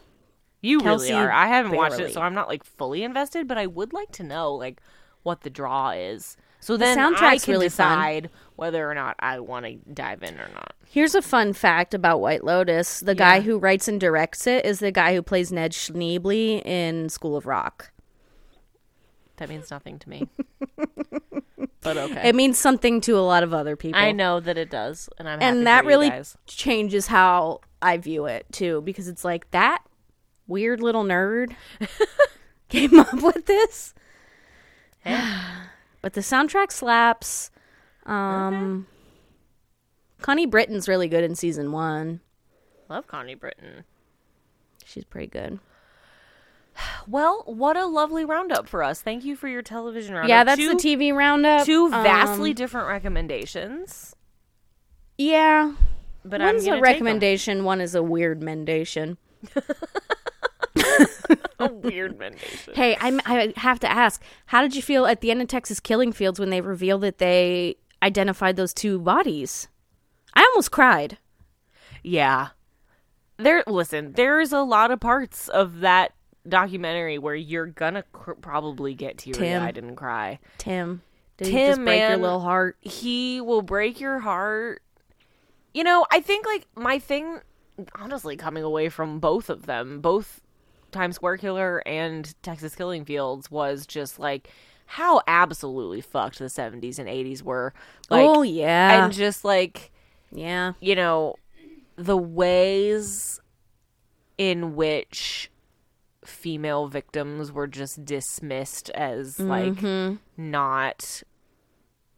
Speaker 1: You
Speaker 2: Kelsey,
Speaker 1: really are. I haven't watched it,
Speaker 2: barely.
Speaker 1: so I'm not like fully invested, but I would like to know like what the draw is. So then I
Speaker 2: soundtrack's
Speaker 1: can
Speaker 2: really fun.
Speaker 1: decide whether or not I want to dive in or not.
Speaker 2: Here's a fun fact about White Lotus. The guy who writes and directs it is the guy who plays Ned Schneebly in School of Rock.
Speaker 1: That means nothing to me. but okay.
Speaker 2: It means something to a lot of other people.
Speaker 1: I know that it does, and I'm happy
Speaker 2: and that
Speaker 1: for you
Speaker 2: really
Speaker 1: guys.
Speaker 2: changes how I view it too, because it's like that weird little nerd came up with this. but the soundtrack slaps. Um, Connie Britton's really good in season one.
Speaker 1: love Connie Britton.
Speaker 2: She's pretty good.
Speaker 1: Well, what a lovely roundup for us. Thank you for your television roundup.
Speaker 2: Yeah, that's
Speaker 1: two,
Speaker 2: the TV roundup.
Speaker 1: two
Speaker 2: Um,
Speaker 1: vastly different recommendations.
Speaker 2: yeah.
Speaker 1: But I'm
Speaker 2: One's
Speaker 1: gonna
Speaker 2: a
Speaker 1: take 'em.
Speaker 2: recommendation. One is a weird mendation.
Speaker 1: a weird mendation.
Speaker 2: Hey, I'm, I have to ask, how did you feel at the end of Texas Killing Fields when they revealed that they identified those two bodies? I almost cried.
Speaker 1: Yeah. There listen, there's a lot of parts of that documentary where you're gonna cr- probably get teary-eyed and cry.
Speaker 2: Tim, did
Speaker 1: Tim,
Speaker 2: you just break your
Speaker 1: man.
Speaker 2: little heart?
Speaker 1: He will break your heart. You know, I think like my thing honestly coming away from both of them, both Times Square Killer and Texas Killing Fields was just like how absolutely fucked the 70s and 80s were. Like
Speaker 2: oh yeah,
Speaker 1: and just like
Speaker 2: yeah.
Speaker 1: you know, the ways in which female victims were just dismissed as
Speaker 2: Mm-hmm.
Speaker 1: like not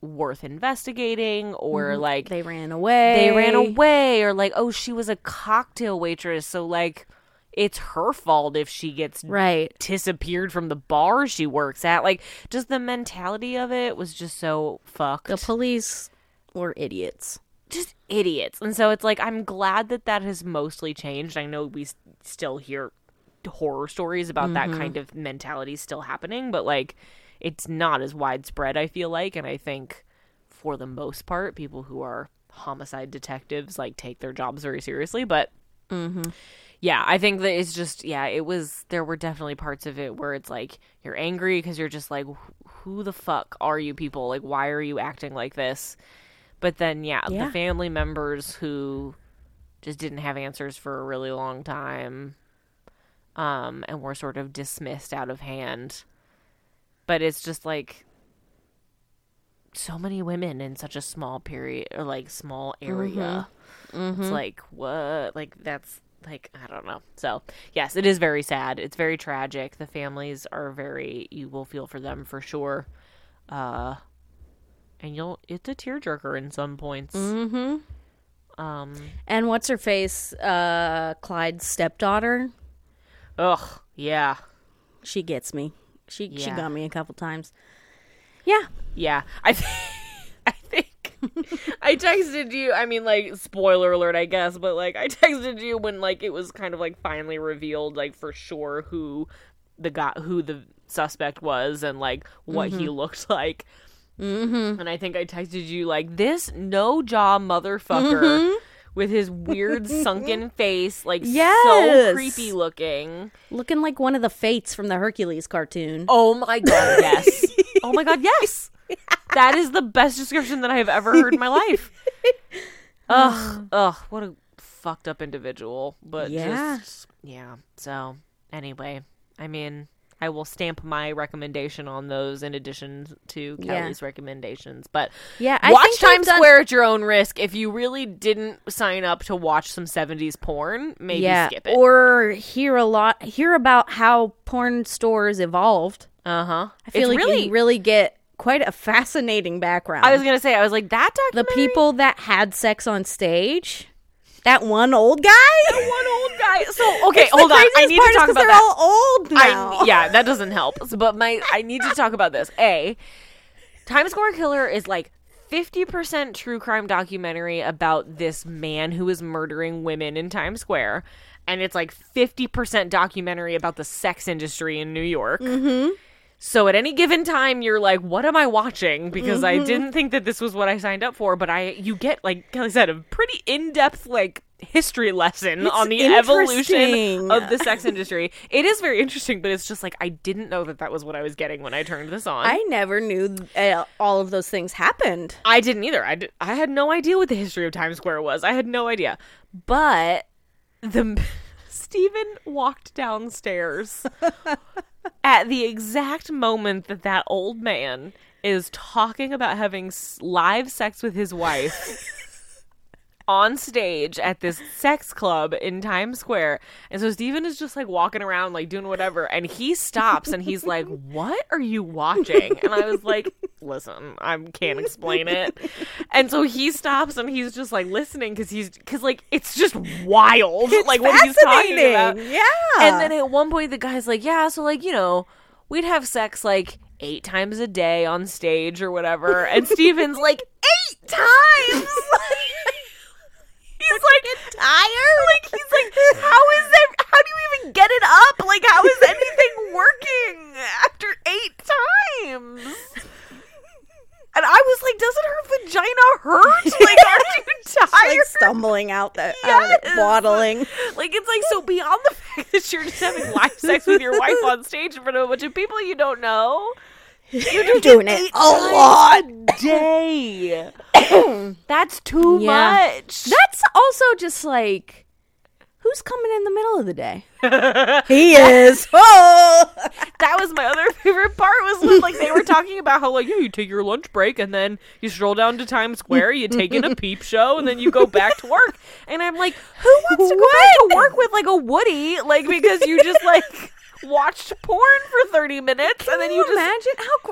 Speaker 1: worth investigating or like
Speaker 2: Mm-hmm. They ran away.
Speaker 1: they ran away or like oh she was a cocktail waitress so like it's her fault if she gets
Speaker 2: Right.
Speaker 1: disappeared from the bar she works at like just the mentality of it was just so fucked
Speaker 2: The police were idiots.
Speaker 1: just idiots. And so it's like I'm glad that that has mostly changed. I know we s- still hear horror stories about that kind of mentality still happening, but like it's not as widespread I feel like and I think for the most part people who are homicide detectives like take their jobs very seriously, but yeah, I think that it's just yeah, it was there were definitely parts of it where it's like you're angry because you're just like "Wh- who the fuck are you people? Like why are you acting like this? But then yeah,
Speaker 2: Yeah.
Speaker 1: the family members who just didn't have answers for a really long time um and were sort of dismissed out of hand. But it's just like so many women in such a small period or like small area. It's like what? Like that's like I don't know. So yes, it is very sad. It's very tragic. The families are very. You will feel for them for sure. Uh, and you'll. It's a tearjerker in some points.
Speaker 2: Mm-hmm.
Speaker 1: Um,
Speaker 2: And what's her face? Uh, Clyde's stepdaughter.
Speaker 1: ugh, yeah,
Speaker 2: She gets me. She she
Speaker 1: Yeah.
Speaker 2: got me a couple times. Yeah.
Speaker 1: yeah. I think I think I texted you. I mean, like spoiler alert, I guess, but like I texted you when like it was kind of like finally revealed, like for sure who the guy who the suspect was and like what he looked like. Mm-hmm. And I think I texted you like this no jaw motherfucker.
Speaker 2: Mm-hmm.
Speaker 1: With his weird sunken face, like so
Speaker 2: Yes.
Speaker 1: creepy looking.
Speaker 2: Looking like one of the fates from the Hercules cartoon.
Speaker 1: Oh my god, yes. oh my god, yes. That is the best description that I have ever heard in my life. Ugh, ugh, what a fucked up individual. But
Speaker 2: Yeah.
Speaker 1: just yeah. So anyway, I mean, I will stamp my recommendation on those in addition to
Speaker 2: Yeah.
Speaker 1: Kelly's recommendations. But
Speaker 2: Yeah, I
Speaker 1: watch
Speaker 2: think I've
Speaker 1: Times
Speaker 2: done-
Speaker 1: Square at your own risk. If you really didn't sign up to watch some seventies porn, maybe
Speaker 2: yeah.
Speaker 1: skip it.
Speaker 2: Or hear a lot hear about how porn stores evolved.
Speaker 1: Uh huh.
Speaker 2: I feel like you really get quite a fascinating background.
Speaker 1: I was gonna say, I was like that
Speaker 2: the
Speaker 1: documentary.
Speaker 2: people that had sex on stage. That one old guy.
Speaker 1: one old guy. So okay,
Speaker 2: It's the
Speaker 1: hold on. I
Speaker 2: craziest
Speaker 1: need
Speaker 2: part
Speaker 1: to
Speaker 2: is
Speaker 1: talk
Speaker 2: 'cause
Speaker 1: about
Speaker 2: they're
Speaker 1: that.
Speaker 2: all old now.
Speaker 1: I, yeah, that doesn't help. So- But my, I need to talk about this. A, Times Square Killer is like. 50% true crime documentary about this man who is murdering women in Times Square. And it's like 50% documentary about the sex industry in New York. So at any given time, you're like, what am I watching? Because I didn't think that this was what I signed up for. But I, you get, like Kelly said, a pretty in depth, like, history lesson on the evolution
Speaker 2: interesting.
Speaker 1: of the sex industry. It is very interesting, but it's just like I didn't know that that was what I was getting when I turned this on. I,
Speaker 2: I never knew uh, all of those things happened.
Speaker 1: didn't either. I, did, I had no idea what the history of Times Square was. I had no idea. But the Stephen walked downstairs at the exact moment that that old man is talking about having s- live sex with his wife on stage at this sex club in Times Square. And so Steven is just like walking around, like doing whatever. And he stops and he's like, What are you watching? And I was like, Listen, I can't explain it. And so he stops and he's just like listening because he's, because like it's just wild. like what he's talking about.
Speaker 2: Fascinating. Yeah.
Speaker 1: And then at one point, the guy's like, "Yeah, so like you know, we'd have sex like eight times a day on stage or whatever." And Steven's like, eight times." He's like tired. Like he's like, how is that? How do you even get it up? Like how is anything working after eight times? And I was like, doesn't her vagina hurt? Like, aren't you
Speaker 2: like
Speaker 1: tired?
Speaker 2: stumbling out the out of it,
Speaker 1: Yes.
Speaker 2: waddling.
Speaker 1: Like it's like so beyond the fact that you're just having live sex with your wife on stage in front of a bunch of people you don't know.
Speaker 2: You're doing it a lot.
Speaker 1: Day. That's too
Speaker 2: Yeah.
Speaker 1: much.
Speaker 2: That's also just like who's coming in the middle of the day? he is. Oh.
Speaker 1: That was my other favorite part was when like they were talking about how like yeah you take your lunch break and then you stroll down to Times Square you take in a peep show and then you go back to work and I'm like who wants to go back to work with like a Woody like because you just like watched porn for thirty minutes and then you just
Speaker 2: imagine how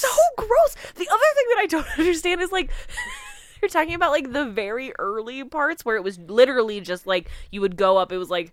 Speaker 1: so gross. The other thing that I don't understand is like you're talking about like the very early parts where it was literally just like you would go up. It was like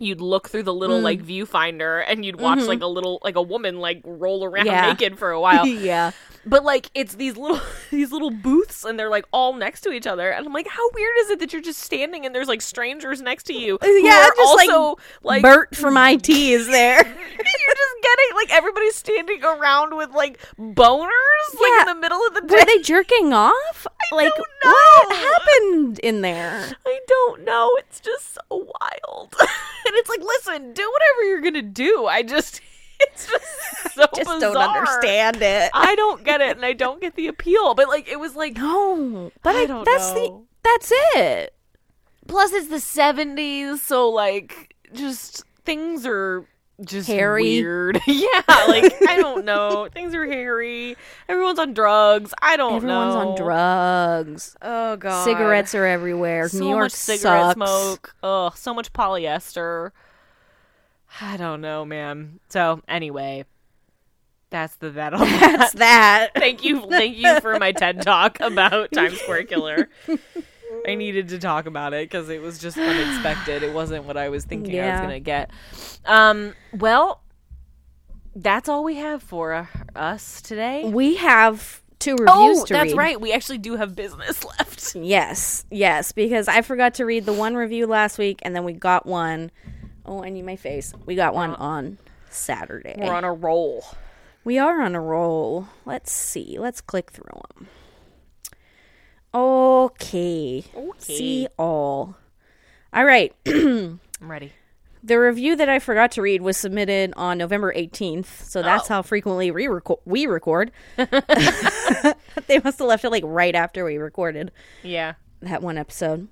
Speaker 1: you'd look through the little
Speaker 2: Mm.
Speaker 1: like viewfinder and you'd watch like a little like a woman like roll around
Speaker 2: Mm-hmm. Yeah.
Speaker 1: naked for a while.
Speaker 2: yeah.
Speaker 1: but like it's these little these little booths and they're like all next to each other and I'm like how weird is it that you're just standing and there's like strangers next to you who
Speaker 2: Uh, Yeah,
Speaker 1: are
Speaker 2: just, like,
Speaker 1: also like
Speaker 2: Bert from IT is
Speaker 1: you're
Speaker 2: there.
Speaker 1: just getting like everybody's standing around with like boners like in
Speaker 2: Yeah.
Speaker 1: the middle of the day.
Speaker 2: Were they jerking off? like
Speaker 1: don't
Speaker 2: what
Speaker 1: know.
Speaker 2: happened in there?
Speaker 1: I don't know. It's just so wild. and it's like, listen, do whatever you're gonna do. I just it's just so
Speaker 2: Just
Speaker 1: bizarre.
Speaker 2: don't understand it.
Speaker 1: I don't get it and I don't get the appeal. But like it was like
Speaker 2: No, but
Speaker 1: I
Speaker 2: I
Speaker 1: don't
Speaker 2: that's
Speaker 1: know.
Speaker 2: the that's it.
Speaker 1: plus it's the seventies, so like just things are just
Speaker 2: Hairy.
Speaker 1: weird. yeah, like I don't know. Things are hairy. Everyone's on drugs. I don't
Speaker 2: Everyone's
Speaker 1: know.
Speaker 2: on drugs.
Speaker 1: Oh god.
Speaker 2: Cigarettes are everywhere.
Speaker 1: so
Speaker 2: New York
Speaker 1: much cigarette
Speaker 2: sucks.
Speaker 1: smoke. Ugh, so much polyester. I don't know, man. So anyway, that's the that. on that.
Speaker 2: That's that.
Speaker 1: thank you, thank you for my TED talk about Times Square Killer. I needed to talk about it because it was just unexpected. It wasn't what I was thinking I was
Speaker 2: Yeah.
Speaker 1: going to get. Um, well, that's all we have for uh, us today.
Speaker 2: We have two reviews
Speaker 1: Oh,
Speaker 2: to
Speaker 1: that's
Speaker 2: read.
Speaker 1: right. We actually do have business left.
Speaker 2: Yes, yes, because I forgot to read the one review last week, and then we got one. Oh, I need my face. We got one on Saturday.
Speaker 1: We're on a roll.
Speaker 2: We are on a roll. Let's see. Let's click through them. Okay. See all. All right.
Speaker 1: I'm ready.
Speaker 2: The review that I forgot to read was submitted on November 18th,
Speaker 1: Oh.
Speaker 2: so that's how frequently we, reco- we record. they must have left it like right after we recorded
Speaker 1: Yeah.
Speaker 2: that one episode.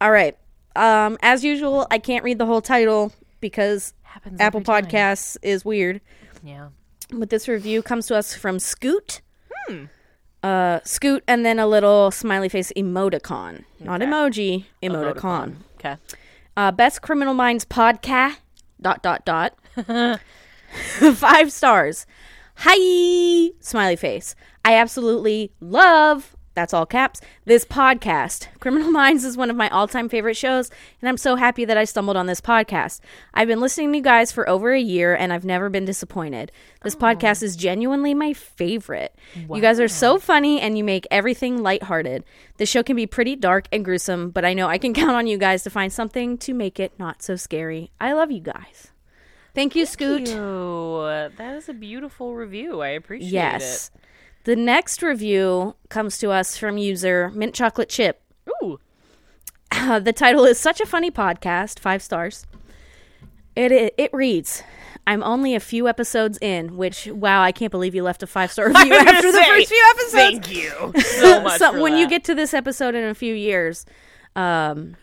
Speaker 2: All right. Um, as usual, I can't read the whole title because
Speaker 1: Happens
Speaker 2: Apple
Speaker 1: every time.
Speaker 2: Podcasts is weird.
Speaker 1: Yeah.
Speaker 2: But this review comes to us from Scoot.
Speaker 1: Hmm.
Speaker 2: Uh, Scoot, and then a little smiley face emoticon, not emoji, emoticon.
Speaker 1: Okay.
Speaker 2: Uh, Best Criminal Minds podcast. Dot dot dot. Five stars. Hi, smiley face. I absolutely love. That's all caps. This podcast, Criminal Minds, is one of my all time favorite shows, and I'm so happy that I stumbled on this podcast. I've been listening to you guys for over a year, and I've never been disappointed. This podcast is genuinely my favorite. You guys are so funny, and you make everything lighthearted. The show can be pretty dark and gruesome, but I know I can count on you guys to find something to make it not so scary. I love you guys. Thank you, Scoot.
Speaker 1: Ew, that is a beautiful review. I appreciate
Speaker 2: Yes. The next review comes to us from user Mint Chocolate Chip.
Speaker 1: it. Ooh.
Speaker 2: Uh, the title is Such a Funny Podcast, five stars. It, it, it reads, I'm only a few episodes in, which, wow, I can't believe you left a five star review
Speaker 1: was gonna
Speaker 2: after the
Speaker 1: say,
Speaker 2: first few episodes.
Speaker 1: Thank you so much.
Speaker 2: So
Speaker 1: for
Speaker 2: when you
Speaker 1: that.
Speaker 2: get to this episode in a few years, um,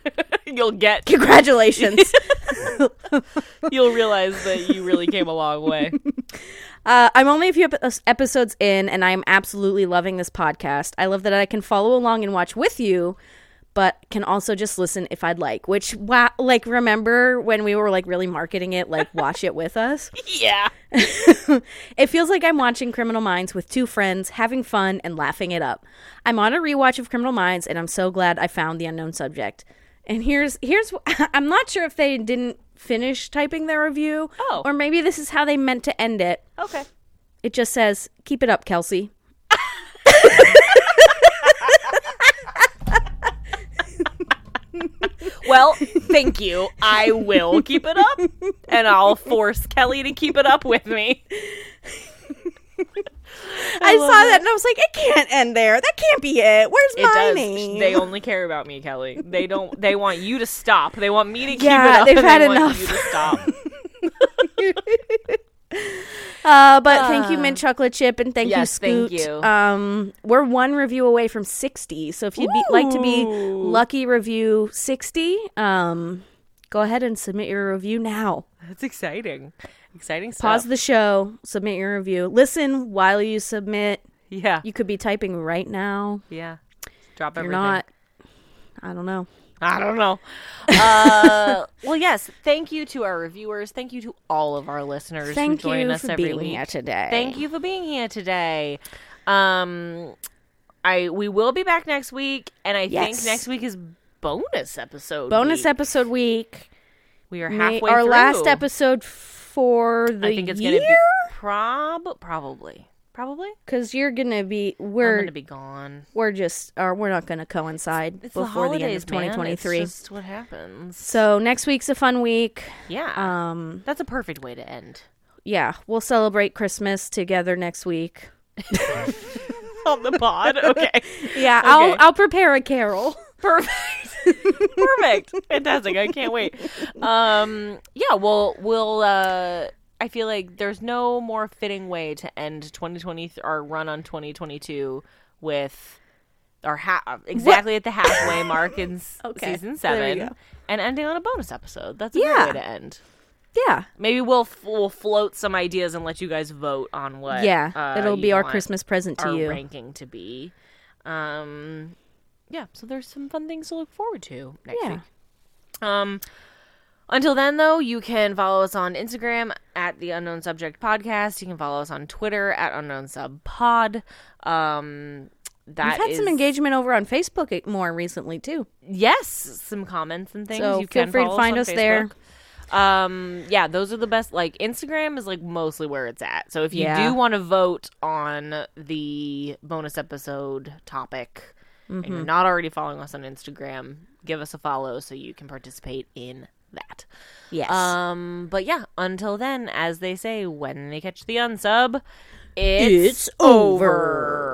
Speaker 1: you'll get,
Speaker 2: congratulations.
Speaker 1: you'll realize that you really came a long way.
Speaker 2: Uh, I'm only a few ep- episodes in, and I'm absolutely loving this podcast. I love that I can follow along and watch with you, but can also just listen if I'd like. Which, wow, like, remember when we were like really marketing it, like, watch it with us?
Speaker 1: yeah.
Speaker 2: It feels like I'm watching Criminal Minds with two friends, having fun and laughing it up. I'm on a rewatch of Criminal Minds, and I'm so glad I found the unknown subject. And here's here's I'm not sure if they didn't finish typing their review,
Speaker 1: Oh.
Speaker 2: or maybe this is how they meant to end it.
Speaker 1: Okay.
Speaker 2: It just says, "Keep it up, Kelsey."
Speaker 1: Well, thank you. I will keep it up, and I'll force Kelly to keep it up with me.
Speaker 2: I, saw that. and I was like, "It can't end there. That can't be it. Where's
Speaker 1: It
Speaker 2: my
Speaker 1: does.
Speaker 2: name?"
Speaker 1: They only care about me, Kelly. They don't. They want you to stop. They want me to keep
Speaker 2: Yeah,
Speaker 1: it up.
Speaker 2: they've
Speaker 1: and
Speaker 2: had
Speaker 1: they want
Speaker 2: enough.
Speaker 1: you to stop.
Speaker 2: uh, but thank you, Mint Chocolate Chip, and thank you,
Speaker 1: Ah. yes, thank
Speaker 2: Scoot.
Speaker 1: you.
Speaker 2: Um, we're one review away from sixty. So if you'd be, like to be
Speaker 1: Ooh.
Speaker 2: lucky, review sixty. Um, go ahead and submit your review now.
Speaker 1: That's exciting. Exciting stuff.
Speaker 2: Pause the show. Submit your review. Listen while you submit.
Speaker 1: Yeah.
Speaker 2: You could be typing right now.
Speaker 1: Yeah. Drop
Speaker 2: You're
Speaker 1: everything.
Speaker 2: not. I don't know.
Speaker 1: I don't know. Uh, well, yes. Thank you to our reviewers. Thank you to all of our listeners
Speaker 2: Thank
Speaker 1: who join
Speaker 2: you
Speaker 1: us
Speaker 2: for
Speaker 1: every
Speaker 2: being
Speaker 1: week.
Speaker 2: here today.
Speaker 1: Thank you for being here today. Um, I we will be back next week, and I
Speaker 2: Yes.
Speaker 1: think next week is bonus episode.
Speaker 2: Bonus
Speaker 1: week.
Speaker 2: episode week.
Speaker 1: We are
Speaker 2: May-
Speaker 1: halfway.
Speaker 2: our
Speaker 1: through.
Speaker 2: last episode for the
Speaker 1: I think it's
Speaker 2: year
Speaker 1: gonna be prob probably probably.
Speaker 2: because you're gonna be
Speaker 1: I'm
Speaker 2: we're
Speaker 1: gonna be gone.
Speaker 2: we're just or we're not gonna coincide
Speaker 1: It's
Speaker 2: before
Speaker 1: the holidays,
Speaker 2: end of
Speaker 1: man. It's
Speaker 2: 2023.
Speaker 1: just what happens.
Speaker 2: So next week's a fun week.
Speaker 1: Yeah,
Speaker 2: Um,
Speaker 1: that's a perfect way to end.
Speaker 2: yeah, we'll celebrate Christmas together next week.
Speaker 1: On the pod, okay,
Speaker 2: Yeah, I'll I'll prepare a carol.
Speaker 1: perfect, perfect, fantastic. I can't wait. Um, yeah, well, we'll. Uh, I feel like there's no more fitting way to end 2020 our run on 2022 with our ha- uh, exactly at the halfway mark in s-
Speaker 2: Okay,
Speaker 1: season
Speaker 2: there you
Speaker 1: seven,
Speaker 2: go.
Speaker 1: and ending on a bonus episode. That's a
Speaker 2: Yeah.
Speaker 1: good way to end.
Speaker 2: Yeah,
Speaker 1: Maybe we'll f- we'll float some ideas and let you guys vote on what.
Speaker 2: yeah,
Speaker 1: uh,
Speaker 2: it'll
Speaker 1: you
Speaker 2: be our
Speaker 1: want
Speaker 2: Christmas present to
Speaker 1: our
Speaker 2: you.
Speaker 1: ranking to be. Um, yeah, so there's some fun things to look forward to next
Speaker 2: Yeah.
Speaker 1: week. Um, until then, though, you can follow us on Instagram at the Unknown Subject Podcast. You can follow us on Twitter at Unknown Sub Pod. Um,
Speaker 2: We've
Speaker 1: that
Speaker 2: had
Speaker 1: is-
Speaker 2: some engagement over on Facebook eh, more recently too.
Speaker 1: yes, some comments and things.
Speaker 2: So
Speaker 1: you
Speaker 2: feel
Speaker 1: can
Speaker 2: free to
Speaker 1: follow
Speaker 2: find
Speaker 1: on
Speaker 2: us there.
Speaker 1: Facebook. Um, yeah, those are the best. Like Instagram is like mostly where it's at. So if you
Speaker 2: Yeah.
Speaker 1: do want to vote on the bonus episode topic, and
Speaker 2: Mm-hmm.
Speaker 1: you're not already following us on Instagram, give us a follow so you can participate in that.
Speaker 2: Yes.
Speaker 1: Um, but yeah, until then, as they say, when they catch the unsub, it's,
Speaker 2: It's over.